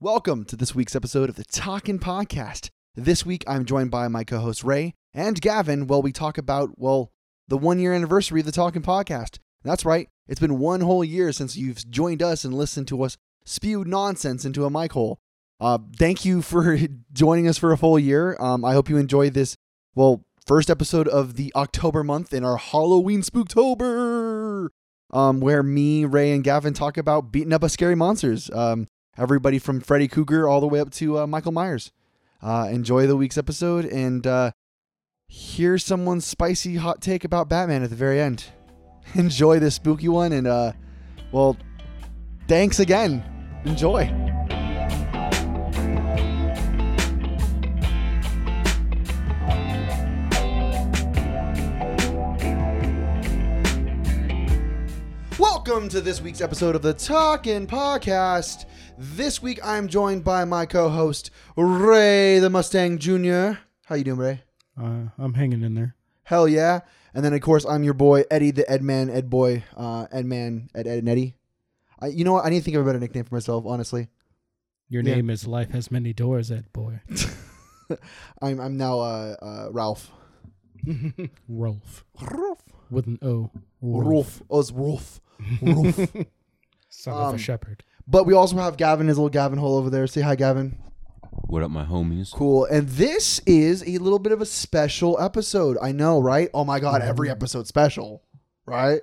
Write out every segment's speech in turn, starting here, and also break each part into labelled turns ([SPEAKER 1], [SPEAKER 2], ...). [SPEAKER 1] Welcome to this week's episode of the Talkin' Podcast. This week, I'm joined by my co host Ray and Gavin while we talk about, well, the one year anniversary of the Talkin' Podcast. That's right, it's been one whole year since you've joined us and listened to us spew nonsense into a mic hole. Uh, thank you for joining us for a full year. Um, I hope you enjoyed this, well, first episode of the October month in our Halloween Spooktober, um, where me, Ray, and Gavin talk about beating up a scary monsters. Um, everybody from Freddy Cougar all the way up to uh, Michael Myers. Uh, enjoy the week's episode and uh, hear someone's spicy hot take about Batman at the very end. Enjoy this spooky one and, uh, well, thanks again. Enjoy. Welcome to this week's episode of the Talkin' Podcast. This week I'm joined by my co-host Ray the Mustang Jr. How you doing, Ray?
[SPEAKER 2] Uh, I'm hanging in there.
[SPEAKER 1] Hell yeah. And then of course I'm your boy Eddie the Edman Ed Boy, uh Edman Ed Ed and Eddie. I, you know what? I need to think of a better nickname for myself, honestly.
[SPEAKER 2] Your
[SPEAKER 1] Yeah.
[SPEAKER 2] name is Life Has Many Doors, Ed Boy.
[SPEAKER 1] I'm I'm now uh, uh Ralph.
[SPEAKER 2] Rolf.
[SPEAKER 1] Rolf.
[SPEAKER 2] With an O.
[SPEAKER 1] Rolf. Oh, it's Rolf. Rolf.
[SPEAKER 2] Son of
[SPEAKER 1] Um,
[SPEAKER 2] a shepherd.
[SPEAKER 1] but we also have Gavin, his little Gavin hole over there. Say hi, Gavin.
[SPEAKER 3] What up, my homies?
[SPEAKER 1] Cool. And this is a little bit of a special episode. I know, right? Oh my god, every episode special, right?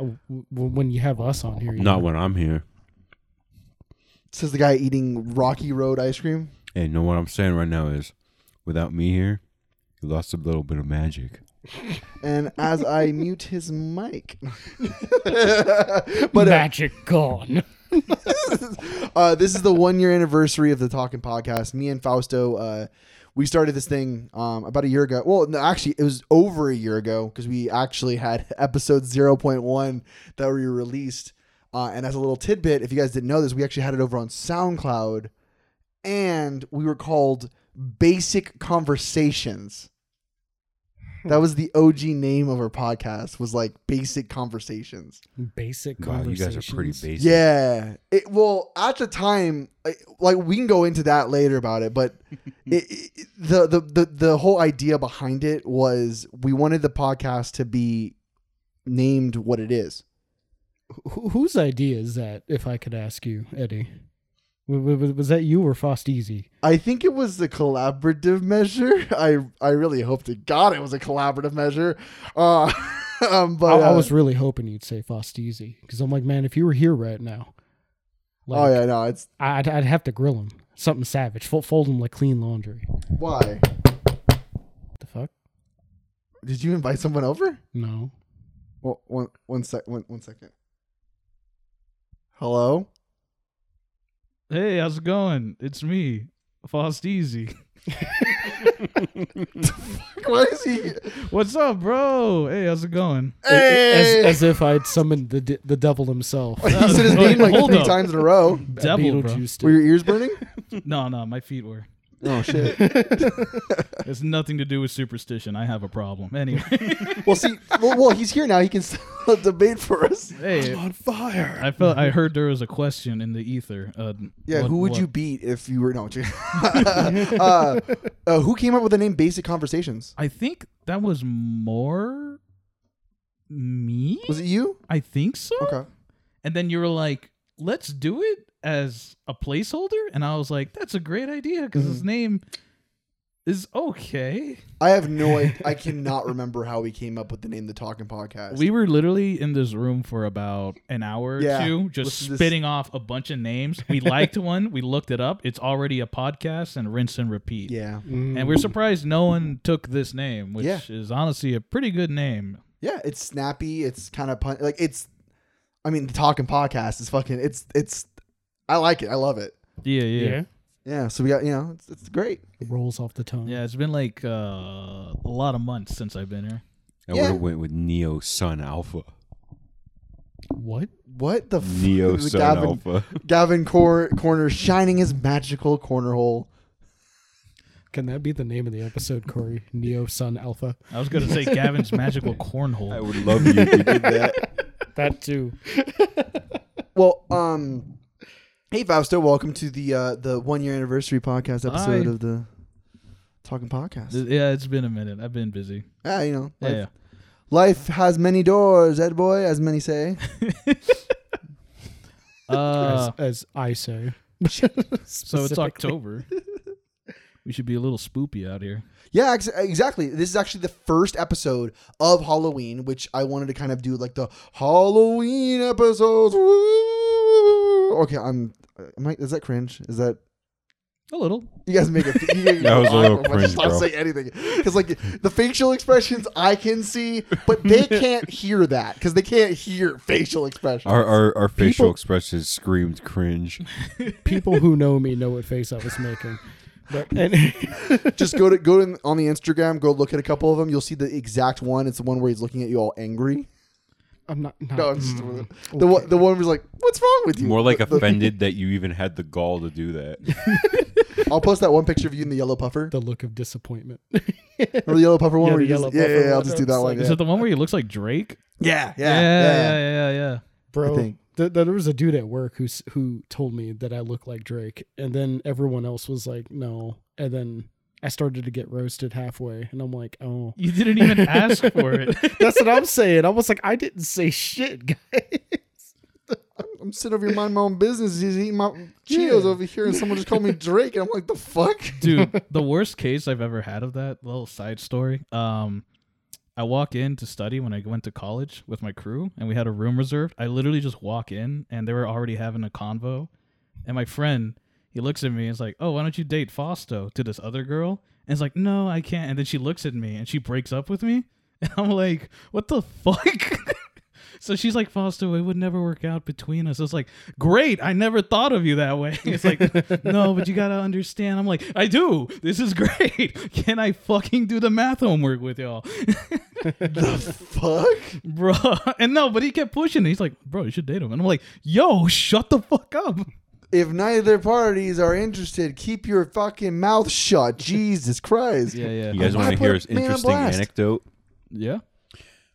[SPEAKER 2] Oh, w- w- when you have us on here. you
[SPEAKER 3] Not
[SPEAKER 2] know.
[SPEAKER 3] when I'm here.
[SPEAKER 1] Says the guy eating Rocky Road ice cream.
[SPEAKER 3] Hey, you know what I'm saying right now is, without me here, you lost a little bit of magic.
[SPEAKER 1] And as I mute his mic, but uh,
[SPEAKER 2] Magic gone.
[SPEAKER 1] uh, this is the one year anniversary of the Talking Podcast. Me and Fausto, uh, we started this thing um, about a year ago. Well, no, actually, it was over a year ago because we actually had episode 0.1 that we released. Uh, and as a little tidbit, if you guys didn't know this, we actually had it over on SoundCloud and we were called Basic Conversations. That was the OG name of our podcast was like Basic Conversations.
[SPEAKER 2] Basic
[SPEAKER 3] Wow, you guys are pretty
[SPEAKER 2] conversations.
[SPEAKER 3] basic.
[SPEAKER 1] Yeah. It well at the time, I- like we can go into that later about it, but it, it, the, the the the whole idea behind it was we wanted the podcast to be named what it is.
[SPEAKER 2] Wh- whose idea is that, if I could ask you, Eddie? W- w- w- Was that you or Fost Easy?
[SPEAKER 1] I think it was the collaborative measure. I I really hope to God it was a collaborative measure. Uh, um,
[SPEAKER 2] I,
[SPEAKER 1] but
[SPEAKER 2] I
[SPEAKER 1] uh,
[SPEAKER 2] was really hoping you'd say Fost Easy because I'm like, man, if you were here right now, like,
[SPEAKER 1] oh yeah, no, it's
[SPEAKER 2] I'd, I'd have to grill him. Something savage. Fold, fold him like clean laundry.
[SPEAKER 1] why
[SPEAKER 2] The fuck?
[SPEAKER 1] did you invite someone over?
[SPEAKER 2] No.
[SPEAKER 1] Well, one one sec one, one second. Hello.
[SPEAKER 4] Hey, how's it going? It's me, Fast Easy.
[SPEAKER 1] Why is he?
[SPEAKER 4] What's up, bro? Hey, how's it going?
[SPEAKER 1] Hey!
[SPEAKER 2] As, as if I'd summoned the d- the devil himself.
[SPEAKER 1] he said his name like
[SPEAKER 4] Hold
[SPEAKER 1] three
[SPEAKER 4] up.
[SPEAKER 1] times in a row.
[SPEAKER 4] Devil, bro.
[SPEAKER 2] Beetlejuice
[SPEAKER 1] Were your ears burning?
[SPEAKER 4] No, no, my feet were.
[SPEAKER 1] Oh shit.
[SPEAKER 4] It's nothing to do with superstition. I have a problem. Anyway,
[SPEAKER 1] Well, see, well, well he's here now. He can still debate for us.
[SPEAKER 4] hey,
[SPEAKER 3] on fire.
[SPEAKER 4] I felt I heard there was a question in the ether. Uh,
[SPEAKER 1] Yeah,
[SPEAKER 4] what-
[SPEAKER 1] who would
[SPEAKER 4] what-
[SPEAKER 1] you beat if you were no? uh, uh, who came up with the name Basic Conversations?
[SPEAKER 4] I think that was more me.
[SPEAKER 1] Was it you?
[SPEAKER 4] I think so.
[SPEAKER 1] Okay.
[SPEAKER 4] And then you were like, "Let's do it as a placeholder," and I was like, "That's a great idea because
[SPEAKER 1] Mm-hmm.
[SPEAKER 4] his name is okay."
[SPEAKER 1] I have no idea. I cannot remember how we came up with the name The Talking Podcast.
[SPEAKER 4] We were literally in this room for about an hour or
[SPEAKER 1] Yeah.
[SPEAKER 4] two, just
[SPEAKER 1] Listen to this-
[SPEAKER 4] spitting off a bunch of names. We liked one, we looked it up. It's already a podcast and rinse and repeat.
[SPEAKER 1] yeah.
[SPEAKER 2] Mm.
[SPEAKER 4] And we're surprised no one took this name, which
[SPEAKER 1] Yeah.
[SPEAKER 4] is honestly a pretty good name.
[SPEAKER 1] Yeah, it's snappy. It's kind of pun- like it's. I mean, The Talking Podcast is fucking. It's it's. I like it. I love it.
[SPEAKER 4] Yeah, yeah. Yeah,
[SPEAKER 2] yeah.
[SPEAKER 1] Yeah. So we got you know it's, it's great.
[SPEAKER 2] Rolls off the tongue.
[SPEAKER 4] it's been like uh, a lot of months since I've been here.
[SPEAKER 3] I
[SPEAKER 1] Yeah.
[SPEAKER 3] would have went with Neo Sun Alpha.
[SPEAKER 2] What?
[SPEAKER 1] What the f-
[SPEAKER 3] Neo
[SPEAKER 1] This is
[SPEAKER 3] Sun
[SPEAKER 1] Gavin-
[SPEAKER 3] Alpha.
[SPEAKER 1] Gavin Cor- Corner shining his magical corner hole.
[SPEAKER 2] Can that be the name of the episode, Corey? Neo Sun Alpha.
[SPEAKER 4] I was going to say Gavin's magical
[SPEAKER 3] I
[SPEAKER 4] cornhole.
[SPEAKER 3] would love you if you did that.
[SPEAKER 2] That too.
[SPEAKER 1] Well, um, Hey Fausto, welcome to the uh, the one year anniversary podcast episode
[SPEAKER 4] Hi.
[SPEAKER 1] of the Talking Podcast.
[SPEAKER 4] Th- Yeah, it's been a minute. I've been busy.
[SPEAKER 1] ah, you know,
[SPEAKER 4] Yeah,
[SPEAKER 1] life,
[SPEAKER 4] yeah.
[SPEAKER 1] life has many doors, Ed boy, as many say.
[SPEAKER 4] Uh,
[SPEAKER 2] as, as I say.
[SPEAKER 4] so it's
[SPEAKER 2] Specifically.
[SPEAKER 4] October. we should be a little spoopy out here.
[SPEAKER 1] Yeah, ex- exactly. This is actually the first episode of Halloween, which I wanted to kind of do like the Halloween episodes. Woo! Okay, I'm. Am I? Is that cringe? Is that
[SPEAKER 4] A little.
[SPEAKER 1] you guys make it? You guys
[SPEAKER 3] That was a little
[SPEAKER 1] I just
[SPEAKER 3] cringe,
[SPEAKER 1] not
[SPEAKER 3] bro.
[SPEAKER 1] say anything because like the facial expressions I can see, but they can't hear that because they can't hear facial expressions.
[SPEAKER 3] Our our, our facial
[SPEAKER 2] People-
[SPEAKER 3] expressions screamed cringe.
[SPEAKER 2] People who know me know what face I was making. But and
[SPEAKER 1] just go to go to, on the Instagram, go look at a couple of them. You'll see the exact one. It's the one where he's looking at you all angry.
[SPEAKER 2] I'm not. not
[SPEAKER 1] No, it's just
[SPEAKER 2] mm,
[SPEAKER 1] the
[SPEAKER 2] okay.
[SPEAKER 1] one. The one was like, "What's wrong with you?"
[SPEAKER 3] More like
[SPEAKER 1] The- the-
[SPEAKER 3] offended that you even had the gall to do that.
[SPEAKER 1] I'll post that one picture of you in the yellow puffer.
[SPEAKER 2] the look of disappointment.
[SPEAKER 1] Remember the yellow puffer one?
[SPEAKER 2] Yeah,
[SPEAKER 1] where
[SPEAKER 2] the
[SPEAKER 1] you just-
[SPEAKER 2] yellow
[SPEAKER 1] yeah, yeah,
[SPEAKER 2] puffer
[SPEAKER 1] yeah, I'll
[SPEAKER 2] one.
[SPEAKER 1] just do that
[SPEAKER 2] It's
[SPEAKER 1] one.
[SPEAKER 2] like-
[SPEAKER 1] Yeah.
[SPEAKER 4] Is it the one where he looks like Drake?
[SPEAKER 1] yeah,
[SPEAKER 4] Yeah,
[SPEAKER 1] yeah,
[SPEAKER 4] yeah, yeah, yeah.
[SPEAKER 1] I
[SPEAKER 2] bro.
[SPEAKER 1] think.
[SPEAKER 2] Th- there was a dude at work who s- who told me that I look like Drake, and then everyone else was like, "No," and then I started to get roasted halfway, and I'm like, "Oh."
[SPEAKER 4] You didn't even ask for it.
[SPEAKER 2] That's what I'm saying. I was like, I didn't say shit, guys.
[SPEAKER 1] I'm sitting over here minding my own business. He's eating my Cheetos
[SPEAKER 2] Yeah.
[SPEAKER 1] over here, and someone just called me Drake, and I'm like, the fuck.
[SPEAKER 4] Dude, the worst case I've ever had of that little side story. Um, I walk in to study when I went to college with my crew, and we had a room reserved. I literally just walk in, and they were already having a convo. And my friend, he looks at me and is like, "Oh, why don't you date Fausto to this other girl?" And it's like, "No, I can't." And then she looks at me and she breaks up with me, and I'm like, "What the fuck?" so she's like, "Fausto, it would never work out between us." It's like, "Great, I never thought of you that way." It's like, "No, but you gotta understand." I'm like, "I do. This is great. Can I fucking do the math homework with y'all?"
[SPEAKER 1] the fuck?
[SPEAKER 4] bro. And no, but he kept pushing. It. He's like, bro, you should date him. And I'm like, yo, shut the fuck up.
[SPEAKER 1] If neither parties are interested, keep your fucking mouth shut. Jesus Christ.
[SPEAKER 4] Yeah, yeah,
[SPEAKER 3] You guys
[SPEAKER 1] Why
[SPEAKER 3] want to
[SPEAKER 1] put
[SPEAKER 3] hear
[SPEAKER 1] a
[SPEAKER 3] an
[SPEAKER 1] man on
[SPEAKER 3] interesting
[SPEAKER 1] blast?
[SPEAKER 3] anecdote?
[SPEAKER 4] yeah.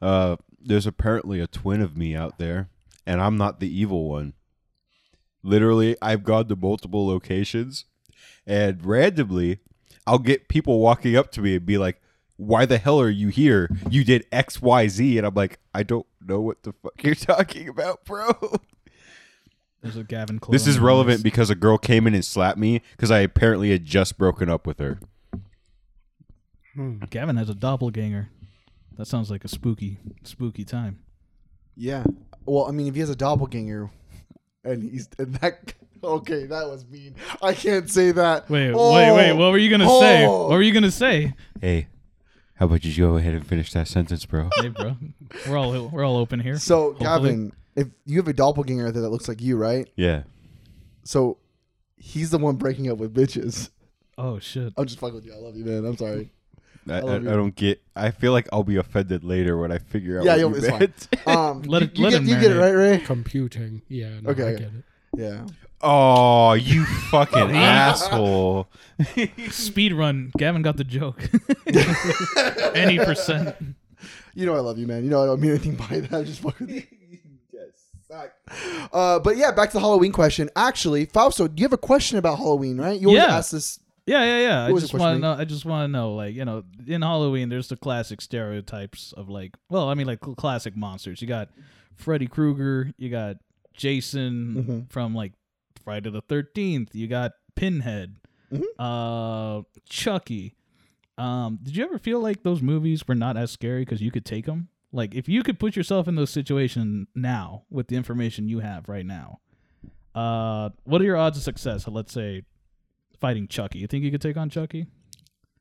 [SPEAKER 3] Uh, there's apparently a twin of me out there, and I'm not the evil one. Literally, I've gone to multiple locations, and randomly, I'll get people walking up to me and be like, "Why the hell are you here? You did X, Y, Z," and I'm like, "I don't know what the fuck you're talking about, bro."
[SPEAKER 4] There's a Gavin. Cloyd
[SPEAKER 3] This
[SPEAKER 4] on
[SPEAKER 3] is
[SPEAKER 4] the
[SPEAKER 3] relevant
[SPEAKER 4] list.
[SPEAKER 3] because a girl came in and slapped me because I apparently had just broken up with her.
[SPEAKER 4] Gavin has a doppelganger. That sounds like a spooky, spooky time.
[SPEAKER 1] Yeah. Well, I mean, if he has a doppelganger, and he's and that. Okay, that was mean. I can't say that.
[SPEAKER 4] Wait,
[SPEAKER 1] Oh.
[SPEAKER 4] wait, wait. What were you gonna say?
[SPEAKER 1] Oh.
[SPEAKER 4] What were you gonna say?
[SPEAKER 3] Hey, how about you go ahead and finish that sentence, bro?
[SPEAKER 4] Hey, bro. We're all we're all open here.
[SPEAKER 1] So,
[SPEAKER 4] Hopefully.
[SPEAKER 1] Gavin, if you have a doppelganger out there that looks like you, right?
[SPEAKER 3] yeah.
[SPEAKER 1] So he's the one breaking up with bitches.
[SPEAKER 4] Oh shit.
[SPEAKER 1] I'm just fucking with you. I love you, man. I'm sorry.
[SPEAKER 3] I, I,
[SPEAKER 1] love
[SPEAKER 3] I
[SPEAKER 1] you.
[SPEAKER 3] don't get. I feel like I'll be offended later when I figure out.
[SPEAKER 1] yeah,
[SPEAKER 3] what
[SPEAKER 1] you'll,
[SPEAKER 3] you
[SPEAKER 1] it's fine.
[SPEAKER 3] meant.
[SPEAKER 1] Um,
[SPEAKER 4] Let
[SPEAKER 1] you,
[SPEAKER 4] it-
[SPEAKER 1] you
[SPEAKER 4] let
[SPEAKER 1] get,
[SPEAKER 4] it
[SPEAKER 1] you get it right,
[SPEAKER 4] marinate.
[SPEAKER 1] Ray.
[SPEAKER 2] Computing. Yeah, no,
[SPEAKER 1] Okay,
[SPEAKER 2] I
[SPEAKER 1] okay.
[SPEAKER 2] get it.
[SPEAKER 1] Yeah.
[SPEAKER 3] Oh, you fucking asshole!
[SPEAKER 4] Speed run. Gavin got the joke. Any percent.
[SPEAKER 1] You know I love you, man. You know I don't mean anything by that. I'm just fucking. with you. Uh, but yeah, back to the Halloween question. Actually, Fausto, you have a question about Halloween, right? You always
[SPEAKER 4] Yeah.
[SPEAKER 1] ask this.
[SPEAKER 4] Yeah, yeah, yeah. I
[SPEAKER 1] What was the
[SPEAKER 4] just
[SPEAKER 1] question,
[SPEAKER 4] want to
[SPEAKER 1] Nick?
[SPEAKER 4] know. I just want to know, like you know, in Halloween, there's the classic stereotypes of like, well, I mean, like cl- classic monsters. You got Freddy Krueger, you got Jason
[SPEAKER 1] Mhm.
[SPEAKER 4] from like Friday the Thirteenth, you got Pinhead,
[SPEAKER 1] Mhm.
[SPEAKER 4] uh, Chucky. Um, did you ever feel like those movies were not as scary because you could take them? Like, if you could put yourself in those situations now with the information you have right now, uh, what are your odds of success? Let's say fighting Chucky. You think you could take on Chucky?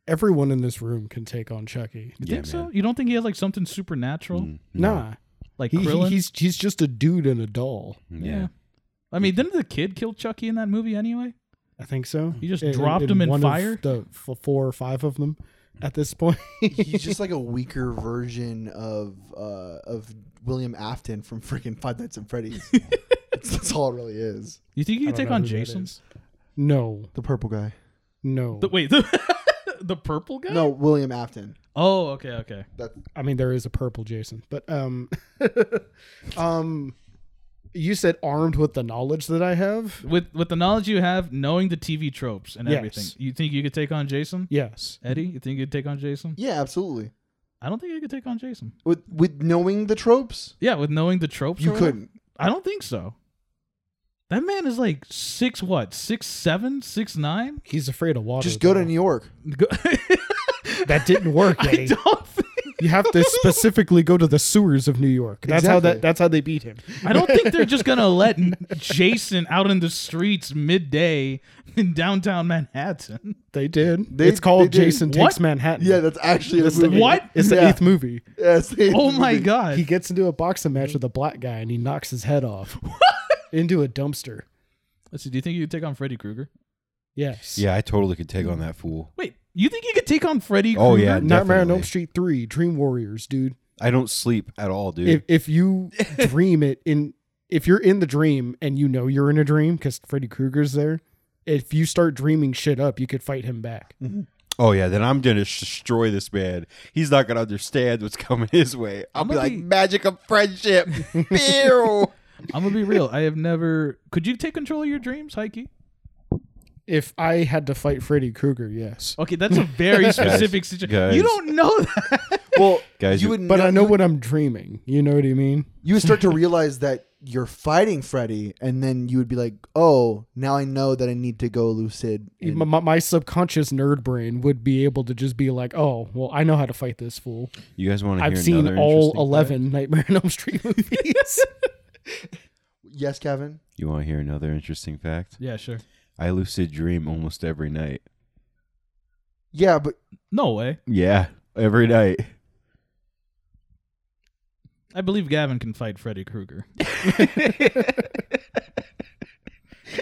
[SPEAKER 2] Everyone in this room can take on Chucky.
[SPEAKER 4] You
[SPEAKER 3] Yeah,
[SPEAKER 4] think so?
[SPEAKER 3] man.
[SPEAKER 4] You don't think he has like something supernatural,
[SPEAKER 3] Mm,
[SPEAKER 2] Nah,
[SPEAKER 4] like
[SPEAKER 2] he, he-
[SPEAKER 4] Krillin?
[SPEAKER 2] he's he's just a dude in a doll.
[SPEAKER 3] Yeah.
[SPEAKER 4] I mean, didn't the kid kill Chucky in that movie anyway?
[SPEAKER 2] I think so.
[SPEAKER 4] You just dropped him in
[SPEAKER 2] one of
[SPEAKER 4] fire?
[SPEAKER 2] The f- four or five of them at this point.
[SPEAKER 1] He's just like a weaker version of uh, of William Afton from freaking Five Nights at Freddy's. that's, that's all it really is.
[SPEAKER 4] You think you
[SPEAKER 2] I
[SPEAKER 4] could
[SPEAKER 2] don't
[SPEAKER 4] take
[SPEAKER 2] know
[SPEAKER 4] on
[SPEAKER 2] who that
[SPEAKER 4] Jason?
[SPEAKER 2] is. No,
[SPEAKER 1] The purple guy.
[SPEAKER 2] no.
[SPEAKER 4] The, wait, the, the purple guy?
[SPEAKER 1] No, William Afton.
[SPEAKER 4] Oh, okay, okay.
[SPEAKER 1] That
[SPEAKER 2] I mean, there is a purple Jason, but um, um, You said armed with the knowledge that I have.
[SPEAKER 4] With with the knowledge you have, knowing the TV tropes and everything,
[SPEAKER 2] Yes.
[SPEAKER 4] you think you could take on Jason?
[SPEAKER 2] Yes.
[SPEAKER 4] Eddie, you think you could take on Jason?
[SPEAKER 1] Yeah, absolutely.
[SPEAKER 4] I don't think you could take on Jason.
[SPEAKER 1] With with knowing the tropes,
[SPEAKER 4] Yeah, with knowing the tropes,
[SPEAKER 1] you
[SPEAKER 4] or whatever?
[SPEAKER 1] couldn't.
[SPEAKER 4] I don't think so. That man is like six what six seven six nine.
[SPEAKER 2] He's afraid of water.
[SPEAKER 1] Just go to
[SPEAKER 2] though.
[SPEAKER 1] New York.
[SPEAKER 4] Go-
[SPEAKER 2] That didn't work,
[SPEAKER 4] I
[SPEAKER 2] Eddie.
[SPEAKER 4] don't. Think,
[SPEAKER 2] You have to specifically go to the sewers of New York. That's how
[SPEAKER 1] Exactly.
[SPEAKER 2] that. That's how they beat him.
[SPEAKER 4] I don't think they're just gonna let Jason out in the streets midday in downtown Manhattan.
[SPEAKER 2] They did.
[SPEAKER 1] They-
[SPEAKER 2] it's called
[SPEAKER 1] they did.
[SPEAKER 2] Jason Takes
[SPEAKER 4] What?
[SPEAKER 2] Manhattan.
[SPEAKER 1] Yeah, that's actually
[SPEAKER 2] That's
[SPEAKER 1] a
[SPEAKER 2] the-
[SPEAKER 1] movie.
[SPEAKER 4] What?
[SPEAKER 2] It's the
[SPEAKER 1] Yeah.
[SPEAKER 2] eighth movie.
[SPEAKER 1] Yeah, it's the eighth
[SPEAKER 4] Oh my
[SPEAKER 1] movie.
[SPEAKER 4] god!
[SPEAKER 2] He gets into a boxing match with a black guy and he knocks his head off into a dumpster.
[SPEAKER 4] Let's see. Do you think you could take on Freddy Krueger?
[SPEAKER 2] Yes.
[SPEAKER 3] Yeah, I totally could take on that fool.
[SPEAKER 4] Wait, you think you could take on Freddy?
[SPEAKER 3] Oh,
[SPEAKER 4] Krueger?
[SPEAKER 3] yeah.
[SPEAKER 2] Nightmare on Elm
[SPEAKER 3] Definitely.
[SPEAKER 2] Street Three: Dream Warriors, dude.
[SPEAKER 3] I don't sleep at all, dude.
[SPEAKER 2] If if you dream it in, if you're in the dream and you know you're in a dream because Freddy Krueger's there, if you start dreaming shit up, you could fight him back.
[SPEAKER 3] oh yeah, then I'm gonna sh- destroy this man. He's not gonna understand what's coming his way. I'll
[SPEAKER 4] I'm
[SPEAKER 3] be
[SPEAKER 4] gonna
[SPEAKER 3] like
[SPEAKER 4] be-
[SPEAKER 3] magic of friendship. Pew.
[SPEAKER 4] I'm gonna be real. I have never. Could you take control of your dreams, Heike?
[SPEAKER 2] If I had to fight Freddy Krueger, yes,
[SPEAKER 4] Okay, that's a very specific situation.
[SPEAKER 3] guys.
[SPEAKER 4] You don't know that.
[SPEAKER 1] Well,
[SPEAKER 3] Guys,
[SPEAKER 1] you
[SPEAKER 3] you-
[SPEAKER 1] would
[SPEAKER 2] but I know
[SPEAKER 1] you,
[SPEAKER 2] what I'm dreaming. You know what I mean?
[SPEAKER 1] you would start to realize that you're fighting Freddy, and then you would be like, "Oh, now I know that I need to go lucid." and-
[SPEAKER 2] My, my, my subconscious nerd brain would be able to just be like, "Oh, well, I know how to fight this fool.
[SPEAKER 3] You guys want to hear?
[SPEAKER 2] I've seen
[SPEAKER 3] another
[SPEAKER 2] all
[SPEAKER 3] interesting fact?
[SPEAKER 2] eleven Nightmare on Elm Street movies."
[SPEAKER 1] yes, Kevin.
[SPEAKER 3] You want to hear another interesting fact?
[SPEAKER 4] yeah, sure.
[SPEAKER 3] I lucid dream almost every night.
[SPEAKER 1] Yeah, but
[SPEAKER 4] No way.
[SPEAKER 3] Yeah, every night.
[SPEAKER 4] I believe Gavin can fight Freddy Krueger.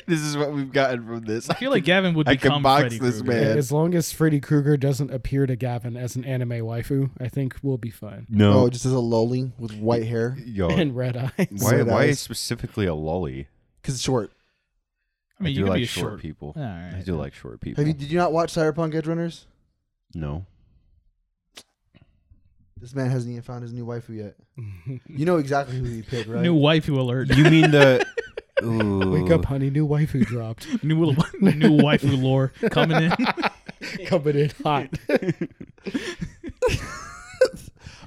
[SPEAKER 3] This is what we've gotten from this.
[SPEAKER 4] I feel like Gavin would
[SPEAKER 3] I can
[SPEAKER 4] become
[SPEAKER 3] box
[SPEAKER 4] Freddy
[SPEAKER 3] this
[SPEAKER 4] Krueger.
[SPEAKER 3] man.
[SPEAKER 2] As long as Freddy Krueger doesn't appear to Gavin as an anime waifu, I think we'll be fine.
[SPEAKER 1] oh,
[SPEAKER 3] No,
[SPEAKER 1] just as a lolly with white hair
[SPEAKER 3] yo,
[SPEAKER 2] And red eyes.
[SPEAKER 3] why?
[SPEAKER 1] Red
[SPEAKER 3] Why
[SPEAKER 1] eyes.
[SPEAKER 3] specifically a lolly?
[SPEAKER 1] because it's short.
[SPEAKER 4] I mean,
[SPEAKER 3] do
[SPEAKER 4] you could
[SPEAKER 3] like
[SPEAKER 4] be a
[SPEAKER 3] short,
[SPEAKER 4] short. Oh,
[SPEAKER 3] people.
[SPEAKER 4] All right.
[SPEAKER 3] I do like short people.
[SPEAKER 1] Have you? Did you not watch Cyberpunk Edge Runners?
[SPEAKER 3] no,
[SPEAKER 1] This man hasn't even found his new waifu yet. You know exactly who he picked, right?
[SPEAKER 4] New waifu alert.
[SPEAKER 3] you mean the?
[SPEAKER 2] Wake up, honey. New waifu dropped.
[SPEAKER 4] new new waifu lore coming in.
[SPEAKER 2] Coming in hot.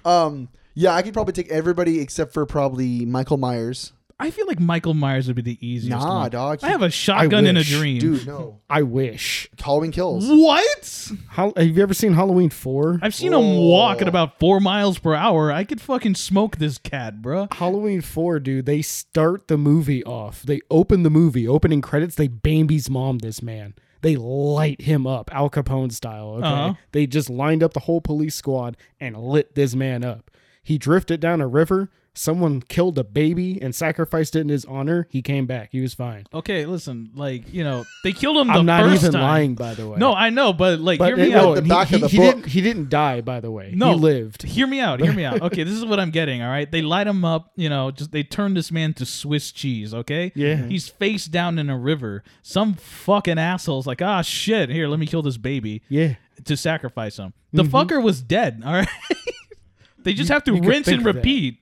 [SPEAKER 1] Um, yeah, I could probably take everybody except for probably Michael Myers.
[SPEAKER 4] I feel like Michael Myers would be the easiest.
[SPEAKER 1] nah,
[SPEAKER 4] one.
[SPEAKER 1] dog.
[SPEAKER 4] I have a shotgun in a
[SPEAKER 2] wish,
[SPEAKER 4] dream.
[SPEAKER 1] dude. No,
[SPEAKER 2] I wish.
[SPEAKER 1] Halloween kills.
[SPEAKER 4] What?
[SPEAKER 2] How, have you ever seen Halloween 4?
[SPEAKER 4] I've seen him walk
[SPEAKER 1] Oh.
[SPEAKER 4] at about four miles per hour. I could fucking smoke this cat, bruh.
[SPEAKER 2] Halloween 4, dude, they start the movie off. They open the movie, opening credits, they Bambi's mom this man. They light him up, Al Capone style. Okay.
[SPEAKER 4] Uh-huh.
[SPEAKER 2] They just lined up the whole police squad and lit this man up. He drifted down a river. Someone killed a baby and sacrificed it in his honor. He came back. He was fine.
[SPEAKER 4] Okay, listen, like you know, they killed him. The
[SPEAKER 2] I'm not
[SPEAKER 4] first
[SPEAKER 2] even
[SPEAKER 4] time.
[SPEAKER 2] lying, by the way.
[SPEAKER 4] No, I know, but like,
[SPEAKER 2] but
[SPEAKER 4] hear me
[SPEAKER 2] no,
[SPEAKER 4] out.
[SPEAKER 1] the
[SPEAKER 2] he-
[SPEAKER 1] back of
[SPEAKER 2] he-
[SPEAKER 1] the
[SPEAKER 2] he
[SPEAKER 1] book.
[SPEAKER 2] Didn't, he didn't die, by the way.
[SPEAKER 4] No.
[SPEAKER 2] he lived.
[SPEAKER 4] Hear me out. Hear me out. Okay, this is what I'm getting. All right, they light him up. You know, just they turn this man to Swiss cheese. Okay,
[SPEAKER 2] Yeah.
[SPEAKER 4] he's face down in a river. Some fucking asshole's like, ah, shit. Here, let me kill this baby
[SPEAKER 2] Yeah.
[SPEAKER 4] to sacrifice him. The fucker was dead. All right, they just have to
[SPEAKER 2] Mm-hmm. you could
[SPEAKER 4] rinse and
[SPEAKER 2] think that.
[SPEAKER 4] repeat.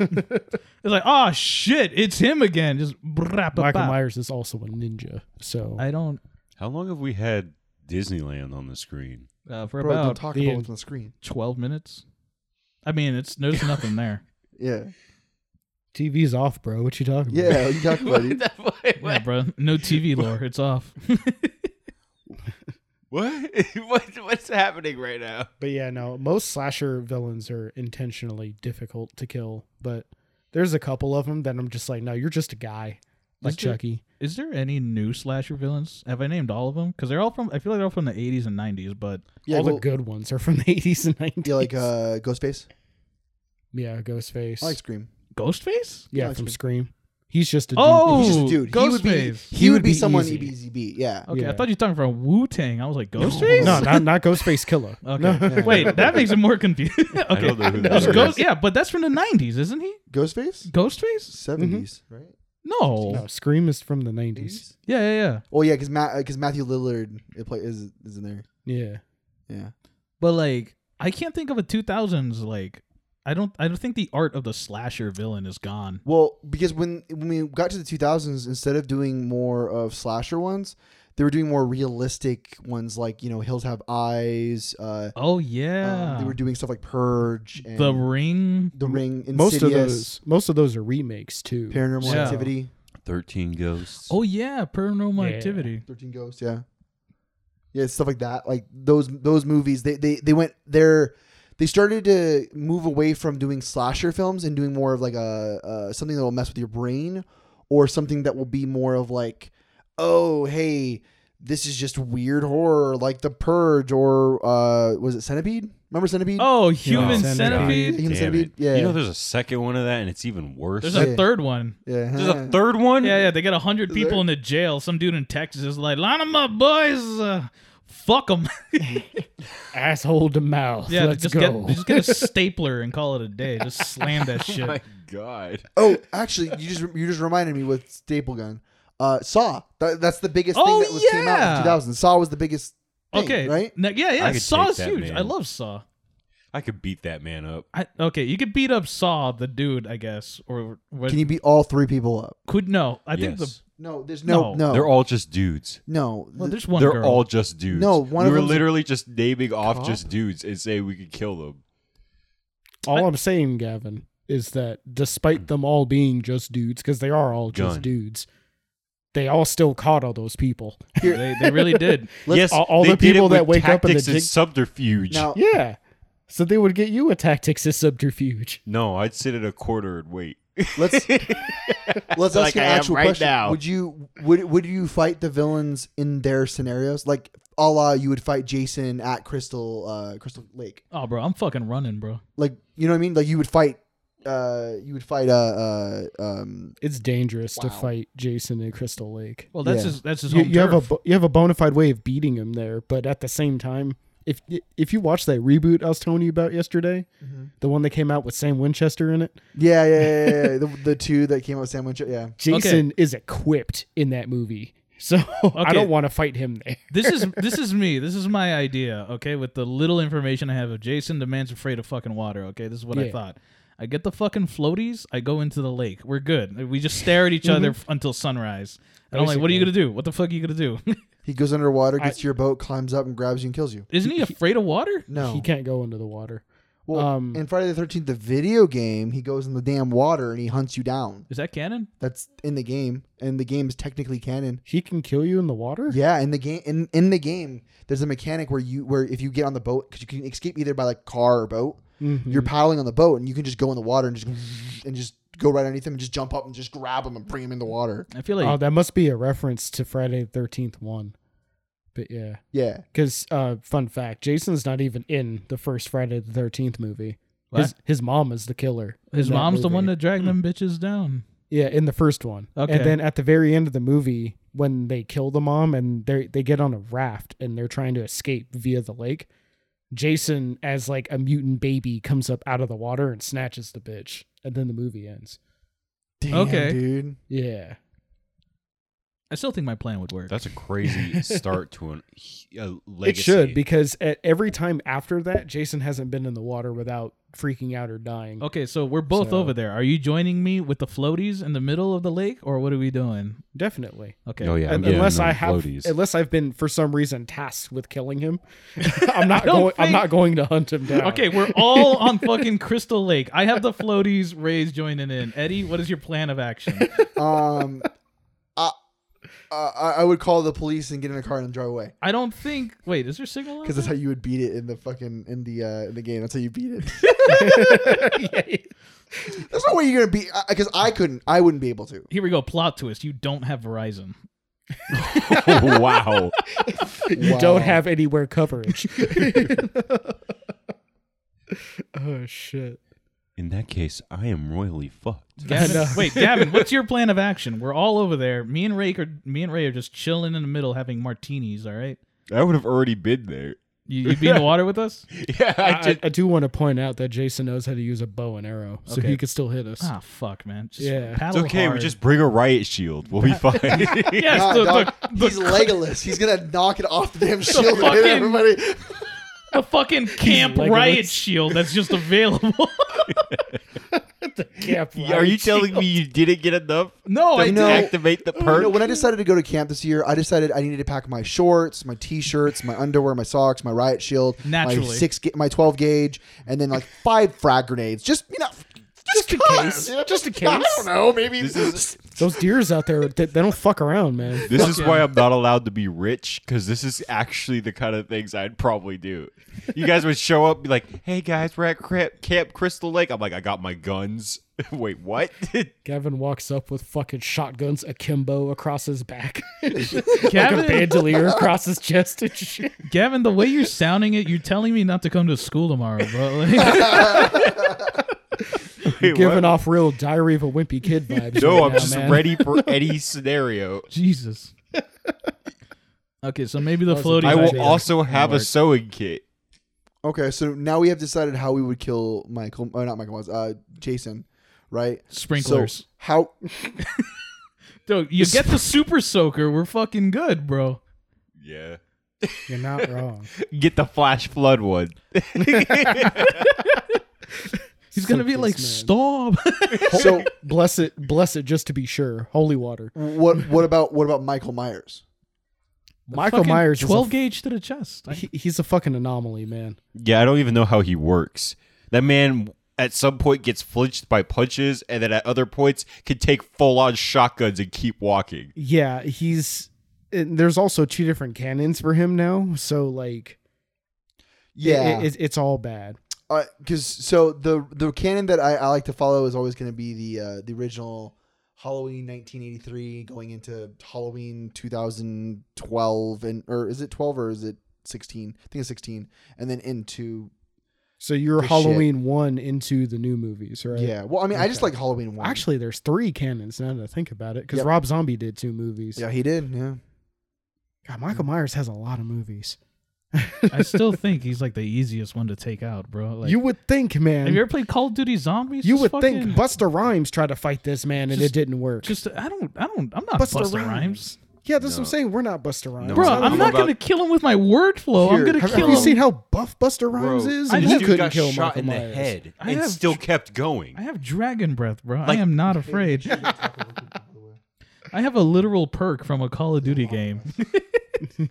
[SPEAKER 4] it's like, ah, shit, it's him again. Just
[SPEAKER 2] Michael
[SPEAKER 4] Michael
[SPEAKER 2] Myers is also a ninja. So
[SPEAKER 4] I don't.
[SPEAKER 3] How long have we had Disneyland on the screen?
[SPEAKER 4] Uh, for
[SPEAKER 1] Bro, don't
[SPEAKER 4] about
[SPEAKER 1] talk
[SPEAKER 2] the-
[SPEAKER 1] about what's on the screen.
[SPEAKER 4] 12 minutes. I mean, it's there's nothing there.
[SPEAKER 1] Yeah,
[SPEAKER 2] TV's off, bro. What you talking about?
[SPEAKER 1] yeah, you talk about it.
[SPEAKER 4] Yeah, bro. No TV lore. It's off.
[SPEAKER 3] What? what? What's happening right now?
[SPEAKER 2] But yeah, no, most slasher villains are intentionally difficult to kill, but there's a couple of them that I'm just like, no, you're just a guy, like
[SPEAKER 4] Is there-
[SPEAKER 2] Chucky.
[SPEAKER 4] Is there any new slasher villains? Have I named all of them? Because they're all from. I feel like they're all from the 80s and 90s. But
[SPEAKER 1] Yeah,
[SPEAKER 2] All
[SPEAKER 1] well,
[SPEAKER 2] the good ones are from the 80s and 90s.
[SPEAKER 1] yeah, like uh, Ghostface.
[SPEAKER 2] yeah, Ghostface.
[SPEAKER 1] I like Scream.
[SPEAKER 4] Ghostface?
[SPEAKER 2] yeah,
[SPEAKER 1] I like
[SPEAKER 2] from
[SPEAKER 1] Scream.
[SPEAKER 2] Scream. He's just a
[SPEAKER 4] Oh!
[SPEAKER 1] He's just
[SPEAKER 2] dude.
[SPEAKER 1] a dude. He would be.
[SPEAKER 4] Ghostface.
[SPEAKER 1] He,
[SPEAKER 2] He
[SPEAKER 1] would,
[SPEAKER 2] would
[SPEAKER 1] be,
[SPEAKER 2] be
[SPEAKER 1] someone E
[SPEAKER 2] easy.
[SPEAKER 1] EBZB. Yeah.
[SPEAKER 4] Okay,
[SPEAKER 2] Yeah.
[SPEAKER 4] I thought you were talking from Wu Tang. I was like Ghostface.
[SPEAKER 2] no, not not Ghostface Killer.
[SPEAKER 4] Okay.
[SPEAKER 2] No.
[SPEAKER 4] Wait, that makes it more confusing. okay.
[SPEAKER 3] I don't know who that
[SPEAKER 4] It's
[SPEAKER 3] is.
[SPEAKER 4] Ghost, yeah, but that's from the 90s, isn't he?
[SPEAKER 1] Ghostface.
[SPEAKER 4] Ghostface?
[SPEAKER 1] 70s right?
[SPEAKER 4] No.
[SPEAKER 2] No, Scream is from the 90s.
[SPEAKER 1] Eighties.
[SPEAKER 4] Yeah, yeah, yeah.
[SPEAKER 1] Oh yeah, because because Matthew Lillard it play, is is in there.
[SPEAKER 2] Yeah.
[SPEAKER 1] Yeah.
[SPEAKER 4] But like, I can't think of a 2000s like I don't I don't think the art of the slasher villain is gone.
[SPEAKER 1] Well, because when when we got to the 2000s, instead of doing more of slasher ones, they were doing more realistic ones like you know Hills Have Eyes. Uh,
[SPEAKER 4] Oh
[SPEAKER 1] um,
[SPEAKER 4] yeah,
[SPEAKER 1] they were doing stuff like Purge and
[SPEAKER 4] the Ring.
[SPEAKER 1] The Ring, Insidious,
[SPEAKER 2] Most of those, most of those are remakes too.
[SPEAKER 1] Paranormal
[SPEAKER 4] Yeah.
[SPEAKER 1] Activity,
[SPEAKER 3] Thirteen ghosts.
[SPEAKER 4] Oh yeah, Paranormal
[SPEAKER 2] Yeah.
[SPEAKER 4] Activity.
[SPEAKER 1] 13 Ghosts, yeah, yeah, stuff like that. Like those those movies, they they they went their they started to move away from doing slasher films and doing more of like a uh, something that will mess with your brain or something that will be more of like, oh hey, this is just weird horror like The Purge or uh, was it Centipede? Remember Centipede?
[SPEAKER 4] Oh, Human
[SPEAKER 2] Centipede.
[SPEAKER 4] Centipede.
[SPEAKER 1] Human
[SPEAKER 3] Damn
[SPEAKER 1] Centipede?
[SPEAKER 3] it.
[SPEAKER 1] Yeah.
[SPEAKER 3] You know, there's a second one of that, and it's even worse.
[SPEAKER 4] There's
[SPEAKER 1] a-
[SPEAKER 3] There's a,
[SPEAKER 1] Yeah.
[SPEAKER 4] a third one.
[SPEAKER 1] yeah,
[SPEAKER 3] third one.
[SPEAKER 4] Yeah, yeah. They got a hundred
[SPEAKER 1] Is
[SPEAKER 4] people
[SPEAKER 1] there?
[SPEAKER 4] in the jail. Some dude in Texas is like, "Line 'em up, boys. Uh, fuck them."
[SPEAKER 2] Asshole to mouth.
[SPEAKER 4] yeah, they
[SPEAKER 2] let's
[SPEAKER 4] just
[SPEAKER 2] go.
[SPEAKER 4] get they just get a stapler and call it a day. Just slam that shit.
[SPEAKER 3] Oh My God.
[SPEAKER 1] Oh, actually, you just you just reminded me with staple gun. Uh, Saw. That, that's the biggest
[SPEAKER 4] Oh,
[SPEAKER 1] thing that was came out
[SPEAKER 4] yeah.
[SPEAKER 1] in 2000. Saw was the biggest. Thing,
[SPEAKER 4] okay,
[SPEAKER 1] right?
[SPEAKER 4] Ne- yeah, yeah.
[SPEAKER 3] I could
[SPEAKER 4] Saw
[SPEAKER 3] take
[SPEAKER 4] is
[SPEAKER 3] that,
[SPEAKER 4] huge.
[SPEAKER 3] man.
[SPEAKER 4] I love Saw.
[SPEAKER 3] I could beat that man up.
[SPEAKER 4] I, okay, you could beat up Saw the dude, I guess, or what?
[SPEAKER 1] Can you beat all three people up?
[SPEAKER 4] could no? I think the
[SPEAKER 3] Yes.
[SPEAKER 1] No, there's no,
[SPEAKER 4] No.
[SPEAKER 1] no.
[SPEAKER 3] They're all just dudes.
[SPEAKER 1] no.
[SPEAKER 4] well,
[SPEAKER 1] th-
[SPEAKER 4] there's one.
[SPEAKER 3] They're
[SPEAKER 4] girl.
[SPEAKER 3] all just dudes.
[SPEAKER 1] No, one
[SPEAKER 3] we
[SPEAKER 1] of
[SPEAKER 3] were
[SPEAKER 1] them's a
[SPEAKER 3] literally just naming off
[SPEAKER 1] cop?
[SPEAKER 3] just dudes and say we could kill them.
[SPEAKER 2] all I'm saying, Gavin, is that despite them all being just dudes, because they are all just
[SPEAKER 3] Gun.
[SPEAKER 2] dudes, they all still caught all those people.
[SPEAKER 1] Here-
[SPEAKER 4] They, they really did.
[SPEAKER 3] yes,
[SPEAKER 2] all- all
[SPEAKER 3] they
[SPEAKER 2] the
[SPEAKER 3] did it
[SPEAKER 2] people that
[SPEAKER 3] with
[SPEAKER 2] wake up in the
[SPEAKER 3] tactics and
[SPEAKER 2] jig-
[SPEAKER 3] subterfuge.
[SPEAKER 1] now.
[SPEAKER 2] Yeah. So they would get you a tactics of subterfuge.
[SPEAKER 3] No, I'd sit at a quarter and wait.
[SPEAKER 1] Let's let's ask
[SPEAKER 3] Like
[SPEAKER 1] you
[SPEAKER 3] I
[SPEAKER 1] an
[SPEAKER 3] am
[SPEAKER 1] actual
[SPEAKER 3] right
[SPEAKER 1] question.
[SPEAKER 3] now.
[SPEAKER 1] Would you would would you fight the villains in their scenarios? Like a la you would fight Jason at Crystal uh, Crystal Lake.
[SPEAKER 4] Oh, bro, I'm fucking running, bro.
[SPEAKER 1] Like you know what I mean? Like you would fight. Uh, you would fight. Uh, uh um.
[SPEAKER 2] It's dangerous to
[SPEAKER 1] Wow.
[SPEAKER 2] fight Jason in Crystal Lake.
[SPEAKER 4] Well, that's
[SPEAKER 1] Yeah.
[SPEAKER 4] his. That's his.
[SPEAKER 2] You,
[SPEAKER 4] Home
[SPEAKER 2] you have a
[SPEAKER 4] turf.
[SPEAKER 2] bo- you have a bona fide way of beating him there, but at the same time, if if you watch that reboot I was telling you about yesterday,
[SPEAKER 1] Mm-hmm.
[SPEAKER 2] the one that came out with Sam Winchester in it,
[SPEAKER 1] Yeah, yeah, yeah, yeah. yeah. the, the two that came out with sandwich. Yeah.
[SPEAKER 2] Jason is equipped in that movie. So I
[SPEAKER 4] Okay.
[SPEAKER 2] don't want to fight him there.
[SPEAKER 4] this is this is me. This is my idea. Okay, with the little information I have of Jason, the man's afraid of fucking water. Okay, this is what I
[SPEAKER 2] Yeah.
[SPEAKER 4] thought. I get the fucking floaties. I go into the lake. We're good. We just stare at each
[SPEAKER 2] Mm-hmm.
[SPEAKER 4] other f- until sunrise. And I'm like, what are you gonna do? What the fuck are you gonna do?
[SPEAKER 1] He goes underwater,
[SPEAKER 2] I-
[SPEAKER 1] gets to your boat, climbs up, and grabs you and kills you.
[SPEAKER 4] Isn't he afraid of water?
[SPEAKER 1] No.
[SPEAKER 2] He can't go into the water.
[SPEAKER 1] well,
[SPEAKER 2] um,
[SPEAKER 1] in Friday the Thirteenth, the video game, he goes in the damn water and he hunts you down.
[SPEAKER 4] Is that canon?
[SPEAKER 1] That's in the game, and the game is technically canon.
[SPEAKER 2] He can kill you in the water?
[SPEAKER 1] Yeah, in the game, in, in the game, there's a mechanic where you where if you get on the boat because you can escape either by like car or boat.
[SPEAKER 2] Mhm.
[SPEAKER 1] You're paddling on the boat and you can just go in the water and just and just go right underneath him and just jump up and just grab him and bring him in the water.
[SPEAKER 4] I feel like
[SPEAKER 2] oh, that must be a reference to Friday the Thirteenth one. But yeah,
[SPEAKER 1] Yeah,
[SPEAKER 2] because uh, fun fact, Jason's not even in the first Friday the Thirteenth movie. His his mom is the killer. in
[SPEAKER 4] his
[SPEAKER 2] that Mm.
[SPEAKER 4] mom's the
[SPEAKER 2] movie.
[SPEAKER 4] one that dragged them bitches down.
[SPEAKER 2] yeah in the first one.
[SPEAKER 4] Okay.
[SPEAKER 2] and then at the very end of the movie, when they kill the mom and they they get on a raft and they're trying to escape via the lake, Jason as like a mutant baby comes up out of the water and snatches the bitch, and then the movie ends.
[SPEAKER 1] damn,
[SPEAKER 4] Okay.
[SPEAKER 1] dude.
[SPEAKER 2] Yeah,
[SPEAKER 4] I still think my plan would work.
[SPEAKER 3] That's a crazy start to an, a
[SPEAKER 2] It
[SPEAKER 3] legacy.
[SPEAKER 2] should because at every time after that, Jason hasn't been in the water without freaking out or dying.
[SPEAKER 3] Oh.
[SPEAKER 4] okay, so we're both
[SPEAKER 2] So-
[SPEAKER 4] over there. Are you joining me with the floaties in the middle of the lake, or what are we doing?
[SPEAKER 2] Definitely,
[SPEAKER 4] Okay.
[SPEAKER 3] Oh, yeah. I'm
[SPEAKER 2] Un-
[SPEAKER 3] getting
[SPEAKER 2] unless
[SPEAKER 3] on
[SPEAKER 2] I have,
[SPEAKER 3] floaties.
[SPEAKER 2] unless I've been for some reason tasked with killing him, I'm not
[SPEAKER 4] I don't
[SPEAKER 2] going. I'm
[SPEAKER 4] think-
[SPEAKER 2] not going to hunt him down.
[SPEAKER 4] Okay, we're all on fucking Crystal Lake. I have the floaties. Ray's joining in. Eddie, what is your plan of action?
[SPEAKER 1] Um, I, I I would call the police and get in a car and drive away.
[SPEAKER 4] I don't think. Wait, is there signal?
[SPEAKER 1] Because that's how you would beat it in the fucking in the uh, in the game. That's how you beat it. That's not way you're gonna beat. Because I couldn't. I wouldn't be able to.
[SPEAKER 4] Here we go. Plot twist. You don't have Verizon.
[SPEAKER 3] wow.
[SPEAKER 2] you
[SPEAKER 1] Wow.
[SPEAKER 2] don't have anywhere coverage. oh shit!
[SPEAKER 3] In that case, I am royally fucked.
[SPEAKER 4] Gavin,
[SPEAKER 2] know.
[SPEAKER 4] wait, Gavin, what's your plan of action? We're all over there. Me and Ray are me and Ray are just chilling in the middle, having martinis. All right.
[SPEAKER 3] I would have already been there.
[SPEAKER 4] You, you'd be in the water with us.
[SPEAKER 3] Yeah,
[SPEAKER 2] I, I, I do want to point out that Jason knows how to use a bow and arrow, so
[SPEAKER 4] Okay.
[SPEAKER 2] he could still hit us.
[SPEAKER 4] Ah, fuck, man. Just
[SPEAKER 2] Yeah.
[SPEAKER 3] it's
[SPEAKER 4] paddle
[SPEAKER 3] okay. We
[SPEAKER 4] hard.
[SPEAKER 3] just bring a riot shield. We'll be fine.
[SPEAKER 4] yes.
[SPEAKER 1] God,
[SPEAKER 4] the,
[SPEAKER 1] dog,
[SPEAKER 4] the- the-
[SPEAKER 1] he's Legolas. He's gonna knock it off the damn shield and hit
[SPEAKER 4] fucking-
[SPEAKER 1] everybody.
[SPEAKER 4] the fucking camp
[SPEAKER 2] Legolas.
[SPEAKER 4] riot shield that's just available.
[SPEAKER 2] camp.
[SPEAKER 5] Are you
[SPEAKER 2] right?
[SPEAKER 5] telling me you didn't get enough
[SPEAKER 4] No,
[SPEAKER 5] to
[SPEAKER 4] I
[SPEAKER 1] You Oh, know-
[SPEAKER 5] activate the
[SPEAKER 1] You
[SPEAKER 5] perk?
[SPEAKER 1] know, when I decided to go to camp this year, I decided I needed to pack my shorts, my t-shirts, my underwear, my socks, my riot shield,
[SPEAKER 4] Naturally.
[SPEAKER 1] my six, ga- my twelve gauge, and then like five frag grenades. Just you know, just, in
[SPEAKER 2] case. Just in
[SPEAKER 1] I
[SPEAKER 2] case.
[SPEAKER 1] don't know. Maybe
[SPEAKER 3] This is-
[SPEAKER 2] Those deers out there, they, they don't fuck around, man.
[SPEAKER 3] This is why I'm not allowed to be rich because this is actually the kind of things I'd probably do. You guys would show up, be like, "Hey guys, we're at Crap- Camp Crystal Lake." I'm like, "I got my guns." Wait, what?
[SPEAKER 2] Gavin walks up with fucking shotguns akimbo across his back, like a
[SPEAKER 4] Gavin,
[SPEAKER 2] bandolier across his chest and shit.
[SPEAKER 4] Gavin, the way you're sounding it, you're telling me not to come to school tomorrow, bro. Like,
[SPEAKER 3] Wait,
[SPEAKER 2] Giving
[SPEAKER 3] what?
[SPEAKER 2] off real Diary of a Wimpy Kid vibes.
[SPEAKER 3] No,
[SPEAKER 2] right
[SPEAKER 3] I'm
[SPEAKER 2] now,
[SPEAKER 3] just
[SPEAKER 2] man.
[SPEAKER 3] ready for any scenario.
[SPEAKER 4] Jesus. Okay, so maybe the
[SPEAKER 2] That was a
[SPEAKER 4] floaty.
[SPEAKER 3] I
[SPEAKER 2] Dude,
[SPEAKER 3] will
[SPEAKER 2] actually,
[SPEAKER 3] also have a
[SPEAKER 4] work.
[SPEAKER 3] sewing kit.
[SPEAKER 1] Okay, so now we have decided how we would kill Michael. Oh, not Michael Myers. Uh, Jason, right?
[SPEAKER 4] sprinklers.
[SPEAKER 1] So how?
[SPEAKER 4] Dude, you get the super soaker, we're fucking good, bro.
[SPEAKER 3] Yeah.
[SPEAKER 2] You're not wrong.
[SPEAKER 3] Get the flash flood one.
[SPEAKER 4] He's gonna
[SPEAKER 2] Soak
[SPEAKER 4] be
[SPEAKER 2] this
[SPEAKER 4] like,
[SPEAKER 2] man.
[SPEAKER 4] stop.
[SPEAKER 1] So
[SPEAKER 2] Bless it, bless it, just to be sure. Holy water.
[SPEAKER 1] what? What about what about Michael Myers?
[SPEAKER 2] Michael
[SPEAKER 4] Fucking
[SPEAKER 2] Myers.
[SPEAKER 4] twelve
[SPEAKER 2] Is
[SPEAKER 4] gauge to the chest.
[SPEAKER 2] a,
[SPEAKER 4] I-
[SPEAKER 2] he, he's a fucking anomaly, man.
[SPEAKER 3] Yeah, I don't even know how he works. That man at some point gets flinched by punches, and then at other points can take full on shotguns and keep walking.
[SPEAKER 2] Yeah, he's. And there's also two different canons for him now, so like,
[SPEAKER 1] Yeah,
[SPEAKER 2] it, it, it's all bad.
[SPEAKER 1] because Uh, so the the canon that I, I like to follow is always going to be the uh, the original Halloween 1983 going into Halloween 2012 and or is it 12 or is it 16? I think it's 16, and then into
[SPEAKER 2] So you're
[SPEAKER 1] The shit.
[SPEAKER 2] Halloween one into the new movies, right?
[SPEAKER 1] yeah. Well, I mean, I just
[SPEAKER 2] Okay.
[SPEAKER 1] like Halloween one.
[SPEAKER 2] Actually, there's three canons now that I think about it, because
[SPEAKER 1] Yep.
[SPEAKER 2] Rob Zombie did two movies.
[SPEAKER 1] yeah, he did. Yeah,
[SPEAKER 2] God, Michael Myers has a lot of movies.
[SPEAKER 4] I still think he's like the easiest one to take out, bro. Like,
[SPEAKER 2] you would think, man.
[SPEAKER 4] have you ever played Call of Duty Zombies?
[SPEAKER 2] you
[SPEAKER 4] Just
[SPEAKER 2] would
[SPEAKER 4] fucking-
[SPEAKER 2] think Buster Rhymes tried to fight this man and
[SPEAKER 4] Just-
[SPEAKER 2] it didn't work.
[SPEAKER 4] Just I don't I don't I'm not
[SPEAKER 2] Busta
[SPEAKER 4] Busta Rhymes,
[SPEAKER 2] Rhymes. yeah, that's what
[SPEAKER 3] No.
[SPEAKER 2] I'm saying. We're not Buster Rhymes.
[SPEAKER 3] No,
[SPEAKER 4] bro.
[SPEAKER 3] I'm
[SPEAKER 4] I'm,
[SPEAKER 3] about-
[SPEAKER 4] not
[SPEAKER 3] I'm
[SPEAKER 4] gonna
[SPEAKER 3] about-
[SPEAKER 4] kill him with my word flow. Oh, I'm
[SPEAKER 1] Here,
[SPEAKER 4] gonna
[SPEAKER 2] Have,
[SPEAKER 4] kill
[SPEAKER 2] have you
[SPEAKER 4] him.
[SPEAKER 2] seen how buff Buster Rhymes is? And
[SPEAKER 4] I
[SPEAKER 2] he
[SPEAKER 4] have-
[SPEAKER 2] couldn't kill Michael Myers.
[SPEAKER 4] I have-
[SPEAKER 3] kept going.
[SPEAKER 4] I have dragon breath, bro.
[SPEAKER 3] Like-
[SPEAKER 4] I am not afraid. I have a literal perk from a Call of Duty game.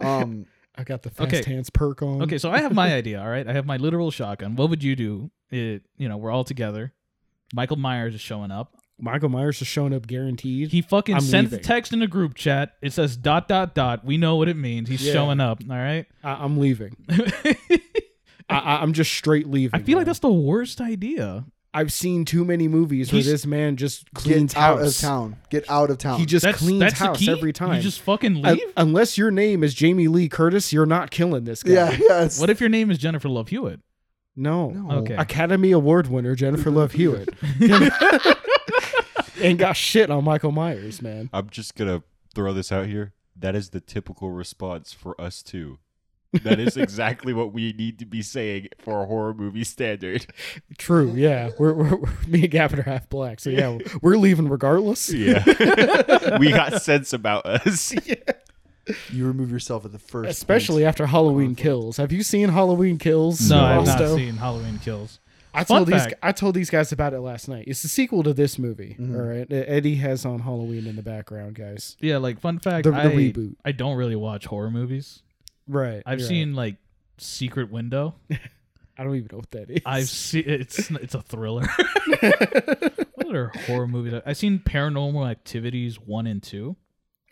[SPEAKER 1] um,
[SPEAKER 2] I got the fast
[SPEAKER 4] Okay.
[SPEAKER 2] hands perk on.
[SPEAKER 4] okay, so I have my idea. All right, I have my literal shotgun. What would you do? It, you know, we're all together. Michael Myers is showing up.
[SPEAKER 2] Michael Myers is showing up guaranteed.
[SPEAKER 4] He fucking
[SPEAKER 2] I'm
[SPEAKER 4] sends
[SPEAKER 2] leaving.
[SPEAKER 4] a text in the group chat. It says dot dot dot. We know what it means. He's
[SPEAKER 2] Yeah.
[SPEAKER 4] showing up. All right.
[SPEAKER 2] I, I'm leaving. I, I, I'm just straight leaving.
[SPEAKER 4] I feel like
[SPEAKER 2] man.
[SPEAKER 4] that's the worst idea.
[SPEAKER 2] I've seen too many movies where
[SPEAKER 4] He's-
[SPEAKER 2] this man just cleans
[SPEAKER 1] get out
[SPEAKER 2] house.
[SPEAKER 1] of town. Get out of town.
[SPEAKER 2] He just
[SPEAKER 4] that's
[SPEAKER 2] cleans
[SPEAKER 4] that's the
[SPEAKER 2] house
[SPEAKER 4] key?
[SPEAKER 2] every time.
[SPEAKER 4] You just fucking
[SPEAKER 2] Un-
[SPEAKER 4] leave.
[SPEAKER 2] unless your name is Jamie Lee Curtis, you're not killing this guy.
[SPEAKER 1] yeah, yeah. it's-
[SPEAKER 4] what if your name is Jennifer Love Hewitt?
[SPEAKER 2] No.
[SPEAKER 1] No.
[SPEAKER 4] Okay.
[SPEAKER 2] Academy Award winner Jennifer Love Hewitt. and got shit on Michael Myers, man.
[SPEAKER 3] I'm just gonna throw this out here. That is the typical response for us too. That is exactly what we need to be saying for a horror movie standard.
[SPEAKER 2] True, yeah. We're, we're, we're me and Gavin are half black, so yeah, we're leaving regardless.
[SPEAKER 3] Yeah, we got sense about us.
[SPEAKER 1] you remove yourself at the first,
[SPEAKER 2] Especially after Halloween Kills. Have you seen Halloween Kills?
[SPEAKER 4] No, I've not
[SPEAKER 2] Fausto?
[SPEAKER 4] seen Halloween Kills.
[SPEAKER 2] I
[SPEAKER 4] Fun
[SPEAKER 2] told these
[SPEAKER 4] fact.
[SPEAKER 2] I told these guys about it last night. It's the sequel to this movie.
[SPEAKER 1] Mm-hmm.
[SPEAKER 2] all right, Eddie has on Halloween in the background, guys.
[SPEAKER 4] Yeah, like fun fact,
[SPEAKER 2] The- the
[SPEAKER 4] I,
[SPEAKER 2] reboot.
[SPEAKER 4] I don't really watch horror movies.
[SPEAKER 2] Right.
[SPEAKER 4] I've seen like Secret Window.
[SPEAKER 2] I don't even know what that is.
[SPEAKER 4] I've seen it's it's a thriller. what other horror movies? I- I've seen Paranormal Activities one and two.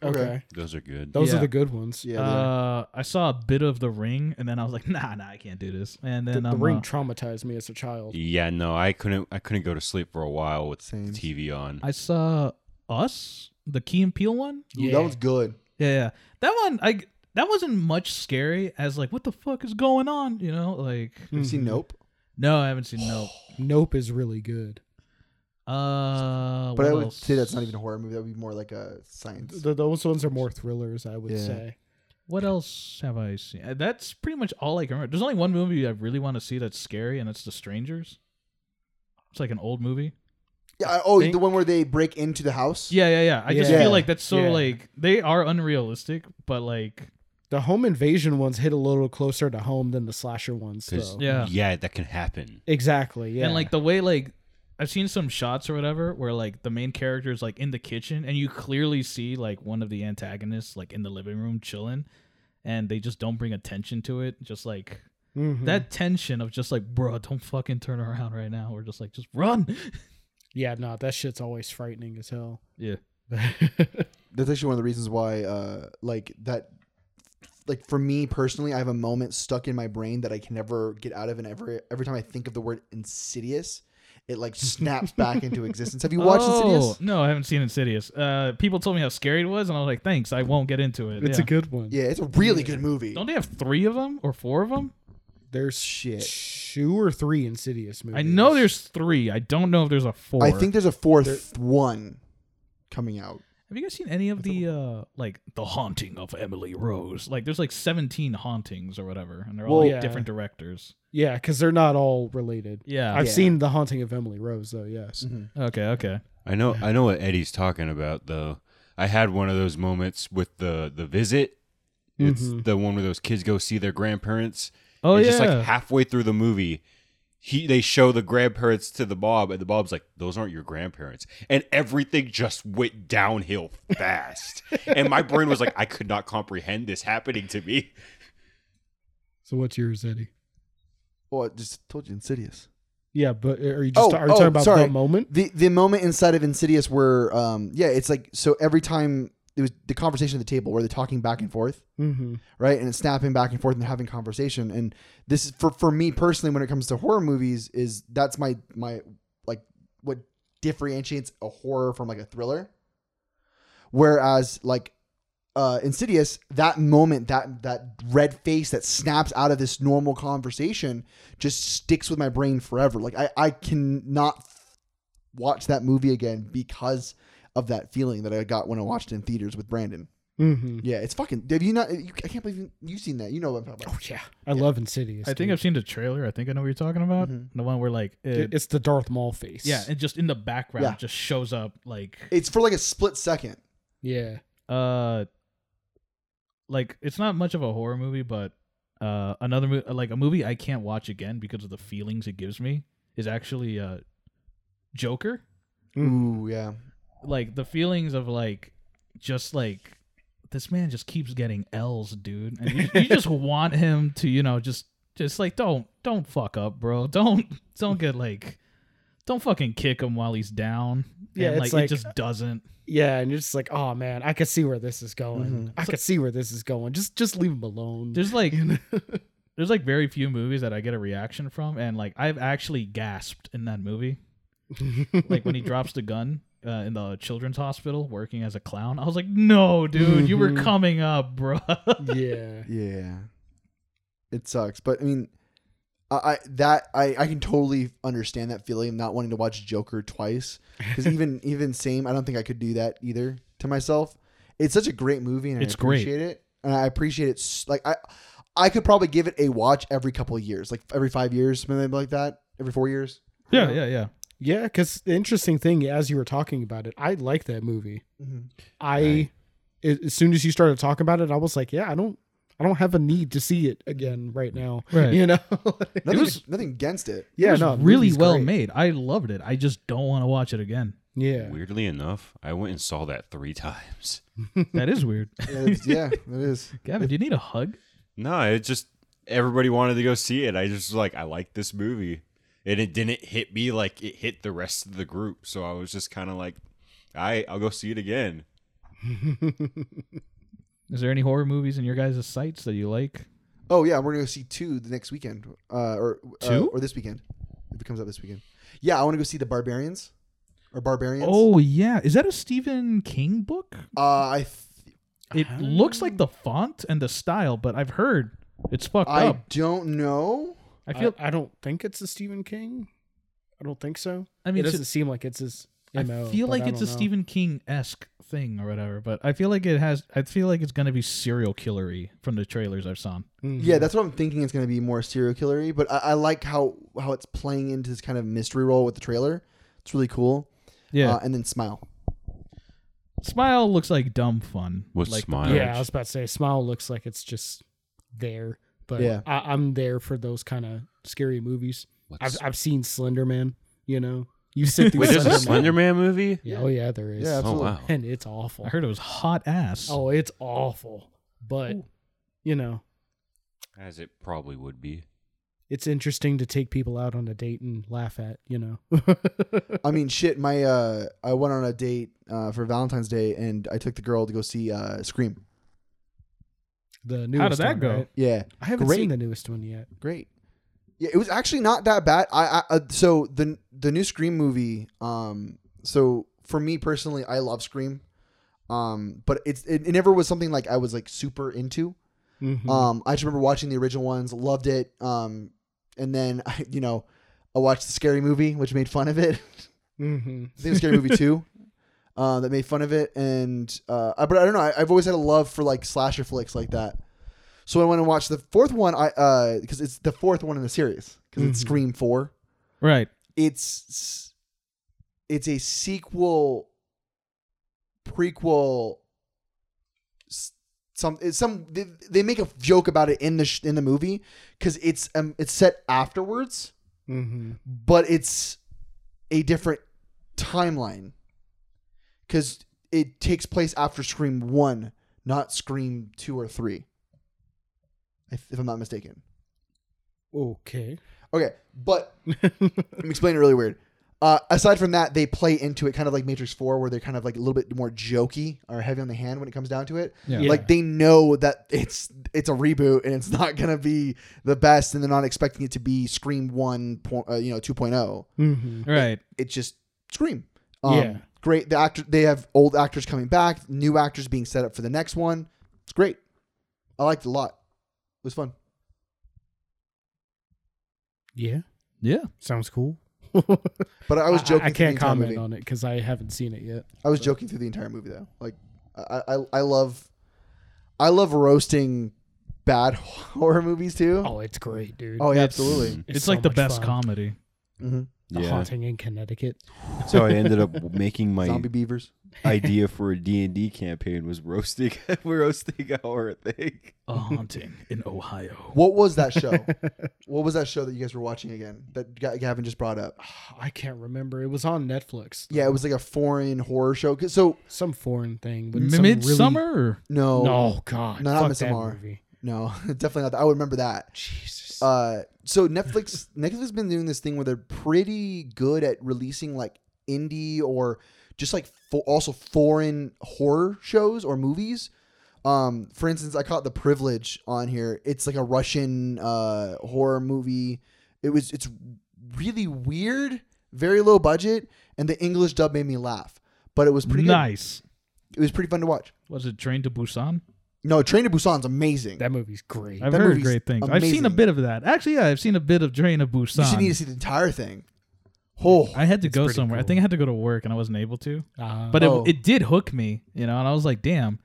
[SPEAKER 1] Okay.
[SPEAKER 2] okay.
[SPEAKER 3] Those are good.
[SPEAKER 2] Those
[SPEAKER 4] Yeah.
[SPEAKER 2] are the good ones.
[SPEAKER 1] Yeah, they are.
[SPEAKER 4] uh, I saw a bit of The Ring, and then I was like, nah, nah, I can't do this. And
[SPEAKER 2] The,
[SPEAKER 4] then
[SPEAKER 2] the
[SPEAKER 4] um,
[SPEAKER 2] ring
[SPEAKER 4] uh,
[SPEAKER 2] traumatized me as a child.
[SPEAKER 3] Yeah, no, I couldn't. I couldn't go to sleep for a while with
[SPEAKER 1] Same.
[SPEAKER 3] the TV on.
[SPEAKER 4] I saw Us, the Key and Peele one.
[SPEAKER 1] Ooh, that was good.
[SPEAKER 4] Yeah, yeah, that one I that wasn't much scary as like what the fuck is going on, you know? Like
[SPEAKER 1] Have you
[SPEAKER 2] Mm-hmm.
[SPEAKER 1] seen Nope?
[SPEAKER 4] no, I haven't seen Nope.
[SPEAKER 2] Nope is really good.
[SPEAKER 4] Uh,
[SPEAKER 1] But I
[SPEAKER 4] what
[SPEAKER 1] would
[SPEAKER 4] else?
[SPEAKER 1] say that's not even a horror movie. That would be more like a science.
[SPEAKER 2] Th- those ones are more thrillers, I would
[SPEAKER 1] Yeah.
[SPEAKER 2] say.
[SPEAKER 4] What else have I seen? Uh, That's pretty much all I can remember. There's only one movie I really want to see that's scary, and that's The Strangers. It's like an old movie.
[SPEAKER 1] Yeah. I- Oh,
[SPEAKER 2] Think-
[SPEAKER 1] the one where they break into the house.
[SPEAKER 4] Yeah, yeah, yeah. I just
[SPEAKER 1] Yeah.
[SPEAKER 4] feel like that's so
[SPEAKER 2] Yeah.
[SPEAKER 4] like they are unrealistic, but like
[SPEAKER 2] The home invasion ones hit a little closer to home than the slasher ones,
[SPEAKER 3] 'Cause-
[SPEAKER 2] though.
[SPEAKER 4] yeah,
[SPEAKER 3] yeah, that can happen.
[SPEAKER 2] Exactly. Yeah.
[SPEAKER 4] and like the way like I've seen some shots or whatever where like the main character is like in the kitchen and you clearly see like one of the antagonists like in the living room chilling and they just don't bring attention to it. Just like
[SPEAKER 2] Mhm.
[SPEAKER 4] that tension of just like, bro, don't fucking turn around right now. Or just like, just run.
[SPEAKER 2] yeah, no, that shit's always frightening as hell.
[SPEAKER 4] Yeah.
[SPEAKER 1] that's actually one of the reasons why uh like that like for me personally i have a moment stuck in my brain that i can never get out of and every every time i think of the word insidious it like snaps back into existence have you watched
[SPEAKER 4] Oh.
[SPEAKER 1] insidious
[SPEAKER 4] No, I haven't seen Insidious. Uh, people told me how scary it was, and I was like, thanks, I won't get into it.
[SPEAKER 2] It's
[SPEAKER 4] Yeah.
[SPEAKER 2] a good one.
[SPEAKER 1] yeah it's a really good movie
[SPEAKER 4] Don't they have three of them or four of them?
[SPEAKER 2] There's
[SPEAKER 1] shit
[SPEAKER 2] two or three Insidious movies.
[SPEAKER 4] I know there's three. I don't know if there's a four.
[SPEAKER 1] i think there's a fourth one coming out
[SPEAKER 4] Have you guys seen any of the uh like the haunting of Emily Rose? Like there's like 17 hauntings or whatever, and they're all
[SPEAKER 2] Well,
[SPEAKER 4] like
[SPEAKER 2] yeah.
[SPEAKER 4] different directors.
[SPEAKER 2] Yeah, because they're not all related.
[SPEAKER 4] Yeah.
[SPEAKER 2] I've
[SPEAKER 1] Yeah.
[SPEAKER 2] seen The Haunting of Emily Rose though. Yes.
[SPEAKER 4] okay. Okay.
[SPEAKER 3] I know I know what Eddie's talking about though. I had one of those moments with the the visit. It's
[SPEAKER 2] Mhm.
[SPEAKER 3] the one where those kids go see their grandparents.
[SPEAKER 4] Mm-hmm. Oh
[SPEAKER 3] and
[SPEAKER 4] yeah.
[SPEAKER 3] Just like halfway through the movie, he they show the grandparents to the Bob, and the Bob's like, "Those aren't your grandparents," and everything just went downhill fast. and my brain was like, "I could not comprehend this happening to me."
[SPEAKER 2] So what's yours, Eddie?
[SPEAKER 1] oh i just told you insidious
[SPEAKER 2] Yeah, but are you
[SPEAKER 1] Oh,
[SPEAKER 2] just are you
[SPEAKER 1] oh,
[SPEAKER 2] talking about
[SPEAKER 1] sorry.
[SPEAKER 2] that moment?
[SPEAKER 1] the the moment inside of insidious where um yeah it's like so every time it was the conversation at the table where they're talking back and forth
[SPEAKER 2] Mm-hmm.
[SPEAKER 1] right? And it's snapping back and forth and having conversation. And this is for for me personally, when it comes to horror movies, is that's my my like what differentiates a horror from like a thriller. Whereas like uh Insidious, that moment, that that red face that snaps out of this normal conversation just sticks with my brain forever. Like I I cannot f- watch that movie again because of that feeling that I got when I watched it in theaters with Brandon.
[SPEAKER 2] Mm-hmm.
[SPEAKER 1] Yeah, it's fucking. Have you not? You, I can't believe you, you've seen that. You know what I'm talking about.
[SPEAKER 4] Oh,
[SPEAKER 2] yeah, I love Insidious.
[SPEAKER 4] I think
[SPEAKER 2] dude.
[SPEAKER 4] I've seen the trailer. I think I know what you're talking about.
[SPEAKER 1] Mhm.
[SPEAKER 4] The one where like it,
[SPEAKER 2] It- it's the Darth Maul face.
[SPEAKER 4] yeah, it just in the background
[SPEAKER 1] Yeah.
[SPEAKER 4] just shows up like
[SPEAKER 1] It's for like a split second.
[SPEAKER 2] yeah.
[SPEAKER 4] uh like it's not much of a horror movie but uh another mo- like a movie i can't watch again because of the feelings it gives me is actually uh joker
[SPEAKER 1] Ooh, yeah.
[SPEAKER 4] like the feelings of like just like this man just keeps getting l's dude and you, you just want him to you know just just like don't don't fuck up bro don't don't get like don't fucking kick him while he's down
[SPEAKER 2] Yeah,
[SPEAKER 4] and,
[SPEAKER 2] it's like-
[SPEAKER 4] like it just doesn't
[SPEAKER 2] Yeah, and you're just like, oh man, I could see where this is going.
[SPEAKER 1] Mhm.
[SPEAKER 2] I could see where this is going. Just just leave him alone.
[SPEAKER 4] there's like
[SPEAKER 2] You know?
[SPEAKER 4] there's like very few movies that I get a reaction from, and like I've actually gasped in that movie, like when he drops the gun uh, in the children's hospital working as a clown. I was like, no, dude, you were
[SPEAKER 2] Mhm.
[SPEAKER 4] coming up, bro.
[SPEAKER 2] yeah.
[SPEAKER 1] Yeah. It sucks, but I mean, I, I that I I can totally understand that feeling of not wanting to watch Joker twice because even even same I don't think I could do that either to myself. It's such a great movie, and
[SPEAKER 4] It's
[SPEAKER 1] I
[SPEAKER 4] great.
[SPEAKER 1] appreciate it, and I appreciate it. s- Like I, I could probably give it a watch every couple of years, like every five years, maybe like that, every four years.
[SPEAKER 4] yeah, yeah, yeah.
[SPEAKER 2] Yeah, because the interesting thing, as you were talking about it, I like that movie.
[SPEAKER 4] Mm-hmm.
[SPEAKER 2] I, a- as soon as you started talking about it, I was like, yeah, I don't, I don't have a need to see it again right now.
[SPEAKER 4] Right.
[SPEAKER 2] You know?
[SPEAKER 1] Nothing,
[SPEAKER 4] was-
[SPEAKER 1] nothing against it.
[SPEAKER 2] yeah,
[SPEAKER 4] it was
[SPEAKER 2] no, the
[SPEAKER 4] really
[SPEAKER 2] movie's
[SPEAKER 4] well
[SPEAKER 2] great.
[SPEAKER 4] made. I loved it. I just don't want to watch it again.
[SPEAKER 2] Yeah.
[SPEAKER 3] Weirdly enough, I went and saw that three times.
[SPEAKER 4] That is weird.
[SPEAKER 1] Yeah, it's- yeah, it is.
[SPEAKER 4] Gavin, do you need a hug?
[SPEAKER 3] No, it just everybody wanted to go see it. I just was like, I like this movie, and it didn't hit me like it hit the rest of the group. So I was just kind of like, I I'll go see it again.
[SPEAKER 4] Is there any horror movies in your guys' sights that you like?
[SPEAKER 1] Oh yeah, we're gonna go see two the next weekend, uh, or uh,
[SPEAKER 4] Two?
[SPEAKER 1] or this weekend. If it comes out this weekend, yeah, I want to go see the Barbarians or Barbarians.
[SPEAKER 4] Oh yeah, is that a Stephen King book?
[SPEAKER 1] uh, I th-
[SPEAKER 4] It looks
[SPEAKER 2] Ah.
[SPEAKER 4] like the font and the style, but I've heard it's fucked
[SPEAKER 1] I
[SPEAKER 4] up.
[SPEAKER 1] don't know.
[SPEAKER 4] I feel
[SPEAKER 2] I, don't think it's a Stephen King. I don't think so. I
[SPEAKER 4] I mean,
[SPEAKER 2] mean, it
[SPEAKER 4] it's-
[SPEAKER 2] doesn't seem like it's his.
[SPEAKER 4] I
[SPEAKER 2] MO,
[SPEAKER 4] feel
[SPEAKER 2] but
[SPEAKER 4] like
[SPEAKER 2] I
[SPEAKER 4] it's a
[SPEAKER 2] don't know.
[SPEAKER 4] Stephen King esque thing or whatever, but I feel like it has. I feel like it's gonna be serial killery from the trailers I've seen.
[SPEAKER 2] Mhm.
[SPEAKER 1] Yeah, that's what I'm thinking. It's gonna be more serial killery, but I, I like how how it's playing into this kind of mystery role with the trailer. It's really cool.
[SPEAKER 4] Yeah,
[SPEAKER 1] uh, and then smile.
[SPEAKER 4] Smile looks like dumb fun.
[SPEAKER 3] What's
[SPEAKER 4] like,
[SPEAKER 3] Smile?
[SPEAKER 2] Yeah, I was about to say, Smile looks like it's just there, but
[SPEAKER 1] Yeah.
[SPEAKER 2] I, I'm there for those kind of scary movies. I've I've seen Slender Man, you know. You sit through
[SPEAKER 1] Wait,
[SPEAKER 5] there's a Slender
[SPEAKER 1] Slender Man.
[SPEAKER 5] Man movie?
[SPEAKER 2] Yeah, Oh yeah, there is.
[SPEAKER 1] Yeah,
[SPEAKER 5] Oh
[SPEAKER 1] absolutely.
[SPEAKER 5] wow.
[SPEAKER 2] and it's awful.
[SPEAKER 4] I heard it was hot ass.
[SPEAKER 2] Oh, it's awful. But you know,
[SPEAKER 5] As it probably would be.
[SPEAKER 2] it's interesting to take people out on a date and laugh at. You know.
[SPEAKER 1] I mean, shit. My uh, I went on a date uh, for Valentine's Day, and I took the girl to go see uh, Scream.
[SPEAKER 2] the newest
[SPEAKER 4] How did that
[SPEAKER 2] one,
[SPEAKER 4] go?
[SPEAKER 2] right?
[SPEAKER 1] Yeah,
[SPEAKER 2] I haven't
[SPEAKER 1] Great.
[SPEAKER 2] seen the newest one yet.
[SPEAKER 1] great. Yeah, it was actually not that bad. I, I uh, so the the new Scream movie. Um, so for me personally, I love Scream. Um, but it's it, it never was something like I was like super into.
[SPEAKER 2] Mm-hmm.
[SPEAKER 1] Um, I just remember watching the original ones, loved it. Um, and then I, you know, I watched the scary movie, which made fun of it.
[SPEAKER 2] mm-hmm.
[SPEAKER 1] I think it was Scary Movie Two uh, that made fun of it, and uh, I- but I don't know. I, I've always had a love for like slasher flicks like that. So when I went and watched the fourth one, I because it's the fourth one in the series because it's
[SPEAKER 2] Mhm.
[SPEAKER 1] Scream Four.
[SPEAKER 4] Right.
[SPEAKER 1] It's it's a sequel, prequel. s- Some it's some they, they make a joke about it in the sh- in the movie because it's um it's set afterwards,
[SPEAKER 2] Mm-hmm.
[SPEAKER 1] but it's a different timeline because it takes place after Scream One, not Scream Two or Three. If, if I'm not mistaken.
[SPEAKER 2] Okay.
[SPEAKER 1] Okay, but I'm explaining it really weird. Uh, aside from that, they play into it kind of like Matrix Four, where they're kind of like a little bit more jokey or heavy on the hand when it comes down to it.
[SPEAKER 4] Yeah.
[SPEAKER 2] Yeah.
[SPEAKER 1] Like they know that it's it's a reboot and it's not gonna be the best, and they're not expecting it to be Scream One, point, uh, you know, 2.0.
[SPEAKER 2] mm-hmm.
[SPEAKER 4] Right.
[SPEAKER 1] it's just Scream. Um,
[SPEAKER 2] Yeah.
[SPEAKER 1] Great. The actor they have old actors coming back, new actors being set up for the next one. It's great. I liked it a lot. It was fun.
[SPEAKER 2] Yeah.
[SPEAKER 4] Yeah.
[SPEAKER 2] Sounds cool.
[SPEAKER 1] But I was joking. through
[SPEAKER 2] I,
[SPEAKER 1] the
[SPEAKER 2] can't
[SPEAKER 1] entire
[SPEAKER 2] comment
[SPEAKER 1] movie.
[SPEAKER 2] on it because I haven't seen it yet.
[SPEAKER 1] I was joking through the entire movie though. Like I, I I love I love roasting bad horror movies too. Oh,
[SPEAKER 2] Oh, it's great, dude.
[SPEAKER 1] yeah,
[SPEAKER 4] It's-
[SPEAKER 1] absolutely.
[SPEAKER 4] It's,
[SPEAKER 2] so
[SPEAKER 4] like the
[SPEAKER 2] much
[SPEAKER 4] best
[SPEAKER 2] fun.
[SPEAKER 4] comedy.
[SPEAKER 1] Mhm.
[SPEAKER 2] The haunting in Connecticut.
[SPEAKER 3] So I ended up making my
[SPEAKER 1] Zombie beavers.
[SPEAKER 3] idea for a D&D campaign was roasting roasting a horror thing.
[SPEAKER 4] A haunting in Ohio.
[SPEAKER 1] What was that show? what was that show that you guys were watching again that Ga- Gavin just brought up?
[SPEAKER 2] I can't remember. It was on Netflix.
[SPEAKER 1] Yeah, it was like a foreign horror show. 'Cause- So
[SPEAKER 2] some foreign thing. With some really-
[SPEAKER 4] Midsummer. or-
[SPEAKER 1] no,
[SPEAKER 2] No, God,
[SPEAKER 1] Oh, No, not
[SPEAKER 2] fuck
[SPEAKER 1] Midsommar.
[SPEAKER 2] That movie.
[SPEAKER 1] no, definitely not. That. I would remember that.
[SPEAKER 2] Jesus.
[SPEAKER 1] Uh, so Netflix Netflix has been doing this thing where they're pretty good at releasing like indie or just like fo- also foreign horror shows or movies. Um, for instance, I caught The Privilege on here. It's like a Russian uh, horror movie. It was it's really weird, very low budget, and the English dub made me laugh. But it was pretty good.
[SPEAKER 4] nice.
[SPEAKER 1] It was pretty fun to watch.
[SPEAKER 4] Was it Train to Busan?
[SPEAKER 1] No, Train to Busan's amazing.
[SPEAKER 2] that movie's great.
[SPEAKER 4] I've
[SPEAKER 1] That
[SPEAKER 4] heard
[SPEAKER 1] movie's
[SPEAKER 4] great things. I've seen a
[SPEAKER 1] amazing.
[SPEAKER 4] bit of that. Actually, yeah, I've seen a bit of Train to
[SPEAKER 1] you should
[SPEAKER 4] Busan.
[SPEAKER 1] need to see the entire thing. Oh,
[SPEAKER 4] I had to
[SPEAKER 2] It's
[SPEAKER 4] go
[SPEAKER 2] pretty
[SPEAKER 4] somewhere. I
[SPEAKER 2] cool.
[SPEAKER 4] think I had to go to work and I wasn't able to.
[SPEAKER 2] Uh,
[SPEAKER 4] But
[SPEAKER 1] Oh.
[SPEAKER 4] it, it did hook me, you know, and I was like, damn.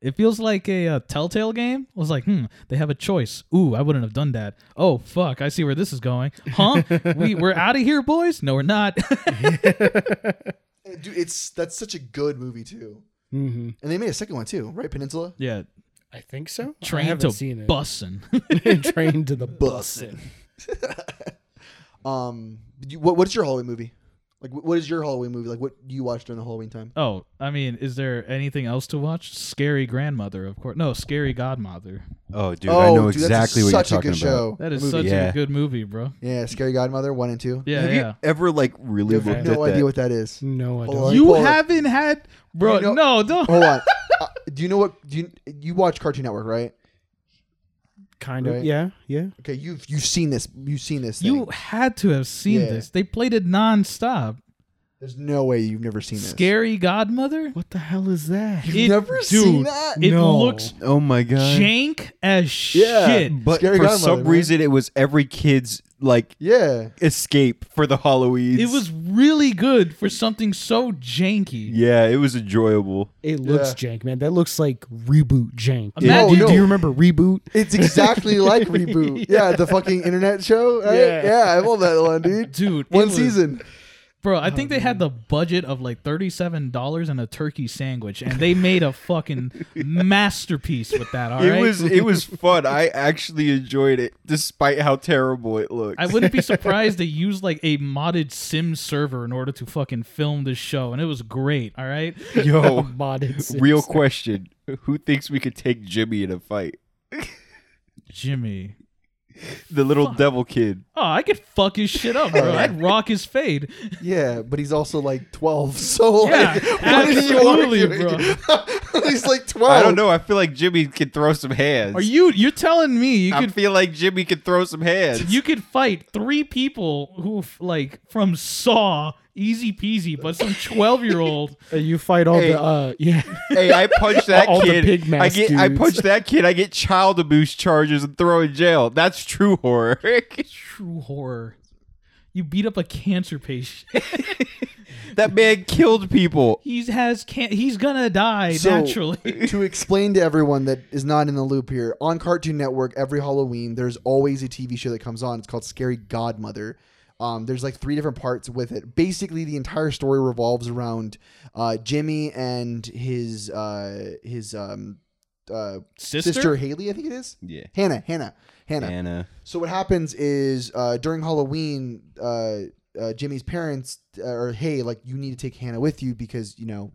[SPEAKER 4] It feels like a, uh Telltale game. I was like, hmm, they have a choice. Ooh, I wouldn't have done that. Oh, fuck, I see where this is going. Huh? we, we're out of here, boys? No, we're not.
[SPEAKER 1] Dude, it's that's such a good movie too.
[SPEAKER 2] hmm
[SPEAKER 1] And they made a second one too, right? Peninsula.
[SPEAKER 4] yeah,
[SPEAKER 2] I think so. I
[SPEAKER 4] Train
[SPEAKER 2] haven't
[SPEAKER 4] to
[SPEAKER 2] seen it.
[SPEAKER 4] Bussin'.
[SPEAKER 2] train to the bussin.
[SPEAKER 1] Um, did you, what what's your Halloween movie? Like, wh- what is your Halloween movie? Like, what do you watch during the Halloween time?
[SPEAKER 4] oh, I mean, is there anything else to watch? Scary Grandmother, of course. No, Scary Godmother.
[SPEAKER 3] Oh, dude, I know
[SPEAKER 1] dude, that's
[SPEAKER 3] exactly what you're
[SPEAKER 1] such
[SPEAKER 3] talking
[SPEAKER 1] a good
[SPEAKER 3] about.
[SPEAKER 1] show.
[SPEAKER 4] That is
[SPEAKER 1] movie.
[SPEAKER 4] such
[SPEAKER 3] Yeah.
[SPEAKER 4] a good movie, bro.
[SPEAKER 1] yeah, Scary Godmother one and two.
[SPEAKER 4] Yeah,
[SPEAKER 3] Have
[SPEAKER 4] yeah.
[SPEAKER 3] you ever like really
[SPEAKER 1] you have
[SPEAKER 3] looked at
[SPEAKER 1] no idea
[SPEAKER 3] that?
[SPEAKER 1] what that is.
[SPEAKER 2] No, I
[SPEAKER 1] Hold
[SPEAKER 2] don't.
[SPEAKER 1] on.
[SPEAKER 4] You
[SPEAKER 1] Pull it.
[SPEAKER 4] haven't had, bro.
[SPEAKER 1] You know-
[SPEAKER 4] no, don't.
[SPEAKER 1] Hold on. Uh, do you know what do you you watch Cartoon Network, right?
[SPEAKER 2] Kind
[SPEAKER 1] Right.
[SPEAKER 2] of. Yeah, yeah.
[SPEAKER 1] Okay, you've you've seen this. You've seen this. Thing.
[SPEAKER 4] You had to have seen
[SPEAKER 1] Yeah.
[SPEAKER 4] this. They played it nonstop.
[SPEAKER 1] There's no way you've never seen this.
[SPEAKER 4] Scary Godmother.
[SPEAKER 2] What the hell is that?
[SPEAKER 1] You've
[SPEAKER 4] It-
[SPEAKER 1] never
[SPEAKER 4] dude,
[SPEAKER 1] seen that.
[SPEAKER 4] It
[SPEAKER 2] No.
[SPEAKER 4] looks
[SPEAKER 3] Oh my god.
[SPEAKER 4] jank as
[SPEAKER 1] Yeah.
[SPEAKER 4] shit.
[SPEAKER 3] But
[SPEAKER 1] Scary
[SPEAKER 3] for
[SPEAKER 1] Godmother,
[SPEAKER 3] some
[SPEAKER 1] man.
[SPEAKER 3] reason it was every kid's like
[SPEAKER 1] yeah.
[SPEAKER 3] escape for the Halloween.
[SPEAKER 4] It was really good for something so janky.
[SPEAKER 3] Yeah, it was enjoyable.
[SPEAKER 2] It looks jank, man. That looks like reboot jank.
[SPEAKER 4] Imagine-
[SPEAKER 1] No, no.
[SPEAKER 2] Do you remember reboot?
[SPEAKER 1] It's exactly like reboot. Yeah, the fucking internet show. Right? Yeah.
[SPEAKER 2] Yeah.
[SPEAKER 1] I love that one, dude.
[SPEAKER 4] Dude, it
[SPEAKER 1] One
[SPEAKER 4] was-
[SPEAKER 1] season.
[SPEAKER 4] Bro, I
[SPEAKER 2] Oh,
[SPEAKER 4] think they had the
[SPEAKER 2] dude.
[SPEAKER 4] budget of like thirty-seven dollars and a turkey sandwich, and they made a fucking masterpiece with that. All right,
[SPEAKER 3] it was it was fun. I actually enjoyed it, despite how terrible it looks.
[SPEAKER 4] I wouldn't be surprised they used like a modded Sim server in order to fucking film this show, and it was great. All right,
[SPEAKER 3] Yo,
[SPEAKER 2] modded Sims.
[SPEAKER 3] real question: Who thinks we could take Jimmy in a fight?
[SPEAKER 4] Jimmy.
[SPEAKER 3] The little
[SPEAKER 4] Fuck.
[SPEAKER 3] devil kid.
[SPEAKER 4] Oh, I could fuck his shit up, bro. I'd rock his fade.
[SPEAKER 1] Yeah, but he's also like 12. So
[SPEAKER 4] Yeah,
[SPEAKER 1] like, what is he
[SPEAKER 4] absolutely,
[SPEAKER 1] arguing? he's like 12.
[SPEAKER 3] I
[SPEAKER 5] Oh.
[SPEAKER 3] don't know. I feel like Jimmy could throw some hands.
[SPEAKER 4] Are you? You're telling me you
[SPEAKER 3] I
[SPEAKER 4] could
[SPEAKER 3] feel like Jimmy could throw some hands.
[SPEAKER 4] you could fight three people who f- like from Saw, easy peasy, but some twelve year old.
[SPEAKER 2] Uh, you fight all
[SPEAKER 3] Hey.
[SPEAKER 2] the uh yeah.
[SPEAKER 3] hey, I punched that
[SPEAKER 2] All the
[SPEAKER 3] kid.
[SPEAKER 2] pig
[SPEAKER 3] I
[SPEAKER 2] mask
[SPEAKER 3] get I
[SPEAKER 2] dudes.
[SPEAKER 3] punched that kid. I get child abuse charges and throw in jail. That's true horror.
[SPEAKER 4] True horror. You beat up a cancer patient.
[SPEAKER 3] that man killed people.
[SPEAKER 4] He's has can he's gonna die
[SPEAKER 1] So-
[SPEAKER 4] naturally.
[SPEAKER 1] to explain to everyone that is not in the loop here, on Cartoon Network every Halloween, there's always a TV show that comes on. It's called Scary Godmother. Um, there's like three different parts with it. Basically, the entire story revolves around uh, Jimmy and his uh, his um, uh,
[SPEAKER 4] Sister?
[SPEAKER 1] sister? Haley. I think it is
[SPEAKER 3] Yeah,
[SPEAKER 1] Hannah. Hannah. Hannah.
[SPEAKER 3] Anna.
[SPEAKER 1] So what happens is uh, during Halloween, uh, uh, Jimmy's parents uh, are hey, like you need to take Hannah with you because you know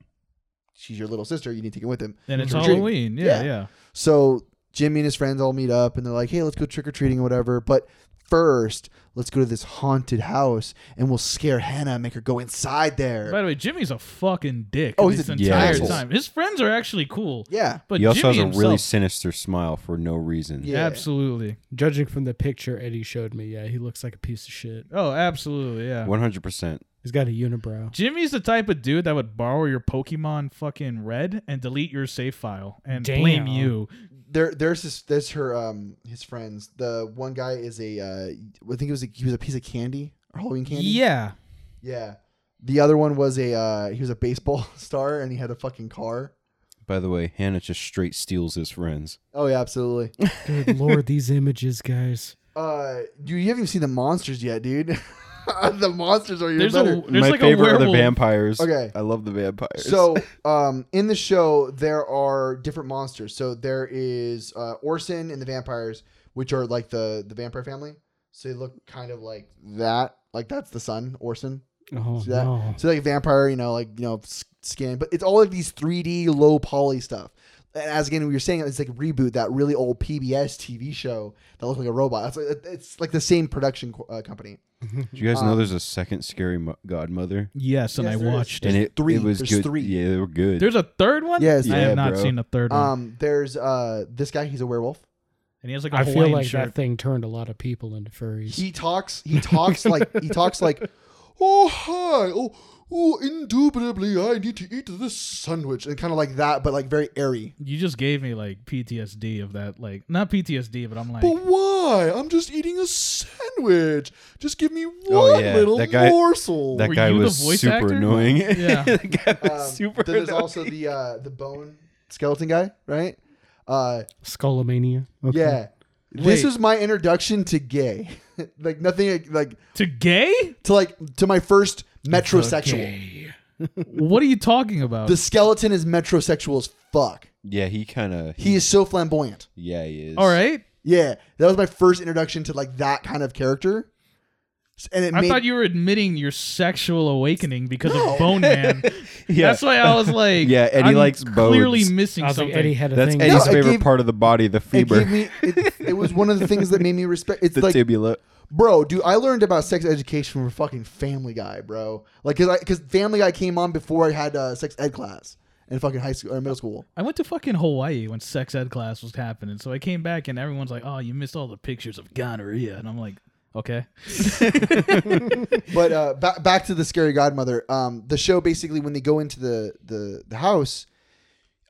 [SPEAKER 1] she's your little sister. You need to take her with him.
[SPEAKER 4] Then it's
[SPEAKER 1] Trick or treating.
[SPEAKER 4] Halloween. Yeah, yeah.
[SPEAKER 1] Yeah. So Jimmy and his friends all meet up and they're like, hey, let's go trick or treating or whatever. But first, let's go to this haunted house and we'll scare Hannah and make her go inside there.
[SPEAKER 4] By the way, Jimmy's a fucking dick.
[SPEAKER 1] Oh,
[SPEAKER 4] this
[SPEAKER 1] he's a
[SPEAKER 4] entire
[SPEAKER 3] asshole.
[SPEAKER 4] time. His friends are actually cool,
[SPEAKER 1] yeah.
[SPEAKER 4] but
[SPEAKER 5] he also
[SPEAKER 4] Jimmy
[SPEAKER 5] has a
[SPEAKER 4] himself,
[SPEAKER 5] really sinister smile for no reason.
[SPEAKER 1] Yeah.
[SPEAKER 4] absolutely.
[SPEAKER 2] Judging from the picture Eddie showed me, yeah, he looks like a piece of shit.
[SPEAKER 4] Oh, absolutely. Yeah.
[SPEAKER 5] One hundred percent.
[SPEAKER 2] He's got a unibrow.
[SPEAKER 4] Jimmy's the type of dude that would borrow your Pokemon fucking red and delete your save file and
[SPEAKER 2] Damn.
[SPEAKER 4] blame you.
[SPEAKER 1] There, there's this, there's her, um, his friends. The one guy is a, uh, I think it was a, he was a piece of candy, Halloween candy.
[SPEAKER 4] Yeah.
[SPEAKER 1] Yeah. The other one was a, uh, he was a baseball star and he had a fucking car.
[SPEAKER 5] By the way, Hannah just straight steals his friends.
[SPEAKER 1] Oh yeah, absolutely.
[SPEAKER 2] Good lord, these images, guys.
[SPEAKER 1] Uh, you, you haven't even seen the monsters yet, dude. the monsters are even
[SPEAKER 4] There's
[SPEAKER 1] better.
[SPEAKER 4] a there's
[SPEAKER 5] My
[SPEAKER 4] like
[SPEAKER 5] favorite
[SPEAKER 4] a
[SPEAKER 5] are the
[SPEAKER 4] werewolf.
[SPEAKER 5] vampires.
[SPEAKER 1] Okay.
[SPEAKER 5] I love the vampires.
[SPEAKER 1] So, um, in the show, there are different monsters. So there is uh, Orson and the vampires, which are like the the vampire family. So they look kind of like that. Like that's the son, Orson.
[SPEAKER 2] Oh
[SPEAKER 1] See that?
[SPEAKER 2] no.
[SPEAKER 1] So like vampire, you know, like you know, s- skin. But it's all of these 3D low poly stuff. And as again, we were saying, it's like reboot that really old PBS TV show that looked like a robot. It's like, it's like the same production co- uh, company.
[SPEAKER 5] Do you guys know
[SPEAKER 1] um,
[SPEAKER 5] there's a second scary mo- godmother?
[SPEAKER 4] Yes, and
[SPEAKER 1] Yes,
[SPEAKER 4] I
[SPEAKER 1] there is.
[SPEAKER 4] watched
[SPEAKER 1] There's
[SPEAKER 4] it.
[SPEAKER 5] and it,
[SPEAKER 1] three.
[SPEAKER 5] it was
[SPEAKER 1] There's
[SPEAKER 5] good.
[SPEAKER 1] three.
[SPEAKER 5] Yeah, they were good.
[SPEAKER 4] There's a third one.
[SPEAKER 1] Yes.
[SPEAKER 4] I have
[SPEAKER 5] Yeah,
[SPEAKER 4] not
[SPEAKER 5] bro.
[SPEAKER 4] seen the third one.
[SPEAKER 1] Um, there's uh this guy. He's a werewolf.
[SPEAKER 4] and he has like a
[SPEAKER 2] I
[SPEAKER 4] Hawaiian
[SPEAKER 2] feel like
[SPEAKER 4] shirt.
[SPEAKER 2] that thing turned a lot of people into furries.
[SPEAKER 1] he talks he talks like he talks like oh hi oh oh indubitably i need to eat this sandwich and kind of like that but like very airy
[SPEAKER 4] you just gave me like PTSD of that, like not PTSD, but I'm like,
[SPEAKER 1] but why i'm just eating a sandwich just give me one
[SPEAKER 5] Oh, yeah,
[SPEAKER 1] little
[SPEAKER 5] that guy-
[SPEAKER 1] morsel
[SPEAKER 5] that
[SPEAKER 4] Were
[SPEAKER 5] guy
[SPEAKER 4] you the
[SPEAKER 5] was
[SPEAKER 4] voice
[SPEAKER 5] super
[SPEAKER 4] actor?
[SPEAKER 5] annoying.
[SPEAKER 4] Yeah.
[SPEAKER 5] that guy was
[SPEAKER 1] Um,
[SPEAKER 5] super
[SPEAKER 1] then there's
[SPEAKER 5] annoying.
[SPEAKER 1] also the uh the bone skeleton guy right uh
[SPEAKER 2] Skullomania. Okay.
[SPEAKER 1] yeah this
[SPEAKER 4] Wait.
[SPEAKER 1] was my introduction to gay like nothing like
[SPEAKER 4] to gay?
[SPEAKER 1] to like to my first metrosexual
[SPEAKER 2] Okay.
[SPEAKER 4] What are you talking about?
[SPEAKER 1] the skeleton is metrosexual as fuck
[SPEAKER 5] yeah, he kind of.
[SPEAKER 1] He is so flamboyant.
[SPEAKER 5] Yeah, he is.
[SPEAKER 4] All right,
[SPEAKER 1] Yeah, that was my first introduction to like that kind of character, S- and it
[SPEAKER 4] I
[SPEAKER 1] made
[SPEAKER 4] thought you were admitting your sexual awakening because of Bone Man.
[SPEAKER 5] Yeah.
[SPEAKER 4] That's why I was like,
[SPEAKER 5] Yeah, Eddie
[SPEAKER 4] I'm
[SPEAKER 5] likes
[SPEAKER 4] clearly
[SPEAKER 5] bones.
[SPEAKER 4] missing
[SPEAKER 2] I was like,
[SPEAKER 4] something.
[SPEAKER 2] Eddie had a
[SPEAKER 5] That's
[SPEAKER 2] thing.
[SPEAKER 5] Eddie's
[SPEAKER 1] No, it
[SPEAKER 5] favorite
[SPEAKER 1] gave-
[SPEAKER 5] part of the body, the
[SPEAKER 1] it
[SPEAKER 5] femur,
[SPEAKER 1] gave me. It, it was one of the things that made me respect. It's
[SPEAKER 5] the
[SPEAKER 1] like,
[SPEAKER 5] tibula.
[SPEAKER 1] bro, dude, I learned about sex education from fucking Family Guy, bro. Like, cause I, cause Family Guy came on before I had uh, sex ed class in fucking high school or middle school.
[SPEAKER 4] I went to fucking Hawaii when sex ed class was happening. So I came back and everyone's like, "Oh, you missed all the pictures of gonorrhea," and I'm like, "Okay."
[SPEAKER 1] but uh, ba- back to the scary godmother. Um, the show basically when they go into the the, the house,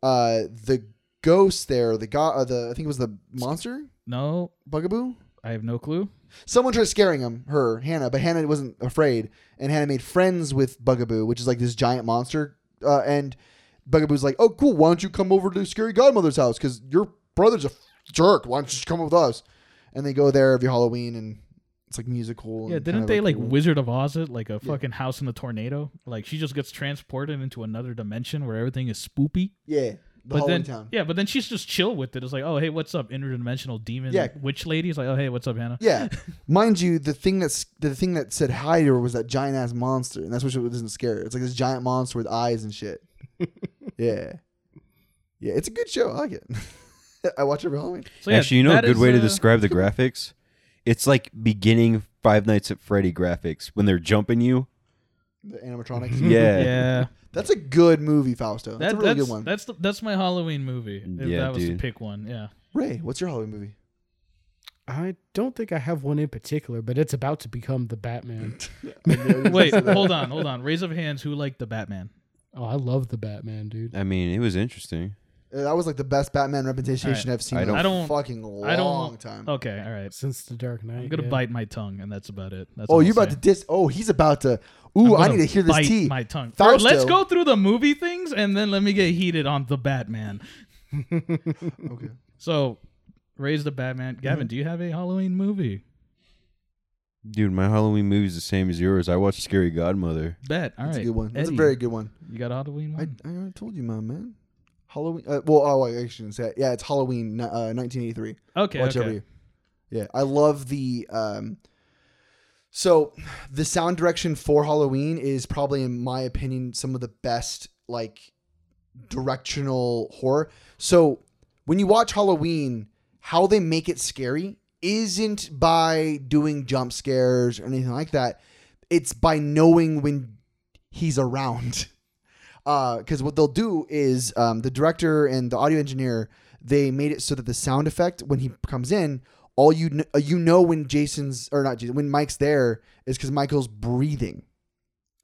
[SPEAKER 1] uh, the ghost there, the god, uh, the I think it was the monster
[SPEAKER 4] No,
[SPEAKER 1] bugaboo.
[SPEAKER 4] I have no clue.
[SPEAKER 1] Someone tried scaring him, her, Hannah, but Hannah wasn't afraid, and Hannah made friends with Bugaboo, which is like this giant monster. Uh, and Bugaboo's like, "Oh, cool. Why don't you come over to Scary Godmother's house? Because your brother's a jerk. Why don't you just come with us?" And they go there every Halloween, and it's like musical.
[SPEAKER 4] Yeah,
[SPEAKER 1] and
[SPEAKER 4] didn't
[SPEAKER 1] kinda,
[SPEAKER 4] they like
[SPEAKER 1] cool.
[SPEAKER 4] Wizard of Oz it like a fucking house in a tornado? Like she just gets transported into another dimension where everything is spoopy.
[SPEAKER 1] Yeah, the
[SPEAKER 4] But
[SPEAKER 1] Halloween
[SPEAKER 4] then,
[SPEAKER 1] town.
[SPEAKER 4] yeah, but then she's just chill with it. It's like, oh hey, what's up, interdimensional demon
[SPEAKER 1] Yeah.
[SPEAKER 4] witch lady? It's like, oh hey, what's up, Hannah?
[SPEAKER 1] Yeah, mind you, the thing that's the thing that said hi to her was that giant ass monster, and that's what doesn't scare her. It's like this giant monster with eyes and shit. yeah, yeah, it's a good show. I like it. I watch it every Halloween.
[SPEAKER 4] So yeah,
[SPEAKER 5] Actually, you know a
[SPEAKER 4] that
[SPEAKER 5] good
[SPEAKER 4] is,
[SPEAKER 5] way to
[SPEAKER 4] uh,
[SPEAKER 5] describe the graphics? It's like beginning Five Nights at Freddy graphics when they're jumping you.
[SPEAKER 1] The animatronics.
[SPEAKER 5] Yeah.
[SPEAKER 4] Yeah,
[SPEAKER 1] that's a good movie, Fausto. That's
[SPEAKER 4] that,
[SPEAKER 1] a really
[SPEAKER 4] that's
[SPEAKER 1] good one.
[SPEAKER 4] that's the, that's my Halloween movie. If
[SPEAKER 5] Yeah,
[SPEAKER 4] that was
[SPEAKER 5] dude.
[SPEAKER 4] to pick one, yeah.
[SPEAKER 1] Ray, what's your Halloween movie?
[SPEAKER 2] I don't think I have one in particular, but it's about to become the Batman.
[SPEAKER 1] I know you
[SPEAKER 4] Wait,
[SPEAKER 1] said that.
[SPEAKER 4] hold on, hold on. Raise of hands who liked the Batman.
[SPEAKER 2] Oh, I love the Batman, dude.
[SPEAKER 5] I mean, it was interesting.
[SPEAKER 1] That was like the best Batman representation I've seen
[SPEAKER 5] I
[SPEAKER 1] in
[SPEAKER 5] don't-
[SPEAKER 1] a
[SPEAKER 4] I don't-
[SPEAKER 1] fucking
[SPEAKER 4] I don't- Oh,
[SPEAKER 1] long time.
[SPEAKER 4] Okay, all right.
[SPEAKER 2] Since the Dark Knight.
[SPEAKER 4] I'm gonna
[SPEAKER 2] yeah.
[SPEAKER 4] bite my tongue, and that's about it. That's
[SPEAKER 1] oh,
[SPEAKER 4] all
[SPEAKER 1] you're
[SPEAKER 4] I'll
[SPEAKER 1] about
[SPEAKER 4] say.
[SPEAKER 1] to dis. Oh, he's about to.
[SPEAKER 4] I'm
[SPEAKER 1] Ooh, I
[SPEAKER 4] gonna
[SPEAKER 1] need to hear this
[SPEAKER 4] bite
[SPEAKER 1] tea.
[SPEAKER 4] My tongue.
[SPEAKER 1] Fausto.
[SPEAKER 4] Alright, let's go through the movie things, and then let me get heated on the Batman.
[SPEAKER 1] okay. Mm-hmm.
[SPEAKER 4] So, raise the Batman. Gavin, do you have a Halloween movie?
[SPEAKER 5] Dude, my Halloween movie is the same as yours. I watched Scary Godmother.
[SPEAKER 4] Bet. All right.
[SPEAKER 1] That's a good one. That's a
[SPEAKER 4] Eddie,
[SPEAKER 1] very good one.
[SPEAKER 4] You got a Halloween
[SPEAKER 1] I,
[SPEAKER 4] one?
[SPEAKER 1] I already told you, my man. Halloween. Uh, well, oh, I actually didn't say it. Yeah, it's Halloween, ni- uh, 1983.
[SPEAKER 4] okay.
[SPEAKER 1] Watch
[SPEAKER 4] okay.
[SPEAKER 1] over you. Yeah, I love the. Um, so, the sound direction for Halloween is probably, in my opinion, some of the best like directional horror. So, when you watch Halloween, how they make it scary isn't by doing jump scares or anything like that. It's by knowing when he's around. Because what they'll do is um, the director and the audio engineer they made it so that the sound effect when he comes in, all you kn- uh, you know when Jason's or not Jason, when Mike's there is because Michael's breathing.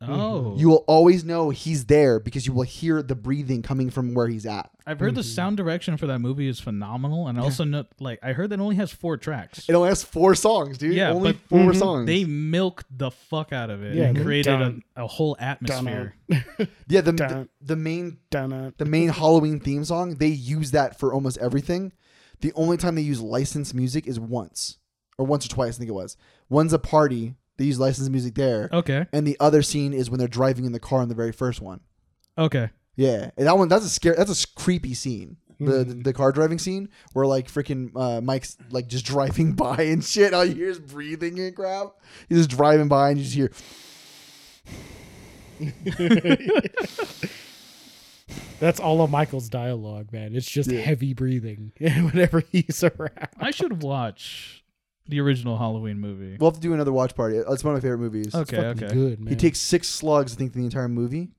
[SPEAKER 4] Oh.
[SPEAKER 1] Mm-hmm. You will always know he's there because you will hear the breathing coming from where he's at.
[SPEAKER 4] I've heard the
[SPEAKER 1] Mm-hmm.
[SPEAKER 4] sound direction for that movie is phenomenal, and I also know, like, I heard that it only has four tracks.
[SPEAKER 1] It only has four songs, dude.
[SPEAKER 4] Yeah,
[SPEAKER 1] only
[SPEAKER 4] but- mm-hmm,
[SPEAKER 1] 4
[SPEAKER 2] Mhm.
[SPEAKER 1] songs.
[SPEAKER 4] They milked the fuck out of it
[SPEAKER 2] Yeah,
[SPEAKER 4] and
[SPEAKER 2] they
[SPEAKER 4] created a,
[SPEAKER 2] done-
[SPEAKER 4] a whole atmosphere.
[SPEAKER 2] Dun-dun.
[SPEAKER 1] yeah, the, the
[SPEAKER 2] Dun.
[SPEAKER 1] the main
[SPEAKER 2] Dun-dun.
[SPEAKER 1] the main Halloween theme song. They use that for almost everything. The only time they use licensed music is once or once or twice. I think it was. One's a party. They use licensed music there,
[SPEAKER 4] Okay.
[SPEAKER 1] and the other scene is when they're driving in the car in the very first one.
[SPEAKER 4] Okay.
[SPEAKER 1] Yeah, and that one that's a scary that's a s- creepy scene. The,
[SPEAKER 4] Hmm.
[SPEAKER 1] the the car driving scene where like freaking uh, Mike's like just driving by and shit. All you hear is breathing and crap. He's just driving by and you just hear.
[SPEAKER 2] That's all of Michael's dialogue, man. It's just
[SPEAKER 1] Yeah.
[SPEAKER 2] heavy breathing whenever he's around.
[SPEAKER 4] I should watch the original Halloween movie.
[SPEAKER 1] We'll have to do another watch party. It's one of my favorite movies.
[SPEAKER 4] okay.
[SPEAKER 2] Fucking
[SPEAKER 4] Okay.
[SPEAKER 2] good, man.
[SPEAKER 1] He takes six slugs, I think, the entire movie.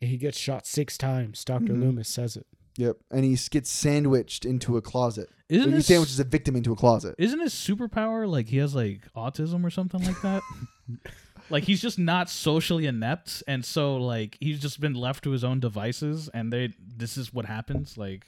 [SPEAKER 2] And he gets shot six times. Doctor
[SPEAKER 1] Mhm.
[SPEAKER 2] Loomis says it.
[SPEAKER 1] Yep, and he s- gets sandwiched into a closet.
[SPEAKER 4] Isn't
[SPEAKER 1] Like, he
[SPEAKER 4] his,
[SPEAKER 1] sandwiches a victim into a closet.
[SPEAKER 4] isn't his superpower like he has like autism or something like that? like he's just not socially inept, and so like he's just been left to his own devices, and they this is what happens. Like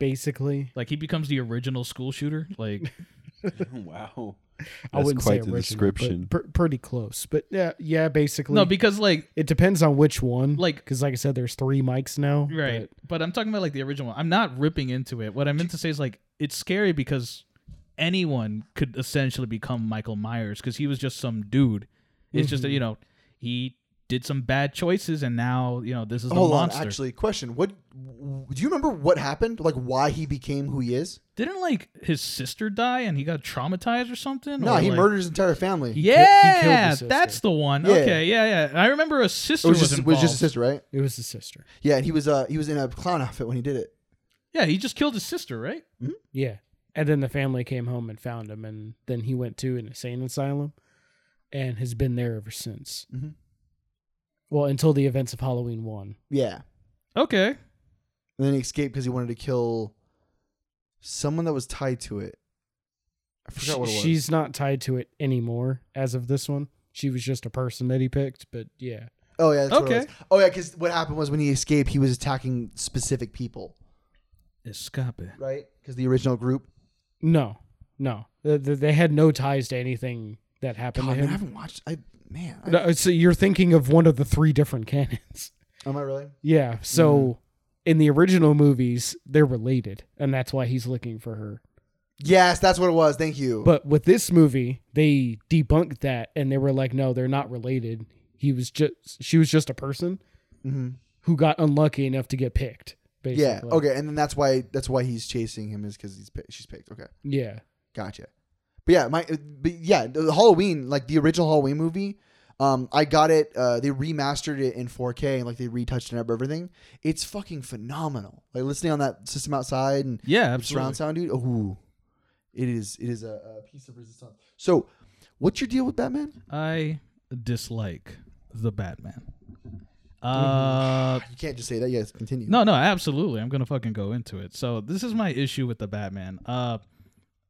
[SPEAKER 2] Basically,
[SPEAKER 4] like he becomes the original school shooter. Like
[SPEAKER 5] wow.
[SPEAKER 2] I
[SPEAKER 5] That's
[SPEAKER 2] wouldn't
[SPEAKER 5] quite
[SPEAKER 2] say
[SPEAKER 5] the
[SPEAKER 2] original, but
[SPEAKER 5] description.
[SPEAKER 2] pr- pretty close, but yeah, yeah. Basically,
[SPEAKER 4] no, because like
[SPEAKER 2] it depends on which one.
[SPEAKER 4] Like-
[SPEAKER 2] because, like I said, there's three mics now.
[SPEAKER 4] right, but, I'm talking about like the original. I'm not ripping into it. What I meant to say is like it's scary because anyone could essentially become Michael Myers because he was just some dude. It's
[SPEAKER 1] Mm-hmm.
[SPEAKER 4] just that you know he did some bad choices, and now you know this is the
[SPEAKER 1] Hold
[SPEAKER 4] monster.
[SPEAKER 1] on, actually, question: What w- do you remember? What happened? Like why he became who he is?
[SPEAKER 4] Didn't like his sister die and he got traumatized or something?
[SPEAKER 1] No,
[SPEAKER 4] Or,
[SPEAKER 1] he
[SPEAKER 4] like-
[SPEAKER 1] murdered his entire family.
[SPEAKER 2] he killed
[SPEAKER 4] Yeah,
[SPEAKER 2] his sister.
[SPEAKER 4] that's the one.
[SPEAKER 1] Yeah.
[SPEAKER 4] Okay, yeah, yeah. I remember a
[SPEAKER 1] it
[SPEAKER 4] sister
[SPEAKER 1] was
[SPEAKER 4] was,
[SPEAKER 1] just, it was
[SPEAKER 4] involved.
[SPEAKER 1] just his sister, right?
[SPEAKER 2] But it was the sister.
[SPEAKER 1] Yeah, and he was uh he was in a clown outfit when he did it.
[SPEAKER 4] Yeah, he just killed his sister, right?
[SPEAKER 2] Yeah, and then the family came home and found him, and then he went to an insane asylum, and has been there ever since.
[SPEAKER 1] Mhm.
[SPEAKER 2] Well, until the events of Halloween one.
[SPEAKER 1] Yeah,
[SPEAKER 4] Okay.
[SPEAKER 1] and then he escaped because he wanted to kill someone that was tied to it. I forgot what it was.
[SPEAKER 2] She's not tied to it anymore as of this one. She was just a person that he picked, but yeah.
[SPEAKER 1] oh yeah, that's okay.
[SPEAKER 4] Okay.
[SPEAKER 1] Oh yeah, because what happened was when he escaped, he was attacking specific people,
[SPEAKER 4] Escape.
[SPEAKER 1] right? Because the original group.
[SPEAKER 2] No, no. Th- th- They had no ties to anything that happened
[SPEAKER 1] God,
[SPEAKER 2] to
[SPEAKER 1] man, I
[SPEAKER 2] him.
[SPEAKER 1] haven't watched. I man, I,
[SPEAKER 2] No, so you're thinking of one of the three different canons.
[SPEAKER 1] am I really?
[SPEAKER 2] yeah.
[SPEAKER 1] Mm-hmm.
[SPEAKER 2] So in the original movies, they're related, and that's why he's looking for her.
[SPEAKER 1] Yes, that's what it was. Thank you.
[SPEAKER 2] But with this movie, they debunked that and they were like, no, they're not related. He was just she was just a person
[SPEAKER 1] Mhm.
[SPEAKER 2] who got unlucky enough to get picked. Basically.
[SPEAKER 1] yeah, okay, and then that's why that's why he's chasing him is because he's pi- she's picked. Okay,
[SPEAKER 2] Yeah.
[SPEAKER 1] gotcha. But yeah, my uh, but yeah, the Halloween like the original Halloween movie. Um, I got it. Uh, they remastered it in 4K and like they retouched it up everything. It's fucking phenomenal. Like listening on that system outside and
[SPEAKER 4] Yeah, absolutely.
[SPEAKER 1] surround sound, dude. Ooh, it is it is a, a piece of resistance. So, what's your deal with Batman?
[SPEAKER 4] I dislike the Batman. Uh,
[SPEAKER 1] You can't just say that. Yes, continue.
[SPEAKER 4] No, no, absolutely. I'm gonna fucking go into it. So this is my issue with the Batman. Uh,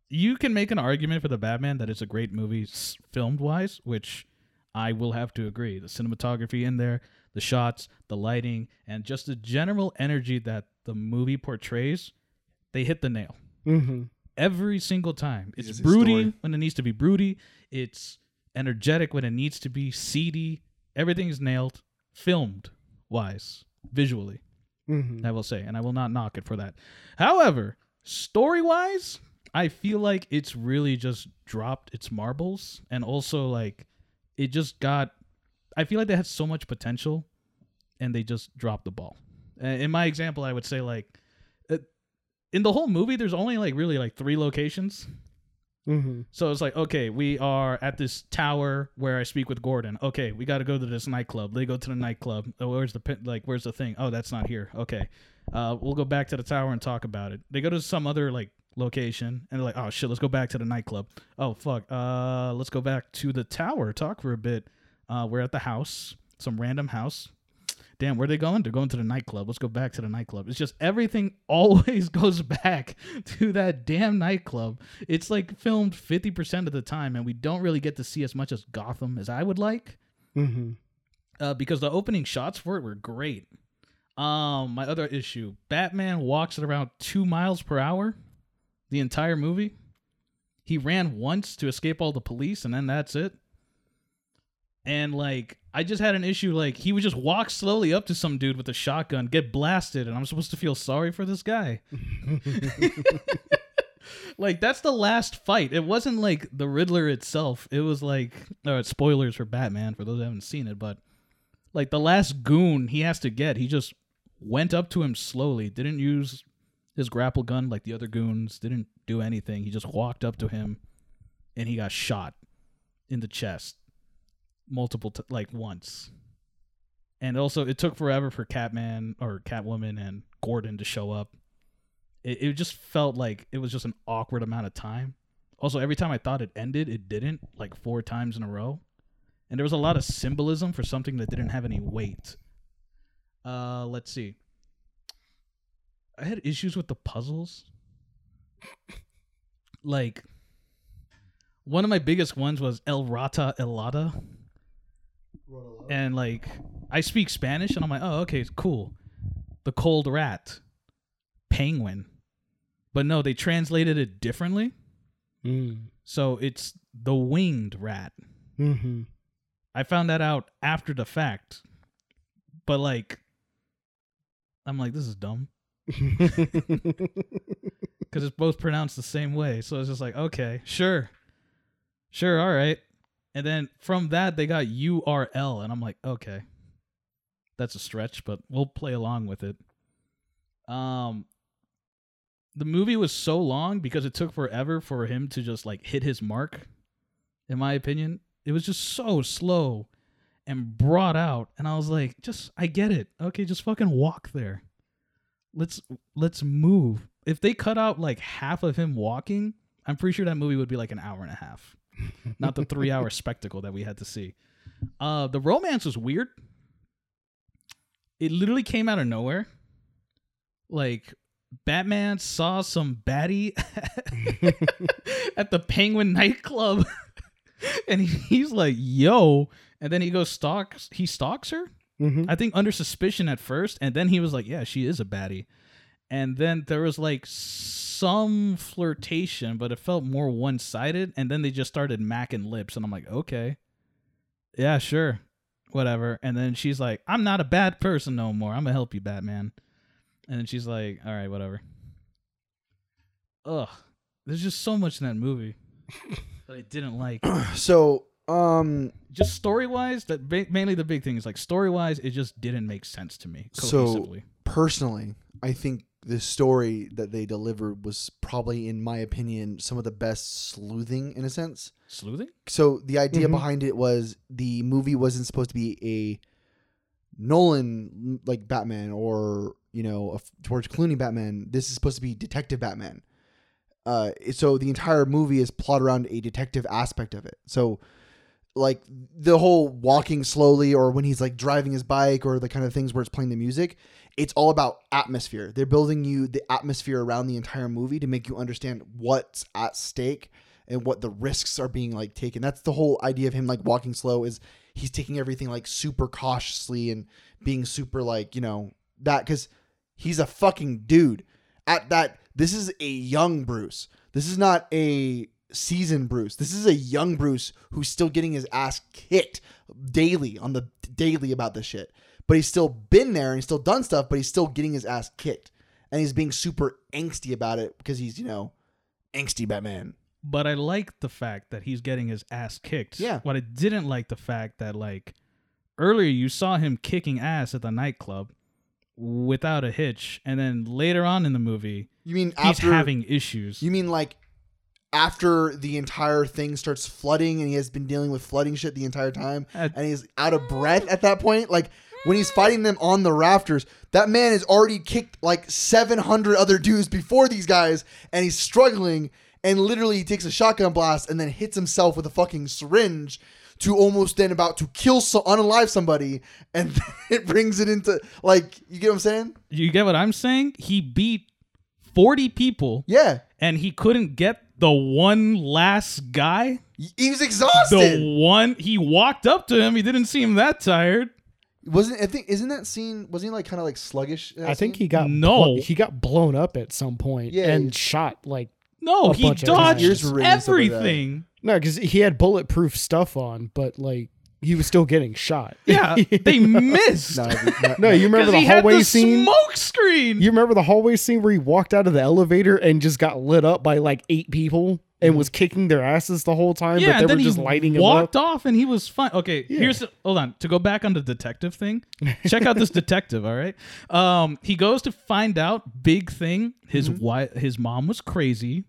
[SPEAKER 4] you can make an argument for the Batman that it's a great movie, s- filmed wise, which I will have to agree. The cinematography in there, the shots, the lighting, and just the general energy that the movie portrays, they hit the nail
[SPEAKER 2] Mm-hmm.
[SPEAKER 4] every single time. It's
[SPEAKER 1] just a
[SPEAKER 4] broody
[SPEAKER 1] story.
[SPEAKER 4] when it needs to be broody. It's energetic when it needs to be seedy. Everything's nailed, filmed wise, visually.
[SPEAKER 2] Mm-hmm.
[SPEAKER 4] I will say, and I will not knock it for that. However, story wise, I feel like it's really just dropped its marbles, and also like it just got. I feel like they had so much potential, and they just dropped the ball. Uh, In my example, I would say like, uh, in the whole movie, there's only like really like three locations.
[SPEAKER 2] Mm-hmm.
[SPEAKER 4] So it's like, okay, we are at this tower where I speak with Gordon. Okay, we got to go to this nightclub. They go to the nightclub. Oh, where's the pin- like? Where's the thing? Oh, that's not here. Okay, uh, we'll go back to the tower and talk about it. They go to some other like location and they're like, oh shit, let's go back to the nightclub. Oh fuck, uh, let's go back to the tower. Talk for a bit. Uh, we're at the house, some random house. Damn, where are they going? They're going to the nightclub. Let's go back to the nightclub. It's just everything always goes back to that damn nightclub. It's like filmed 50% of the time, and we don't really get to see as much as Gotham as I would like
[SPEAKER 2] Mm-hmm.
[SPEAKER 4] uh, because the opening shots for it were great. Um, my other issue Batman walks at around two miles per hour the entire movie. He ran once to escape all the police, and then that's it. And like, I just had an issue. Like, he would just walk slowly up to some dude with a shotgun, get blasted, and I'm supposed to feel sorry for this guy. like, that's the last fight. It wasn't like the Riddler itself. It was like, all right, spoilers for Batman for those who haven't seen it, but like the last goon he has to get, he just went up to him slowly, didn't use his grapple gun like the other goons, didn't do anything. He just walked up to him and he got shot in the chest multiple t- like once. And also it took forever for Catman or Catwoman and Gordon to show up. It, it just felt like it was just an awkward amount of time. Also, every time I thought it ended, it didn't, like four times in a row and there was a lot of symbolism for something that didn't have any weight. Uh, let's see. I had issues with the puzzles. Like, one of my biggest ones was El Rata Elada. And like, I speak Spanish, and I'm like, oh, okay, cool. The cold rat, penguin. But no, they translated it differently.
[SPEAKER 2] Mm-hmm.
[SPEAKER 4] So it's the winged rat. I found that out after the fact. But like I'm like this is dumb
[SPEAKER 2] Mm-hmm.
[SPEAKER 4] cuz it's both pronounced the same way. So it's just like okay, sure. Sure, all right. And then from that they got URL and I'm like okay. That's a stretch, but we'll play along with it. Um the movie was so long because it took forever for him to just like hit his mark in my opinion. It was just so slow and brought out and I was like, just I get it. Okay, just fucking walk there. Let's let's move. If they cut out like half of him walking, I'm pretty sure that movie would be like an hour and a half. Not the 3-hour spectacle that we had to see. Uh the romance was weird. It literally came out of nowhere. Like Batman saw some baddie at the Penguin nightclub and he- he's like, "Yo," and then he goes stalks. He stalks her.
[SPEAKER 2] Mm-hmm.
[SPEAKER 4] I think under suspicion at first, and then he was like, "Yeah, she is a baddie." And then there was like some flirtation, but it felt more one-sided. And then they just started macking lips, and I'm like, "Okay, yeah, sure, whatever." And then she's like, "I'm not a bad person no more. I'm gonna help you, Batman." And then she's like, "All right, whatever." Ugh, There's just so much in that movie that I didn't like.
[SPEAKER 1] So, um,
[SPEAKER 4] just story wise, that ba- mainly the big thing is like story wise, it just didn't make sense to me
[SPEAKER 1] So-
[SPEAKER 4] cohesively.
[SPEAKER 1] personally, I think the story that they delivered was probably, in my opinion, some of the best sleuthing in a sense.
[SPEAKER 4] Sleuthing?
[SPEAKER 1] So the idea
[SPEAKER 2] Mhm.
[SPEAKER 1] behind it was the movie wasn't supposed to be a Nolan like Batman or you know a F- George Clooney Batman. This is supposed to be Detective Batman. Uh, so the entire movie is plot around a detective aspect of it. So like the whole walking slowly or when he's like driving his bike or the kind of things where it's playing the music it's all about atmosphere they're building you the atmosphere around the entire movie to make you understand what's at stake and what the risks are being like taken that's the whole idea of him like walking slow is he's taking everything like super cautiously and being super like you know that because he's a fucking dude at that this is a young bruce this is not a seasoned bruce this is a young bruce who's still getting his ass kicked daily on the daily about this shit but he's still been there and he's still done stuff but he's still getting his ass kicked and he's being super angsty about it because he's you know angsty batman
[SPEAKER 4] But I like the fact that he's getting his ass kicked.
[SPEAKER 1] Yeah.
[SPEAKER 4] What I didn't like the fact that like earlier you saw him kicking ass at the nightclub without a hitch, and then later on in the movie
[SPEAKER 1] you mean
[SPEAKER 4] he's
[SPEAKER 1] after
[SPEAKER 4] having issues.
[SPEAKER 1] You mean like after the entire thing starts flooding and he has been dealing with flooding shit the entire time
[SPEAKER 4] At-
[SPEAKER 1] and he's out of breath at that point? Like when he's fighting them on the rafters, that man has already kicked like 700 other dudes before these guys and he's struggling and literally he takes a shotgun blast and then hits himself with a fucking syringe to almost then about to kill so unalive somebody and it brings it into like you get what I'm saying?
[SPEAKER 4] you get what I'm saying? He beat 40 people
[SPEAKER 1] Yeah.
[SPEAKER 4] and he couldn't get the one last guy.
[SPEAKER 1] He was exhausted.
[SPEAKER 4] The one he walked up to him, he didn't seem that tired.
[SPEAKER 1] Wasn't I think isn't that scene wasn't he like kind of like sluggish? in that
[SPEAKER 2] I think
[SPEAKER 1] scene?
[SPEAKER 2] he got
[SPEAKER 4] No.
[SPEAKER 2] blo- he got blown up at some point
[SPEAKER 1] Yeah,
[SPEAKER 2] and
[SPEAKER 1] yeah.
[SPEAKER 2] shot like
[SPEAKER 4] No,
[SPEAKER 2] A
[SPEAKER 4] he
[SPEAKER 2] bunch of
[SPEAKER 4] dodged
[SPEAKER 2] times.
[SPEAKER 1] Ears ring and stuff like that.
[SPEAKER 4] everything.
[SPEAKER 2] no because he had bulletproof stuff on, but like he was still getting shot.
[SPEAKER 4] Yeah, they missed.
[SPEAKER 1] No,
[SPEAKER 4] Because
[SPEAKER 1] I- no,
[SPEAKER 2] no, you remember the
[SPEAKER 4] he had
[SPEAKER 2] hallway
[SPEAKER 4] the
[SPEAKER 2] scene.
[SPEAKER 4] smoke screen.
[SPEAKER 2] You remember the hallway scene where he walked out of the elevator and just got lit up by like eight people and was kicking their asses the whole time,
[SPEAKER 4] yeah,
[SPEAKER 2] but
[SPEAKER 4] and
[SPEAKER 2] they
[SPEAKER 4] then
[SPEAKER 2] were just
[SPEAKER 4] he
[SPEAKER 2] lighting him up.
[SPEAKER 4] walked off, and he was fine. Okay,
[SPEAKER 2] Yeah.
[SPEAKER 4] here's hold on to go back on the detective thing. Check out this detective. All right, um, he goes to find out big thing. His
[SPEAKER 2] Mm-hmm.
[SPEAKER 4] wife, his mom was crazy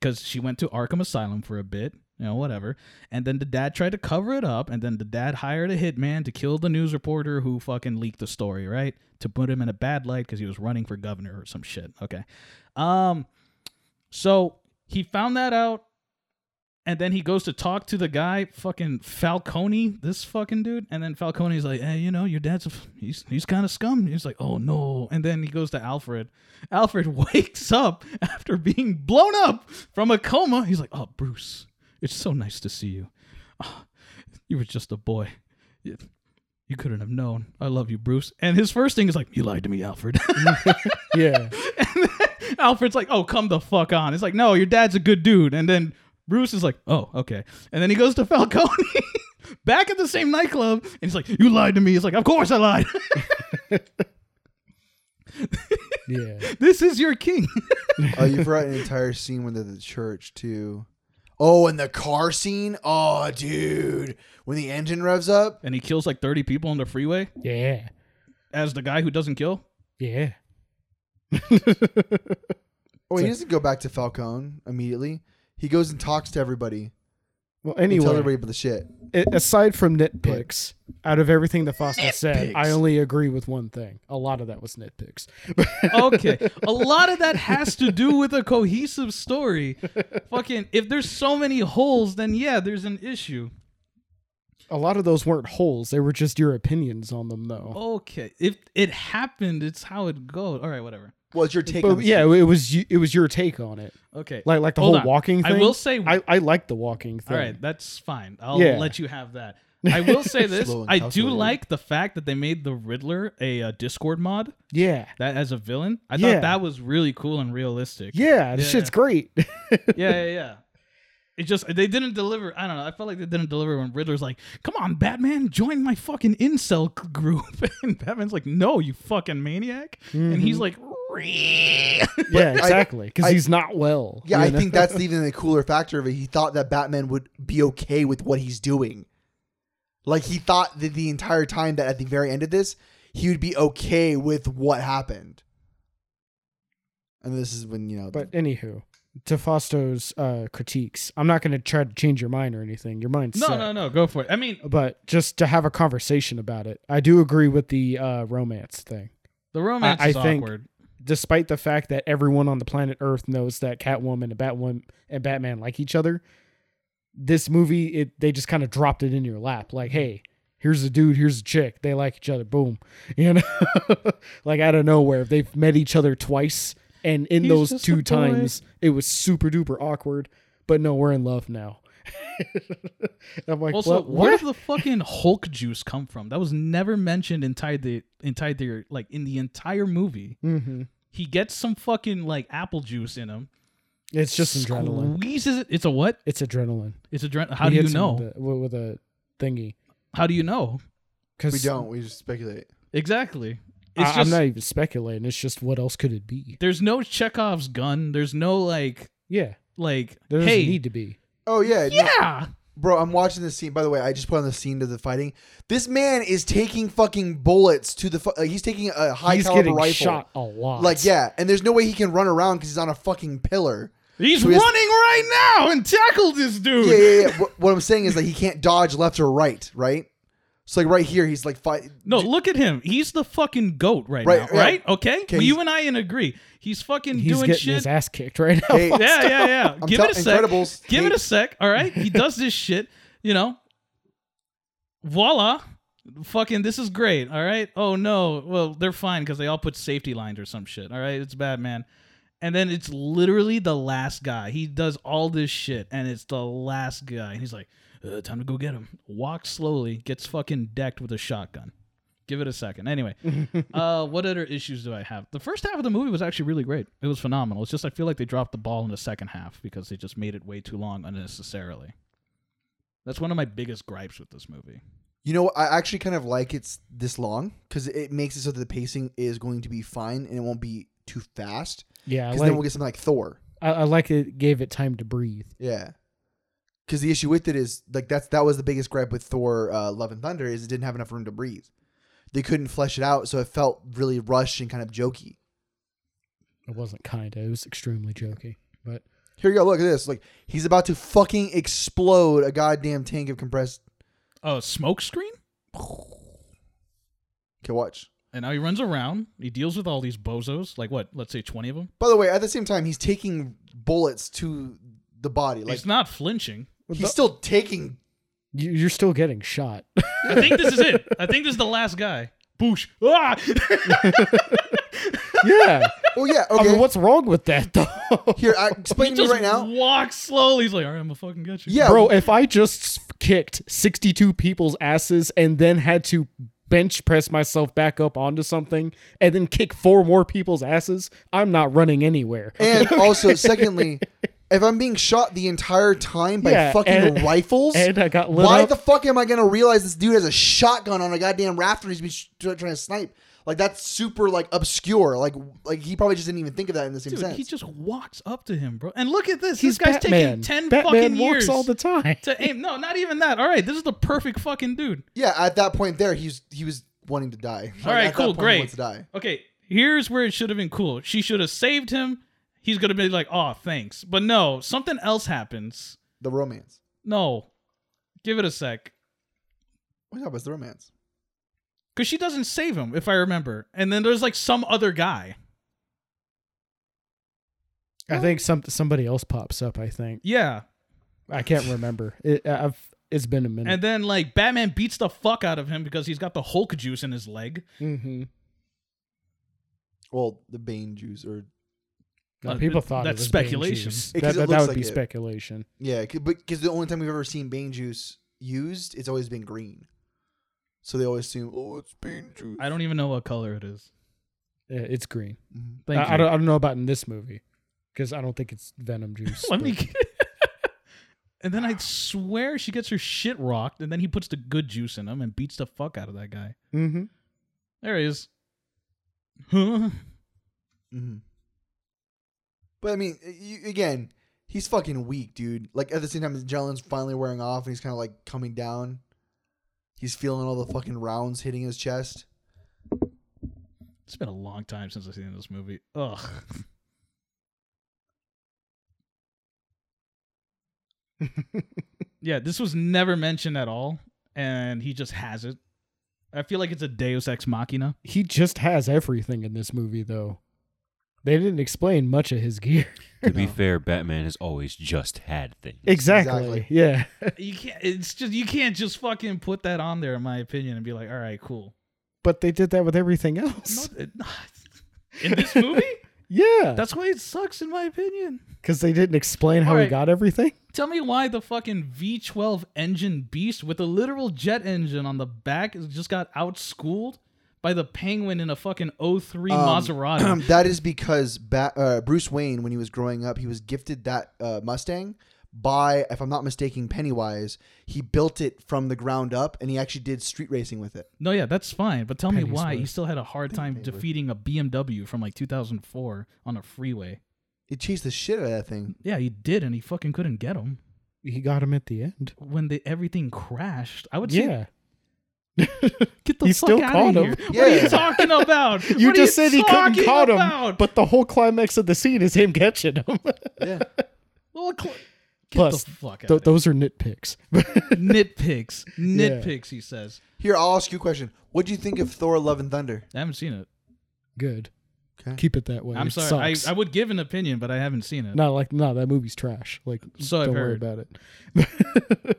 [SPEAKER 4] because she went to Arkham Asylum for a bit. You know, whatever. And then the dad tried to cover it up, and then the dad hired a hitman to kill the news reporter who fucking leaked the story, right? To put him in a bad light because he was running for governor or some shit. Okay. Um, so he found that out, and then he goes to talk to the guy, fucking Falcone, this fucking dude. And then Falcone's like, "Hey, you know, your dad's a f- he's he's kind of scum." He's like, "Oh no!" And then he goes to Alfred. Alfred wakes up after being blown up from a coma. He's like, "Oh, Bruce, it's so nice to see you. Ah, you were just a boy. You, you couldn't have known. I love you, Bruce." And his first thing is like, "You lied to me, Alfred."
[SPEAKER 2] Yeah.
[SPEAKER 4] And then Alfred's like, "Oh, come the fuck on!" It's like, "No, your dad's a good dude." And then Bruce is like, "Oh, okay." And then he goes to Falcone, back at the same nightclub, and he's like, "You lied to me." He's like, "Of course I lied.
[SPEAKER 2] Yeah.
[SPEAKER 4] this is your king."
[SPEAKER 1] oh, you forgot an entire scene when they're at the church too. Oh, and the car scene. Oh, dude, when the engine revs up.
[SPEAKER 4] And he kills like thirty people on the freeway
[SPEAKER 2] Yeah.
[SPEAKER 4] as the guy who doesn't kill.
[SPEAKER 2] Yeah.
[SPEAKER 1] Oh, he doesn't go back to Falcone immediately. He goes and talks to everybody.
[SPEAKER 2] Well,
[SPEAKER 1] He tells
[SPEAKER 2] anyway,
[SPEAKER 1] everybody about the shit.
[SPEAKER 2] a- aside from nitpicks, out of everything that Foster said, I
[SPEAKER 4] Nitpicks.
[SPEAKER 2] only agree with one thing. A lot of that was nitpicks.
[SPEAKER 4] Okay, a lot of that has to do with a cohesive story. Fucking, if there's so many holes, then yeah, there's an issue.
[SPEAKER 2] A lot of those weren't holes. They were just your opinions on them, though.
[SPEAKER 4] Oh, Okay, if it happened, it's how it goes. All right, whatever.
[SPEAKER 1] Well, it's your take. on
[SPEAKER 2] But
[SPEAKER 1] the
[SPEAKER 2] yeah, it was you, it was your take on it,
[SPEAKER 4] Okay,
[SPEAKER 2] like like the
[SPEAKER 4] Hold
[SPEAKER 2] whole
[SPEAKER 4] on.
[SPEAKER 2] walking thing.
[SPEAKER 4] I will say
[SPEAKER 2] I, I like the walking thing.
[SPEAKER 4] All right, that's fine. I'll
[SPEAKER 2] Yeah.
[SPEAKER 4] let you have that. I will say this:
[SPEAKER 1] Slow and
[SPEAKER 4] I do
[SPEAKER 1] calculated.
[SPEAKER 4] like the fact that they made the Riddler a, uh Discord mod
[SPEAKER 2] Yeah,
[SPEAKER 4] that as a villain. I
[SPEAKER 2] Yeah.
[SPEAKER 4] thought that was really cool and realistic.
[SPEAKER 2] yeah, this
[SPEAKER 4] Yeah.
[SPEAKER 2] shit's great.
[SPEAKER 4] yeah, yeah. yeah. It just they didn't deliver. I don't know. I felt like they didn't deliver when Riddler's like, "Come on, Batman, join my fucking incel c- group," and Batman's like, "No, you fucking maniac," and
[SPEAKER 2] Mm-hmm.
[SPEAKER 4] he's like, "Ree."
[SPEAKER 2] yeah, exactly. Because
[SPEAKER 1] I-
[SPEAKER 2] he's not well.
[SPEAKER 1] Yeah,
[SPEAKER 2] you
[SPEAKER 1] I
[SPEAKER 2] know?
[SPEAKER 1] think that's even the cooler factor of it. He thought that Batman would be okay with what he's doing. Like he thought that the entire time that at the very end of this, he would be okay with what happened. And this is when, you know,
[SPEAKER 2] But anywho, to Fosto's uh, critiques, I'm not going to try to change your mind or anything. Your mind's
[SPEAKER 4] no,
[SPEAKER 2] set.
[SPEAKER 4] no, no, go for it. I mean,
[SPEAKER 2] But just to have a conversation about it, I do agree with the uh, romance thing.
[SPEAKER 4] the romance
[SPEAKER 2] I- I
[SPEAKER 4] is
[SPEAKER 2] think-
[SPEAKER 4] awkward.
[SPEAKER 2] Despite the fact that everyone on the planet Earth knows that Catwoman and Batwoman and Batman like each other, this movie it they just kind of dropped it in your lap. Like, hey, here's a dude, here's a chick. They like each other. Boom, you know, like out of nowhere, they've met each other twice, and in
[SPEAKER 4] He's
[SPEAKER 2] those
[SPEAKER 4] just
[SPEAKER 2] two
[SPEAKER 4] a boy.
[SPEAKER 2] times, it was super duper awkward. But no, we're in love now. I'm like,
[SPEAKER 4] Also,
[SPEAKER 2] what?
[SPEAKER 4] where
[SPEAKER 2] what?
[SPEAKER 4] did the fucking Hulk juice come from? That was never mentioned entire the entire the- like in the entire movie.
[SPEAKER 2] hmm
[SPEAKER 4] He gets some fucking like apple juice in him.
[SPEAKER 2] It's just adrenaline.
[SPEAKER 4] Squeezes it. It's a what?
[SPEAKER 2] It's adrenaline.
[SPEAKER 4] It's adrenaline. How
[SPEAKER 2] He
[SPEAKER 4] do you
[SPEAKER 2] hits him
[SPEAKER 4] know?
[SPEAKER 2] With a, wi- with a thingy.
[SPEAKER 4] How do you know?
[SPEAKER 2] Because
[SPEAKER 1] we don't, we just speculate.
[SPEAKER 4] Exactly.
[SPEAKER 2] I,
[SPEAKER 4] It's
[SPEAKER 2] am
[SPEAKER 4] just
[SPEAKER 2] not even speculating. It's just what else could it be?
[SPEAKER 4] there's no Chekhov's gun. There's no like
[SPEAKER 2] Yeah,
[SPEAKER 4] like
[SPEAKER 2] there doesn't
[SPEAKER 4] hey
[SPEAKER 2] need to be.
[SPEAKER 1] Oh yeah, no-
[SPEAKER 4] yeah.
[SPEAKER 1] bro. I'm watching this scene. By the way, I just put on the scene of the fighting. This man is taking fucking bullets to the. Fu- uh, he's taking a high
[SPEAKER 2] He's
[SPEAKER 1] caliber
[SPEAKER 2] getting
[SPEAKER 1] rifle.
[SPEAKER 2] shot a lot.
[SPEAKER 1] Like yeah, and there's no way he can run around because he's on a fucking pillar.
[SPEAKER 4] He's
[SPEAKER 1] So he
[SPEAKER 4] running
[SPEAKER 1] has-
[SPEAKER 4] right now and tackled this dude.
[SPEAKER 1] Yeah, yeah, yeah. what, what I'm saying is like he can't dodge left or right, right? So like right here, he's like fight.
[SPEAKER 4] No, look at him. He's the fucking goat right,
[SPEAKER 1] Right,
[SPEAKER 4] now,
[SPEAKER 1] yeah.
[SPEAKER 4] right? Okay?
[SPEAKER 1] Okay,
[SPEAKER 4] Well, you
[SPEAKER 1] he's-
[SPEAKER 4] and I can agree. He's fucking
[SPEAKER 2] he's
[SPEAKER 4] doing
[SPEAKER 2] getting
[SPEAKER 4] shit.
[SPEAKER 2] his ass kicked right now.
[SPEAKER 1] Hey,
[SPEAKER 4] yeah, yeah, yeah.
[SPEAKER 1] I'm
[SPEAKER 4] Give
[SPEAKER 1] tell-
[SPEAKER 4] it a sec.
[SPEAKER 1] Incredibles.
[SPEAKER 4] Give it
[SPEAKER 1] Hey,
[SPEAKER 4] a sec. All right. He does this shit, you know. Voila. Fucking this is great. All right. Oh no. Well, they're fine because they all put safety lines or some shit. All right. It's bad, man. And then it's literally the last guy. He does all this shit, and it's the last guy. And he's like, uh, "Time to go get him." Walks slowly, gets fucking decked with a shotgun. Give it a second. Anyway, uh, what other issues do I have? The first half of the movie was actually really great. It was phenomenal. It's just I feel like they dropped the ball in the second half because they just made it way too long unnecessarily. That's one of my biggest gripes with this movie.
[SPEAKER 1] You know, what? I actually kind of like it's this long because it makes it so that the pacing is going to be fine and it won't be too fast.
[SPEAKER 2] yeah, I
[SPEAKER 1] Because
[SPEAKER 2] like,
[SPEAKER 1] then we'll get something like Thor.
[SPEAKER 2] I, I like it. Gave it time to breathe.
[SPEAKER 1] Yeah. Because the issue with it is like that's that was the biggest gripe with Thor: uh, Love and Thunder is it didn't have enough room to breathe. They couldn't flesh it out, so it felt really rushed and kind of jokey.
[SPEAKER 2] It wasn't kind. It was extremely jokey. But
[SPEAKER 1] Here you go. Look at this. Like he's about to fucking explode a goddamn tank of compressed.
[SPEAKER 4] Oh, smoke screen?
[SPEAKER 1] Okay, watch.
[SPEAKER 4] And now he runs around. He deals with all these bozos, like what? Let's say twenty of them.
[SPEAKER 1] By the way, at the same time, he's taking bullets to the body. Like
[SPEAKER 4] He's not flinching.
[SPEAKER 1] he's still taking.
[SPEAKER 2] you, you're still getting shot.
[SPEAKER 4] I think this is it. I think this is the last guy. Boosh. Ah!
[SPEAKER 2] yeah.
[SPEAKER 1] Oh yeah.
[SPEAKER 2] I mean,
[SPEAKER 1] Okay.
[SPEAKER 2] what's wrong with that though?
[SPEAKER 1] Here, I,
[SPEAKER 4] he
[SPEAKER 1] explain to me
[SPEAKER 4] just
[SPEAKER 1] right now.
[SPEAKER 4] walks slowly. He's like, all right, I'm gonna fucking get you.
[SPEAKER 1] Yeah,
[SPEAKER 2] Bro, if I just kicked 62 people's asses and then had to bench press myself back up onto something and then kick four more people's asses, I'm not running anywhere.
[SPEAKER 1] And also, secondly, if I'm being shot the entire time by
[SPEAKER 2] Yeah,
[SPEAKER 1] fucking
[SPEAKER 2] and-
[SPEAKER 1] rifles,
[SPEAKER 2] and I got lit
[SPEAKER 1] why
[SPEAKER 2] up.
[SPEAKER 1] the fuck am I gonna realize this dude has a shotgun on a goddamn rafter? He's been sh- try- trying to snipe. Like that's super like obscure. Like like he probably just didn't even think of that in the same
[SPEAKER 4] Dude,
[SPEAKER 1] sense.
[SPEAKER 4] he just walks up to him, bro. And look at this.
[SPEAKER 2] He's
[SPEAKER 4] this guy's
[SPEAKER 2] Batman.
[SPEAKER 4] taking ten
[SPEAKER 2] Batman
[SPEAKER 4] fucking
[SPEAKER 2] walks
[SPEAKER 4] years
[SPEAKER 2] all the time.
[SPEAKER 4] to aim. No, not even that. All right, this is the perfect fucking dude.
[SPEAKER 1] yeah, at that point there, he was he was wanting to die. Like,
[SPEAKER 4] All right,
[SPEAKER 1] at that
[SPEAKER 4] cool,
[SPEAKER 1] point, he
[SPEAKER 4] great.
[SPEAKER 1] wants to die.
[SPEAKER 4] Okay, here's where it should have been cool. She should have saved him. He's gonna be like, "Oh, thanks," but no, something else happens.
[SPEAKER 1] The romance.
[SPEAKER 4] No, give it a sec,
[SPEAKER 1] What about the romance?
[SPEAKER 4] because she doesn't save him, if I remember. And then there's like some other guy.
[SPEAKER 2] I think some somebody else pops up, I think.
[SPEAKER 4] Yeah,
[SPEAKER 2] I can't remember. It, I've it's been a minute.
[SPEAKER 4] and then like Batman beats the fuck out of him because he's got the Hulk juice in his leg.
[SPEAKER 2] hmm
[SPEAKER 1] Well, the Bane Jews or
[SPEAKER 4] Uh,
[SPEAKER 2] people
[SPEAKER 4] th-
[SPEAKER 2] thought it
[SPEAKER 4] that's
[SPEAKER 2] was
[SPEAKER 4] speculation.
[SPEAKER 2] Bane juice.
[SPEAKER 1] Because
[SPEAKER 2] That,
[SPEAKER 1] it
[SPEAKER 2] that, that
[SPEAKER 1] looks
[SPEAKER 2] would
[SPEAKER 1] like
[SPEAKER 2] be
[SPEAKER 1] it.
[SPEAKER 2] speculation.
[SPEAKER 1] Yeah, because the only time we've ever seen Bane juice used, it's always been green. So they always assume, oh, it's Bane juice.
[SPEAKER 4] I don't even know what color it is.
[SPEAKER 2] Yeah, it's green.
[SPEAKER 1] Mhm.
[SPEAKER 4] Thank
[SPEAKER 2] I,
[SPEAKER 4] you.
[SPEAKER 2] I don't I don't know about in this movie because I don't think it's venom juice.
[SPEAKER 4] Let
[SPEAKER 2] but-
[SPEAKER 4] me. Get... And then I swear she gets her shit rocked, and then he puts the good juice in him and beats the fuck out of that guy.
[SPEAKER 2] Mm-hmm.
[SPEAKER 4] There he is. Huh?
[SPEAKER 1] Mm-hmm. But I mean, you, again, he's fucking weak, dude. Like at the same time, his Jalen's finally wearing off, and he's kind of like coming down. He's feeling all the fucking rounds hitting his chest.
[SPEAKER 4] It's been a long time since I've seen this movie. Ugh. yeah, this was never mentioned at all, and he just has it. I feel like it's a Deus Ex Machina.
[SPEAKER 2] He just has everything in this movie, though. They didn't explain much of his gear.
[SPEAKER 5] To be
[SPEAKER 1] No.
[SPEAKER 5] fair, Batman has always just had things.
[SPEAKER 1] Exactly.
[SPEAKER 2] Yeah.
[SPEAKER 4] You can't. It's just you can't just fucking put that on there, in my opinion, and be like, "All right, cool."
[SPEAKER 2] But they did that with everything else.
[SPEAKER 4] Not, it- in this movie,
[SPEAKER 2] Yeah.
[SPEAKER 4] that's why it sucks, in my opinion.
[SPEAKER 2] Because they didn't explain how he
[SPEAKER 4] Alright.
[SPEAKER 2] got everything.
[SPEAKER 4] Tell me why the fucking V12 engine beast with a literal jet engine on the back has just got outschooled by the penguin in a fucking 03
[SPEAKER 1] Um,
[SPEAKER 4] Maserati.
[SPEAKER 1] that is because ba- uh, Bruce Wayne, when he was growing up, he was gifted that uh, Mustang by, if I'm not mistaken, Pennywise. He built it from the ground up, and he actually did street racing with it.
[SPEAKER 4] no, yeah, that's fine, but tell me
[SPEAKER 2] Penny's
[SPEAKER 4] why he
[SPEAKER 2] worth.
[SPEAKER 4] still had a hard time
[SPEAKER 1] Penny's worth.
[SPEAKER 4] defeating a BMW from like 2004 on a freeway.
[SPEAKER 1] He chased the shit out of that thing.
[SPEAKER 4] Yeah, he did, and he fucking couldn't get him
[SPEAKER 2] He got him at the end.
[SPEAKER 4] when the everything crashed. I would say
[SPEAKER 2] Yeah.
[SPEAKER 4] Get the
[SPEAKER 2] He
[SPEAKER 4] fuck
[SPEAKER 2] still
[SPEAKER 4] out
[SPEAKER 2] caught
[SPEAKER 4] of
[SPEAKER 2] him.
[SPEAKER 4] here. What are
[SPEAKER 1] Yeah.
[SPEAKER 4] you talking about?
[SPEAKER 2] You
[SPEAKER 4] What are
[SPEAKER 2] just said he couldn't
[SPEAKER 4] talking
[SPEAKER 2] caught him,
[SPEAKER 4] about?
[SPEAKER 2] but the whole climax of the scene is him catching him.
[SPEAKER 1] Yeah.
[SPEAKER 4] Well, cl- get
[SPEAKER 2] Plus,
[SPEAKER 4] the fuck out
[SPEAKER 2] Th-
[SPEAKER 4] of here.
[SPEAKER 2] those are nitpicks.
[SPEAKER 4] nitpicks. Nitpicks, he says.
[SPEAKER 1] Here, I'll ask you a question. What do you think of Thor: Love and Thunder?
[SPEAKER 4] I haven't seen it.
[SPEAKER 2] Good.
[SPEAKER 1] Okay.
[SPEAKER 2] Keep it that way.
[SPEAKER 4] I'm
[SPEAKER 2] It
[SPEAKER 4] sorry.
[SPEAKER 2] sucks.
[SPEAKER 4] I, I would give an opinion, but I haven't seen it.
[SPEAKER 2] not like no, that movie's trash. Like
[SPEAKER 4] So I've
[SPEAKER 2] don't worry
[SPEAKER 4] heard.
[SPEAKER 2] about it.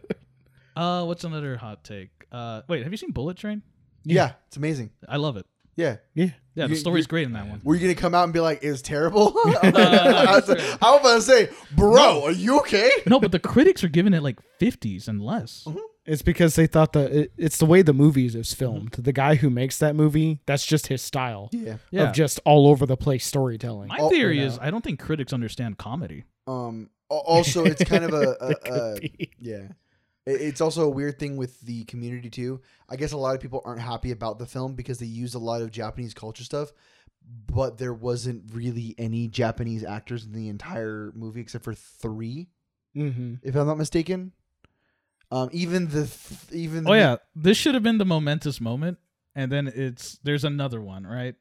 [SPEAKER 4] Uh, what's another hot take? Uh, wait, have you seen Bullet Train?
[SPEAKER 1] Yeah, it's amazing.
[SPEAKER 4] I love it.
[SPEAKER 1] Yeah.
[SPEAKER 2] yeah.
[SPEAKER 4] Yeah, the
[SPEAKER 1] You-
[SPEAKER 4] story's great in that one.
[SPEAKER 1] Were you gonna come out and be like, "It's terrible"? I, was
[SPEAKER 4] that's
[SPEAKER 1] I was about to say, "Bro, are you okay?"
[SPEAKER 4] No, but the critics are giving it like 50s and less.
[SPEAKER 2] It's because they thought that it, it's the way the movie is filmed.
[SPEAKER 4] Mm-hmm.
[SPEAKER 2] The guy who makes that movie, that's just his style
[SPEAKER 1] Yeah.
[SPEAKER 4] Yeah.
[SPEAKER 2] of just all over the place storytelling.
[SPEAKER 4] My
[SPEAKER 1] Oh,
[SPEAKER 4] theory
[SPEAKER 2] yeah.
[SPEAKER 4] is I don't think critics understand comedy.
[SPEAKER 1] Um. al- Also, it's kind of a,
[SPEAKER 2] It could
[SPEAKER 1] a, a
[SPEAKER 2] be.
[SPEAKER 1] Yeah. It- It's also a weird thing with the community too. I guess a lot of people aren't happy about the film because they used a lot of Japanese culture stuff, but there wasn't really any Japanese actors in the entire movie except for three,
[SPEAKER 2] Mhm.
[SPEAKER 1] if I'm not mistaken. Um, even the th-
[SPEAKER 2] Mm-hmm.
[SPEAKER 1] even
[SPEAKER 4] Oh
[SPEAKER 1] the-
[SPEAKER 4] yeah, this should have been the momentous moment, and then it's there's another one, right?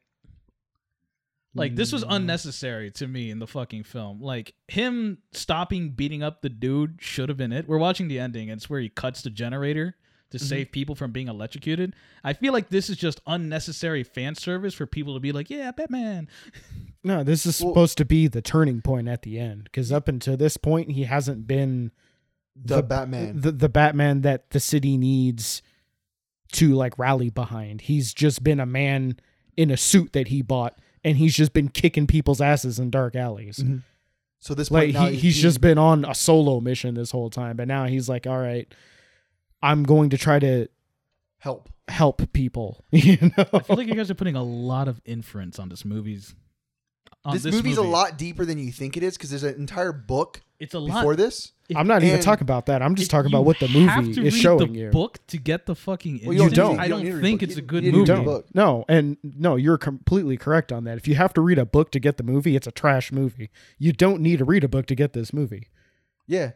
[SPEAKER 4] Like this was
[SPEAKER 2] Mm.
[SPEAKER 4] unnecessary to me in the fucking film. Like him stopping beating up the dude should have been it. We're watching the ending, and it's where he cuts the generator to
[SPEAKER 2] Mm-hmm.
[SPEAKER 4] save people from being electrocuted. I feel like this is just unnecessary fan service for people to be like, "Yeah, Batman."
[SPEAKER 2] No, this is
[SPEAKER 1] Well-
[SPEAKER 2] supposed to be the turning point at the end because up until this point, he hasn't been
[SPEAKER 1] the, Batman.
[SPEAKER 2] the, the Batman that the city needs to like rally behind. He's just been a man in a suit that he bought, and he's just been kicking people's asses in dark alleys.
[SPEAKER 4] Mm-hmm.
[SPEAKER 1] Mhm. so this point
[SPEAKER 2] Like
[SPEAKER 1] now
[SPEAKER 2] he, he's just been on a solo mission this whole time, but now he's like, all right, I'm going to try to
[SPEAKER 1] help.
[SPEAKER 2] help people. You know,
[SPEAKER 4] I feel like you guys are putting a lot of inference on this movie's. On
[SPEAKER 1] This,
[SPEAKER 4] this,
[SPEAKER 1] movie's
[SPEAKER 4] movie.
[SPEAKER 1] a lot deeper than you think it is because there's an entire book
[SPEAKER 4] It's a lot.
[SPEAKER 1] before this.
[SPEAKER 2] I'm not even
[SPEAKER 1] and-
[SPEAKER 2] talking about that. I'm just
[SPEAKER 4] It-
[SPEAKER 2] talking about
[SPEAKER 4] you
[SPEAKER 2] what the
[SPEAKER 4] have
[SPEAKER 2] movie
[SPEAKER 4] to
[SPEAKER 2] is
[SPEAKER 4] read
[SPEAKER 2] showing
[SPEAKER 4] the
[SPEAKER 2] you.
[SPEAKER 4] book to get the fucking.
[SPEAKER 1] Well,
[SPEAKER 2] you
[SPEAKER 4] instinct.
[SPEAKER 2] don't.
[SPEAKER 4] I
[SPEAKER 1] You don't
[SPEAKER 4] don't
[SPEAKER 1] need to read
[SPEAKER 4] think
[SPEAKER 1] the book.
[SPEAKER 4] it's a
[SPEAKER 1] You-
[SPEAKER 4] good
[SPEAKER 1] you
[SPEAKER 2] You
[SPEAKER 1] read the
[SPEAKER 4] movie.
[SPEAKER 2] don't.
[SPEAKER 1] book.
[SPEAKER 2] No, and no, you're completely correct on that. If you have to read a book to get the movie, it's a trash movie. You don't need to read a book to get this movie.
[SPEAKER 1] Yeah.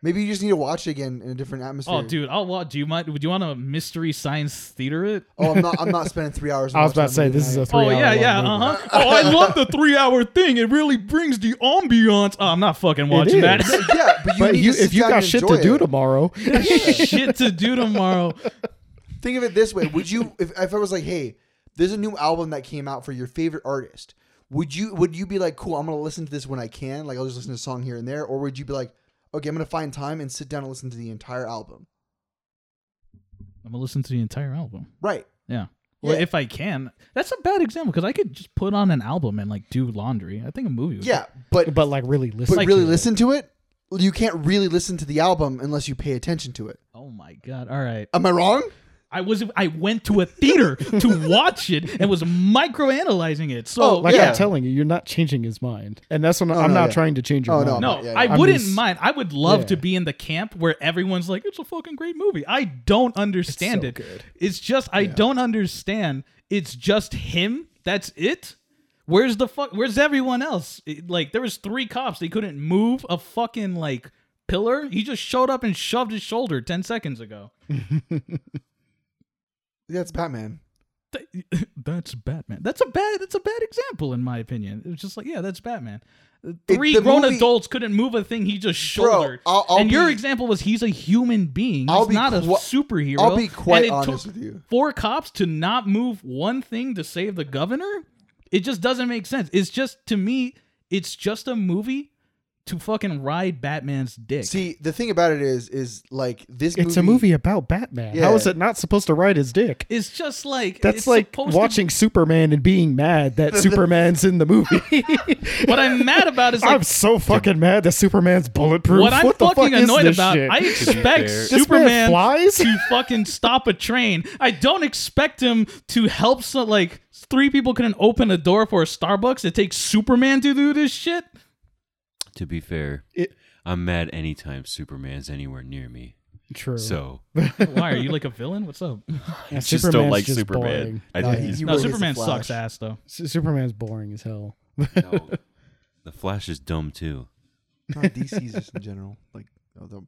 [SPEAKER 1] Maybe you just need to watch it again in a different atmosphere.
[SPEAKER 4] Oh, dude, I'll watch. Do you mind? Would you want a mystery science theater? It.
[SPEAKER 1] Oh, I'm not. I'm not spending three hours.
[SPEAKER 2] I was about to say
[SPEAKER 1] watching
[SPEAKER 2] this is
[SPEAKER 1] movie.
[SPEAKER 2] a three.
[SPEAKER 4] oh yeah, yeah. Uh huh. Oh, I love the three-hour thing. It really brings the ambiance. Oh, I'm not fucking watching that.
[SPEAKER 2] is.
[SPEAKER 1] yeah, but you
[SPEAKER 2] But
[SPEAKER 1] need
[SPEAKER 2] you,
[SPEAKER 1] to sit
[SPEAKER 2] if you
[SPEAKER 1] down
[SPEAKER 2] got
[SPEAKER 1] and
[SPEAKER 2] shit
[SPEAKER 1] enjoy
[SPEAKER 2] to do
[SPEAKER 1] it.
[SPEAKER 2] tomorrow,
[SPEAKER 4] Shit to do tomorrow.
[SPEAKER 1] think of it this way: Would you, if, if I was like, hey, there's a new album that came out for your favorite artist, would you would you be like, cool, I'm gonna listen to this when I can, like I'll just listen to a song here and there, or would you be like, okay, I'm gonna find time and sit down and listen to the entire album?
[SPEAKER 4] I'm gonna listen to the entire album.
[SPEAKER 1] Right.
[SPEAKER 4] Yeah. Well,
[SPEAKER 1] Yeah.
[SPEAKER 4] if I can, that's a bad example because I could just put on an album and like do laundry. I think a movie. Would
[SPEAKER 1] Yeah, but but,
[SPEAKER 2] but like really listen,
[SPEAKER 4] like-
[SPEAKER 1] really
[SPEAKER 2] to it.
[SPEAKER 1] listen to it. You can't really listen to the album unless you pay attention to it.
[SPEAKER 4] Oh my god. All right.
[SPEAKER 1] Am I wrong?
[SPEAKER 4] I was I went to a theater to watch it and was micro analyzing it. So
[SPEAKER 1] Oh,
[SPEAKER 2] Like
[SPEAKER 1] Yeah.
[SPEAKER 2] I'm telling you, you're not changing his mind, and that's what
[SPEAKER 1] Oh,
[SPEAKER 2] I'm
[SPEAKER 1] no,
[SPEAKER 2] not
[SPEAKER 1] yeah.
[SPEAKER 2] trying to change your
[SPEAKER 1] Oh, no.
[SPEAKER 2] mind.
[SPEAKER 4] no,
[SPEAKER 1] yeah, yeah.
[SPEAKER 4] I
[SPEAKER 2] I'm
[SPEAKER 4] wouldn't
[SPEAKER 2] just-
[SPEAKER 4] mind. I would love to
[SPEAKER 2] Yeah.
[SPEAKER 4] be in the camp where everyone's like, "It's a fucking great movie." I don't understand
[SPEAKER 2] so
[SPEAKER 4] it.
[SPEAKER 2] good.
[SPEAKER 4] It's just I don't understand. It's just him. That's it. Where's the fuck? Where's everyone else? It- like there was three cops. They couldn't move a fucking like pillar. He just showed up and shoved his shoulder ten seconds ago.
[SPEAKER 1] Yeah, it's Batman.
[SPEAKER 4] Th- that's Batman. That's a bad. That's a bad example, in my opinion. It was just like, yeah, that's Batman. Uh, Three
[SPEAKER 1] the
[SPEAKER 4] grown
[SPEAKER 1] movie-
[SPEAKER 4] adults couldn't move a thing. He just shouldered.
[SPEAKER 1] I'll- I'll
[SPEAKER 4] and your
[SPEAKER 1] be-
[SPEAKER 4] example was he's a human being.
[SPEAKER 1] I'll
[SPEAKER 4] he's
[SPEAKER 1] be
[SPEAKER 4] not a
[SPEAKER 1] qui-
[SPEAKER 4] superhero.
[SPEAKER 1] I'll be
[SPEAKER 4] And
[SPEAKER 1] quite
[SPEAKER 4] it
[SPEAKER 1] honest
[SPEAKER 4] took
[SPEAKER 1] with you.
[SPEAKER 4] Four cops to not move one thing to save the governor. It just doesn't make sense. It's just to me. It's just a movie to fucking ride Batman's dick.
[SPEAKER 1] See, the thing about it is, is like this.
[SPEAKER 2] It's a movie about Batman.
[SPEAKER 1] Yeah.
[SPEAKER 2] How is it not supposed to ride his dick?
[SPEAKER 4] it's just like
[SPEAKER 2] That's
[SPEAKER 4] it's
[SPEAKER 2] like
[SPEAKER 4] supposed to
[SPEAKER 2] watching Superman and being mad that Superman's in the movie.
[SPEAKER 4] be- what I'm mad about is like
[SPEAKER 2] I'm so fucking mad that Superman's bulletproof.
[SPEAKER 4] What
[SPEAKER 2] What,
[SPEAKER 4] I'm
[SPEAKER 2] the
[SPEAKER 4] fucking
[SPEAKER 2] fuck is
[SPEAKER 4] annoyed
[SPEAKER 2] this
[SPEAKER 4] about,
[SPEAKER 2] shit?
[SPEAKER 4] I expect
[SPEAKER 5] fair-
[SPEAKER 2] This man
[SPEAKER 4] Superman
[SPEAKER 2] flies?
[SPEAKER 4] to fucking stop a train. I don't expect him to help some like three people couldn't open a door for a Starbucks. It takes Superman to do this shit.
[SPEAKER 5] To be fair,
[SPEAKER 2] It-
[SPEAKER 5] I'm mad anytime Superman's anywhere near me.
[SPEAKER 2] True.
[SPEAKER 5] So
[SPEAKER 4] Why are you like a villain? What's up?
[SPEAKER 2] Yeah,
[SPEAKER 5] I just don't
[SPEAKER 2] Superman's
[SPEAKER 5] like
[SPEAKER 2] just
[SPEAKER 5] Superman.
[SPEAKER 2] boring.
[SPEAKER 5] I
[SPEAKER 1] No,
[SPEAKER 5] think
[SPEAKER 1] yeah.
[SPEAKER 5] he's
[SPEAKER 1] You
[SPEAKER 4] No,
[SPEAKER 1] really hate
[SPEAKER 4] Superman
[SPEAKER 1] the
[SPEAKER 4] sucks
[SPEAKER 1] Flash.
[SPEAKER 4] ass though.
[SPEAKER 2] S- Superman's boring as hell.
[SPEAKER 5] no. The Flash is dumb too.
[SPEAKER 1] No, DC's just in general, like of them.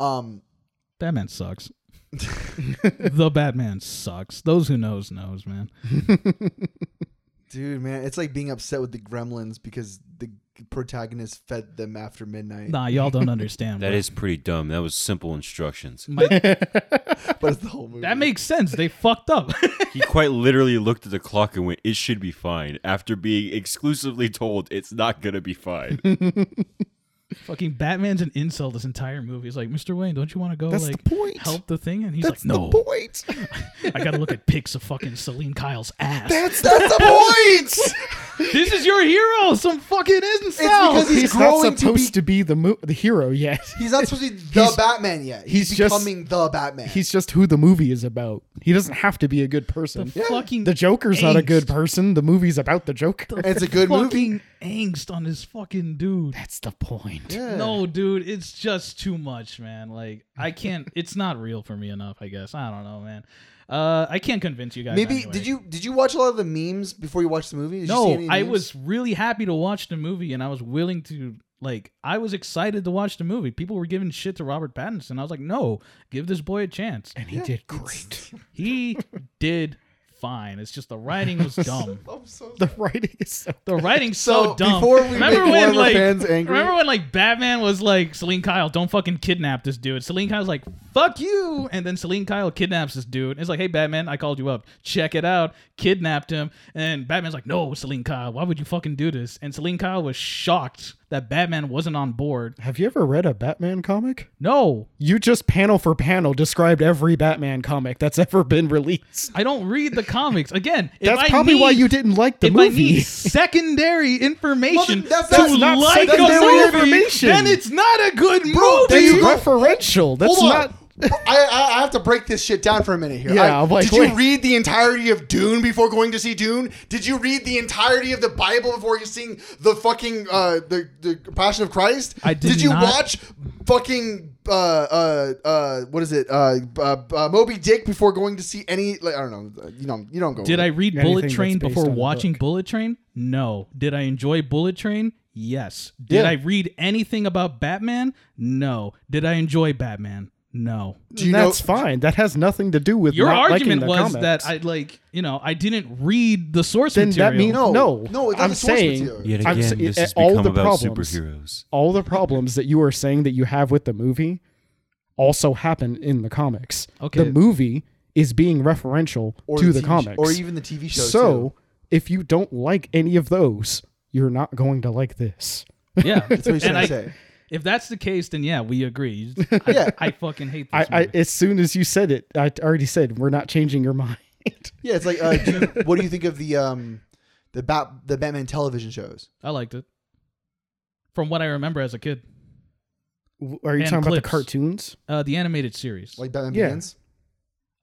[SPEAKER 1] Um,
[SPEAKER 4] Batman sucks. the Batman sucks. Those who knows knows, man.
[SPEAKER 1] dude, man, it's like being upset with the Gremlins because the protagonist fed them after midnight.
[SPEAKER 4] Nah, y'all don't understand.
[SPEAKER 5] That
[SPEAKER 4] bro.
[SPEAKER 5] is pretty dumb. That was simple instructions.
[SPEAKER 4] My-
[SPEAKER 1] But it's the whole movie.
[SPEAKER 4] that makes sense. They fucked up.
[SPEAKER 5] He quite literally looked at the clock and went, "It should be fine." After being exclusively told it's not gonna be fine.
[SPEAKER 4] Fucking Batman's an insult this entire movie. He's like, Mr. Wayne, don't you want to go
[SPEAKER 2] That's
[SPEAKER 4] like
[SPEAKER 2] the point.
[SPEAKER 4] help the thing? And he's
[SPEAKER 2] That's
[SPEAKER 4] like, No.
[SPEAKER 2] the point.
[SPEAKER 4] I gotta look at pics of fucking Celine Kyle's ass.
[SPEAKER 1] that's that's the point.
[SPEAKER 4] this is your hero, some fucking incel.
[SPEAKER 1] because- He's
[SPEAKER 2] He's not
[SPEAKER 1] growing to be-
[SPEAKER 2] supposed to be, the mo- the hero yet.
[SPEAKER 1] He's not supposed to be the
[SPEAKER 2] He's-
[SPEAKER 1] Batman yet. He's,
[SPEAKER 2] he's just-
[SPEAKER 1] becoming the Batman.
[SPEAKER 2] He's just who the movie is about. He doesn't have to be a good person.
[SPEAKER 4] the fucking
[SPEAKER 2] The Joker's not a good
[SPEAKER 4] angst.
[SPEAKER 2] person. The movie's about the Joker.
[SPEAKER 1] And it's a good movie.
[SPEAKER 4] fucking angst on this fucking dude.
[SPEAKER 2] That's the point.
[SPEAKER 1] Yeah.
[SPEAKER 4] No, dude, it's just too much, man. Like I can't. it's not real for me enough. I guess I don't know, man. Uh, I can't convince you guys.
[SPEAKER 1] Maybe
[SPEAKER 4] anyway.
[SPEAKER 1] did you did you watch a lot of the memes before you watched the movie? Did you see
[SPEAKER 4] No,
[SPEAKER 1] any
[SPEAKER 4] I
[SPEAKER 1] memes?
[SPEAKER 4] was really happy to watch the movie, and I was willing to like. I was excited to watch the movie. People were giving shit to Robert Pattinson. I was like, no, give this boy a chance.
[SPEAKER 2] And he did great.
[SPEAKER 4] He did fine. It's just the writing was dumb.
[SPEAKER 1] I'm so
[SPEAKER 2] The writing is so
[SPEAKER 4] The writing's so,
[SPEAKER 1] So,
[SPEAKER 4] dumb.
[SPEAKER 1] before we
[SPEAKER 4] remember
[SPEAKER 1] make one
[SPEAKER 4] when
[SPEAKER 1] of our
[SPEAKER 4] like
[SPEAKER 1] fans angry?
[SPEAKER 4] remember when like Batman was like Celine Kyle, don't fucking kidnap this dude. Celine Kyle's like, fuck you, and then Celine Kyle kidnaps this dude. It's like, hey Batman, I called you up. Check it out. Kidnapped him, and Batman's like, no, Celine Kyle, why would you fucking do this? And Celine Kyle was shocked that Batman wasn't on board.
[SPEAKER 2] Have you ever read a Batman comic?
[SPEAKER 4] No,
[SPEAKER 2] You just panel for panel described every Batman comic that's ever been released.
[SPEAKER 4] I don't read the comics. Again, if
[SPEAKER 2] That's
[SPEAKER 4] I
[SPEAKER 2] probably why
[SPEAKER 4] need-
[SPEAKER 2] you didn't like the
[SPEAKER 4] if I need
[SPEAKER 2] movie.
[SPEAKER 4] secondary information
[SPEAKER 1] Well, that's-
[SPEAKER 4] to
[SPEAKER 1] that's
[SPEAKER 2] not
[SPEAKER 4] like a
[SPEAKER 2] secondary
[SPEAKER 4] movie,
[SPEAKER 2] information.
[SPEAKER 4] then it's not a good
[SPEAKER 1] Bro,
[SPEAKER 4] movie.
[SPEAKER 1] that's
[SPEAKER 2] It's
[SPEAKER 1] you go-
[SPEAKER 2] referential. That's
[SPEAKER 1] Hold
[SPEAKER 2] not.
[SPEAKER 1] on. I, I I have to break this shit down for a minute here.
[SPEAKER 2] Yeah,
[SPEAKER 1] I-
[SPEAKER 2] I'm like,
[SPEAKER 1] did you
[SPEAKER 2] wait.
[SPEAKER 1] read the entirety of Dune before going to see Dune? Did you read the entirety of the Bible before you seeing the fucking uh, the the Passion of Christ?
[SPEAKER 4] I did
[SPEAKER 1] you
[SPEAKER 4] not-
[SPEAKER 1] watch fucking uh uh uh what is it uh, uh, uh Moby Dick before going to see any? Like, I don't know. uh, You know you don't go.
[SPEAKER 4] Did I read
[SPEAKER 2] Anything
[SPEAKER 4] Bullet
[SPEAKER 2] that's
[SPEAKER 4] Train
[SPEAKER 2] based
[SPEAKER 4] before
[SPEAKER 2] on the
[SPEAKER 4] watching
[SPEAKER 2] book.
[SPEAKER 4] Bullet Train? No. Did I enjoy Bullet Train? Yes. Did
[SPEAKER 2] Yeah.
[SPEAKER 4] I read anything about Batman? No. Did I enjoy Batman? No.
[SPEAKER 1] Do you
[SPEAKER 2] that's
[SPEAKER 1] know?
[SPEAKER 2] fine. That has nothing to do with
[SPEAKER 4] Your
[SPEAKER 2] not liking
[SPEAKER 4] argument
[SPEAKER 2] the
[SPEAKER 4] was
[SPEAKER 2] comics.
[SPEAKER 4] that I like, you know, I didn't read the source
[SPEAKER 2] Then
[SPEAKER 4] material.
[SPEAKER 2] that means
[SPEAKER 1] No,
[SPEAKER 2] no,
[SPEAKER 1] no, it's not
[SPEAKER 2] I'm
[SPEAKER 1] the source
[SPEAKER 2] saying
[SPEAKER 1] material.
[SPEAKER 5] Yet
[SPEAKER 2] I'm
[SPEAKER 5] again,
[SPEAKER 2] s-
[SPEAKER 5] this
[SPEAKER 2] it-
[SPEAKER 5] has
[SPEAKER 2] all
[SPEAKER 5] become
[SPEAKER 2] the
[SPEAKER 5] about
[SPEAKER 2] problems.
[SPEAKER 5] superheroes.
[SPEAKER 2] all the problems that you are saying that you have with the movie also happen in the comics.
[SPEAKER 4] Okay.
[SPEAKER 2] The movie is being referential
[SPEAKER 1] Or
[SPEAKER 2] to
[SPEAKER 1] the
[SPEAKER 2] the,
[SPEAKER 1] TV
[SPEAKER 2] comics,
[SPEAKER 1] or even the TV show.
[SPEAKER 2] so
[SPEAKER 1] too.
[SPEAKER 2] if you don't like any of those, you're not going to like this.
[SPEAKER 4] yeah.
[SPEAKER 1] that's what he's
[SPEAKER 4] And
[SPEAKER 1] trying to
[SPEAKER 4] I-
[SPEAKER 1] say.
[SPEAKER 4] If that's the case, then yeah, we agree. You just- I,
[SPEAKER 1] Yeah.
[SPEAKER 4] I fucking hate this.
[SPEAKER 2] I, I
[SPEAKER 4] movie.
[SPEAKER 2] as soon as you said it, I already said we're not changing your mind.
[SPEAKER 1] Yeah, it's like uh, do you- what do you think of the um the bat the Batman television shows?
[SPEAKER 4] I liked it. From what I remember as a kid,
[SPEAKER 2] W- Are you
[SPEAKER 4] And
[SPEAKER 2] talking about
[SPEAKER 4] clips.
[SPEAKER 2] the cartoons?
[SPEAKER 4] uh, the animated series.
[SPEAKER 1] Like Batman
[SPEAKER 2] Yeah.
[SPEAKER 1] Begins.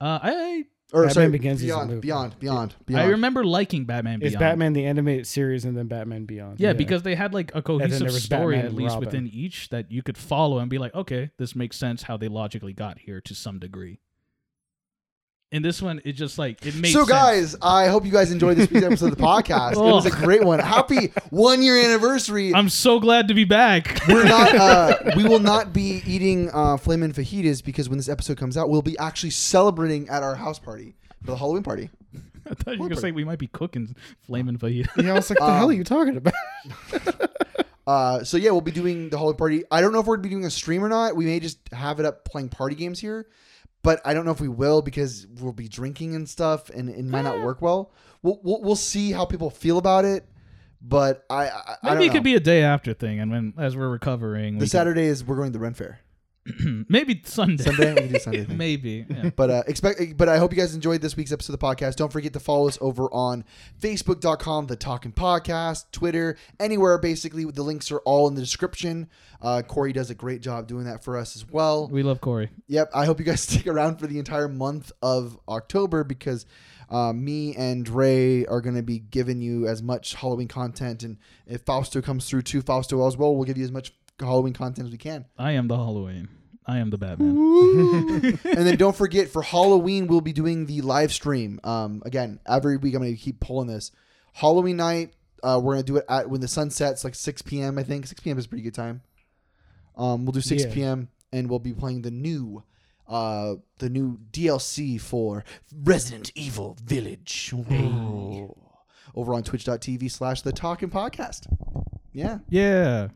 [SPEAKER 4] Uh, I
[SPEAKER 1] Or
[SPEAKER 2] Batman
[SPEAKER 1] sorry,
[SPEAKER 2] Begins is a
[SPEAKER 1] beyond,
[SPEAKER 2] movie.
[SPEAKER 1] beyond, beyond,
[SPEAKER 4] I
[SPEAKER 1] beyond.
[SPEAKER 4] remember liking Batman
[SPEAKER 2] It's
[SPEAKER 4] Beyond.
[SPEAKER 2] Batman the animated series and then Batman Beyond.
[SPEAKER 4] Yeah, because they had like a cohesive
[SPEAKER 2] there was
[SPEAKER 4] story
[SPEAKER 2] Batman
[SPEAKER 4] at
[SPEAKER 2] and
[SPEAKER 4] least
[SPEAKER 2] Robin.
[SPEAKER 4] within each that you could follow and be like, okay, this makes sense how they logically got here to some degree. In this one, it just like it made
[SPEAKER 1] so,
[SPEAKER 4] sense. Oh.
[SPEAKER 1] guys, I hope you guys enjoyed this week's episode of the podcast. It was a great one. Happy one year anniversary.
[SPEAKER 4] I'm so glad to be back.
[SPEAKER 1] We're not. Uh, we will not be eating uh, flamin' fajitas because when this episode comes out, we'll be actually celebrating at our house party for the Halloween party.
[SPEAKER 4] I thought you were gonna say we might be cooking flaming fajitas.
[SPEAKER 2] yeah, I was like, "The
[SPEAKER 1] Um,
[SPEAKER 2] hell are you talking about?"
[SPEAKER 1] Uh, so yeah, we'll be doing the Halloween party. I don't know if we're gonna be doing a stream or not. We may just have it up playing party games here, but I don't know if we will because we'll be drinking and stuff, and it might not work well. We'll we'll, we'll see how people feel about it, but I I, I don't
[SPEAKER 4] Maybe it
[SPEAKER 1] know.
[SPEAKER 4] could be a day after thing, and when as we're recovering, we
[SPEAKER 1] the Saturday is we're going to the Ren Fair.
[SPEAKER 4] can- maybe Sunday.
[SPEAKER 1] Sunday we can do Sunday. thing.
[SPEAKER 4] maybe. yeah.
[SPEAKER 1] But uh, expect. But I hope you guys enjoyed this week's episode of the podcast. Don't forget to follow us over on Facebook.com, The Talking Podcast, Twitter, anywhere basically. The links are all in the description. Uh, Corey does a great job doing that for us as well.
[SPEAKER 4] We love Corey.
[SPEAKER 1] Yep. I hope you guys stick around for the entire month of October because uh, me and Ray are going to be giving you as much Halloween content, and if Fausto comes through too, Fausto as well, we'll give you as much Halloween content as we can.
[SPEAKER 4] I am the Halloween. I am the Batman.
[SPEAKER 1] and then don't forget for Halloween we'll be doing the live stream. Um, again, every week I'm gonna keep pulling this. Halloween night, uh, we're gonna do it at when the sun sets, like 6 p.m. I think 6 p.m. is a pretty good time. Um, we'll do 6
[SPEAKER 2] Yeah.
[SPEAKER 1] p.m. and we'll be playing the new, uh, the new DLC for Resident Evil Village over on Twitch.tv/slash The Talking Podcast. Yeah,
[SPEAKER 4] Yeah,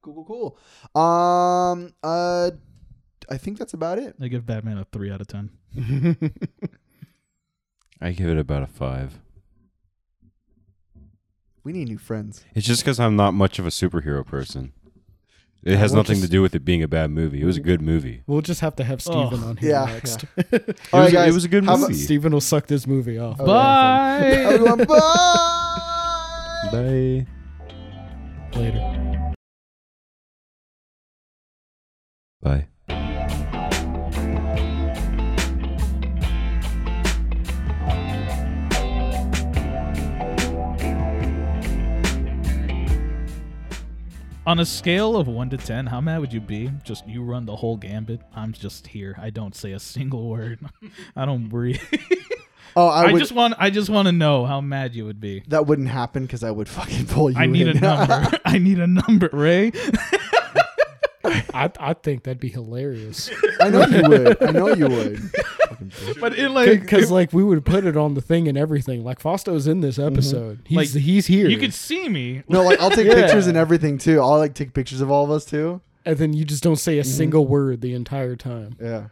[SPEAKER 1] cool, cool, cool. Um, uh, I think that's about it.
[SPEAKER 4] I give Batman a three out of ten.
[SPEAKER 5] I give it about a five.
[SPEAKER 1] We need new friends.
[SPEAKER 5] It's just because I'm not much of a superhero person. It
[SPEAKER 2] Yeah,
[SPEAKER 5] has
[SPEAKER 2] we'll
[SPEAKER 5] nothing
[SPEAKER 2] just-
[SPEAKER 5] to do with it being a bad movie. It was a good movie.
[SPEAKER 2] We'll just have to have Steven
[SPEAKER 4] Oh,
[SPEAKER 2] on here
[SPEAKER 1] yeah,
[SPEAKER 2] next.
[SPEAKER 1] All
[SPEAKER 5] it,
[SPEAKER 1] right,
[SPEAKER 5] was,
[SPEAKER 1] guys.
[SPEAKER 5] it was a good
[SPEAKER 1] How about-
[SPEAKER 5] movie.
[SPEAKER 2] Steven will suck this movie off.
[SPEAKER 1] Oh,
[SPEAKER 4] Bye.
[SPEAKER 1] Everyone, bye.
[SPEAKER 5] Bye.
[SPEAKER 2] Later.
[SPEAKER 5] Bye.
[SPEAKER 4] On a scale of one to ten, how mad would you be? Just you run the whole gambit. I'm just here. I don't say a single word. I don't breathe.
[SPEAKER 1] Oh,
[SPEAKER 4] I,
[SPEAKER 1] I, would.
[SPEAKER 4] just want. I just want to know how mad you would be.
[SPEAKER 1] that wouldn't happen because I would fucking pull you.
[SPEAKER 4] I need a
[SPEAKER 1] in.
[SPEAKER 4] number. I need a number, Ray.
[SPEAKER 2] I, I think that'd be hilarious
[SPEAKER 1] I know you would. I know you would.
[SPEAKER 4] But it like
[SPEAKER 2] because like we would put it on the thing and everything. Like Fosto's in this
[SPEAKER 1] Mm-hmm.
[SPEAKER 2] episode. He's
[SPEAKER 4] Like,
[SPEAKER 2] he's here.
[SPEAKER 4] you could see me.
[SPEAKER 1] No, like I'll take
[SPEAKER 2] Yeah.
[SPEAKER 1] pictures and everything too. I'll like take pictures of all of us too.
[SPEAKER 2] and then you just don't say
[SPEAKER 1] Mm-hmm.
[SPEAKER 2] a single word the entire time.
[SPEAKER 1] Yeah.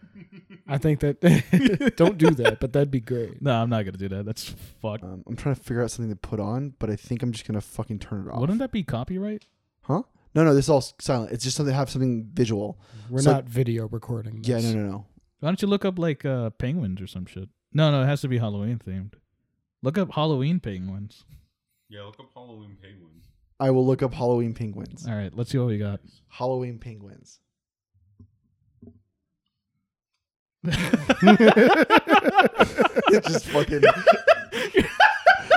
[SPEAKER 2] I think that don't do that, but that'd be great.
[SPEAKER 4] No, I'm not gonna do that. That's fuck.
[SPEAKER 1] Um, I'm trying to figure out something to put on, but I think I'm just gonna fucking turn it off.
[SPEAKER 4] Wouldn't that be copyright?
[SPEAKER 1] huh? No, no. This is all s- silent. It's just something have something visual.
[SPEAKER 2] We're
[SPEAKER 1] So-
[SPEAKER 2] not video recording.
[SPEAKER 1] Yeah.
[SPEAKER 2] this.
[SPEAKER 1] No. No. No.
[SPEAKER 4] Why don't you look up like uh, penguins or some shit? No, no, it has to be Halloween themed. Look up Halloween penguins.
[SPEAKER 5] Yeah, look up Halloween penguins.
[SPEAKER 1] I will look up Halloween penguins.
[SPEAKER 4] All right, let's see what we got.
[SPEAKER 1] Halloween penguins. It's just fucking.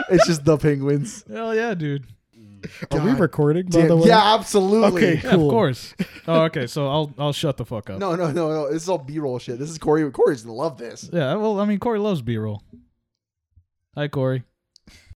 [SPEAKER 1] it's just the penguins.
[SPEAKER 4] Hell yeah, dude.
[SPEAKER 2] Are we
[SPEAKER 1] God
[SPEAKER 2] recording by
[SPEAKER 1] Damn-
[SPEAKER 2] the way?
[SPEAKER 1] Yeah, absolutely.
[SPEAKER 2] Okay.
[SPEAKER 4] Yeah,
[SPEAKER 2] Cool.
[SPEAKER 4] of course. Oh, okay. So I'll I'll shut the fuck up.
[SPEAKER 1] No, no, no, no. This is all B-roll shit. This is Corey. Corey's gonna love this.
[SPEAKER 4] Yeah. Well, I mean, Corey loves B-roll. Hi, Corey.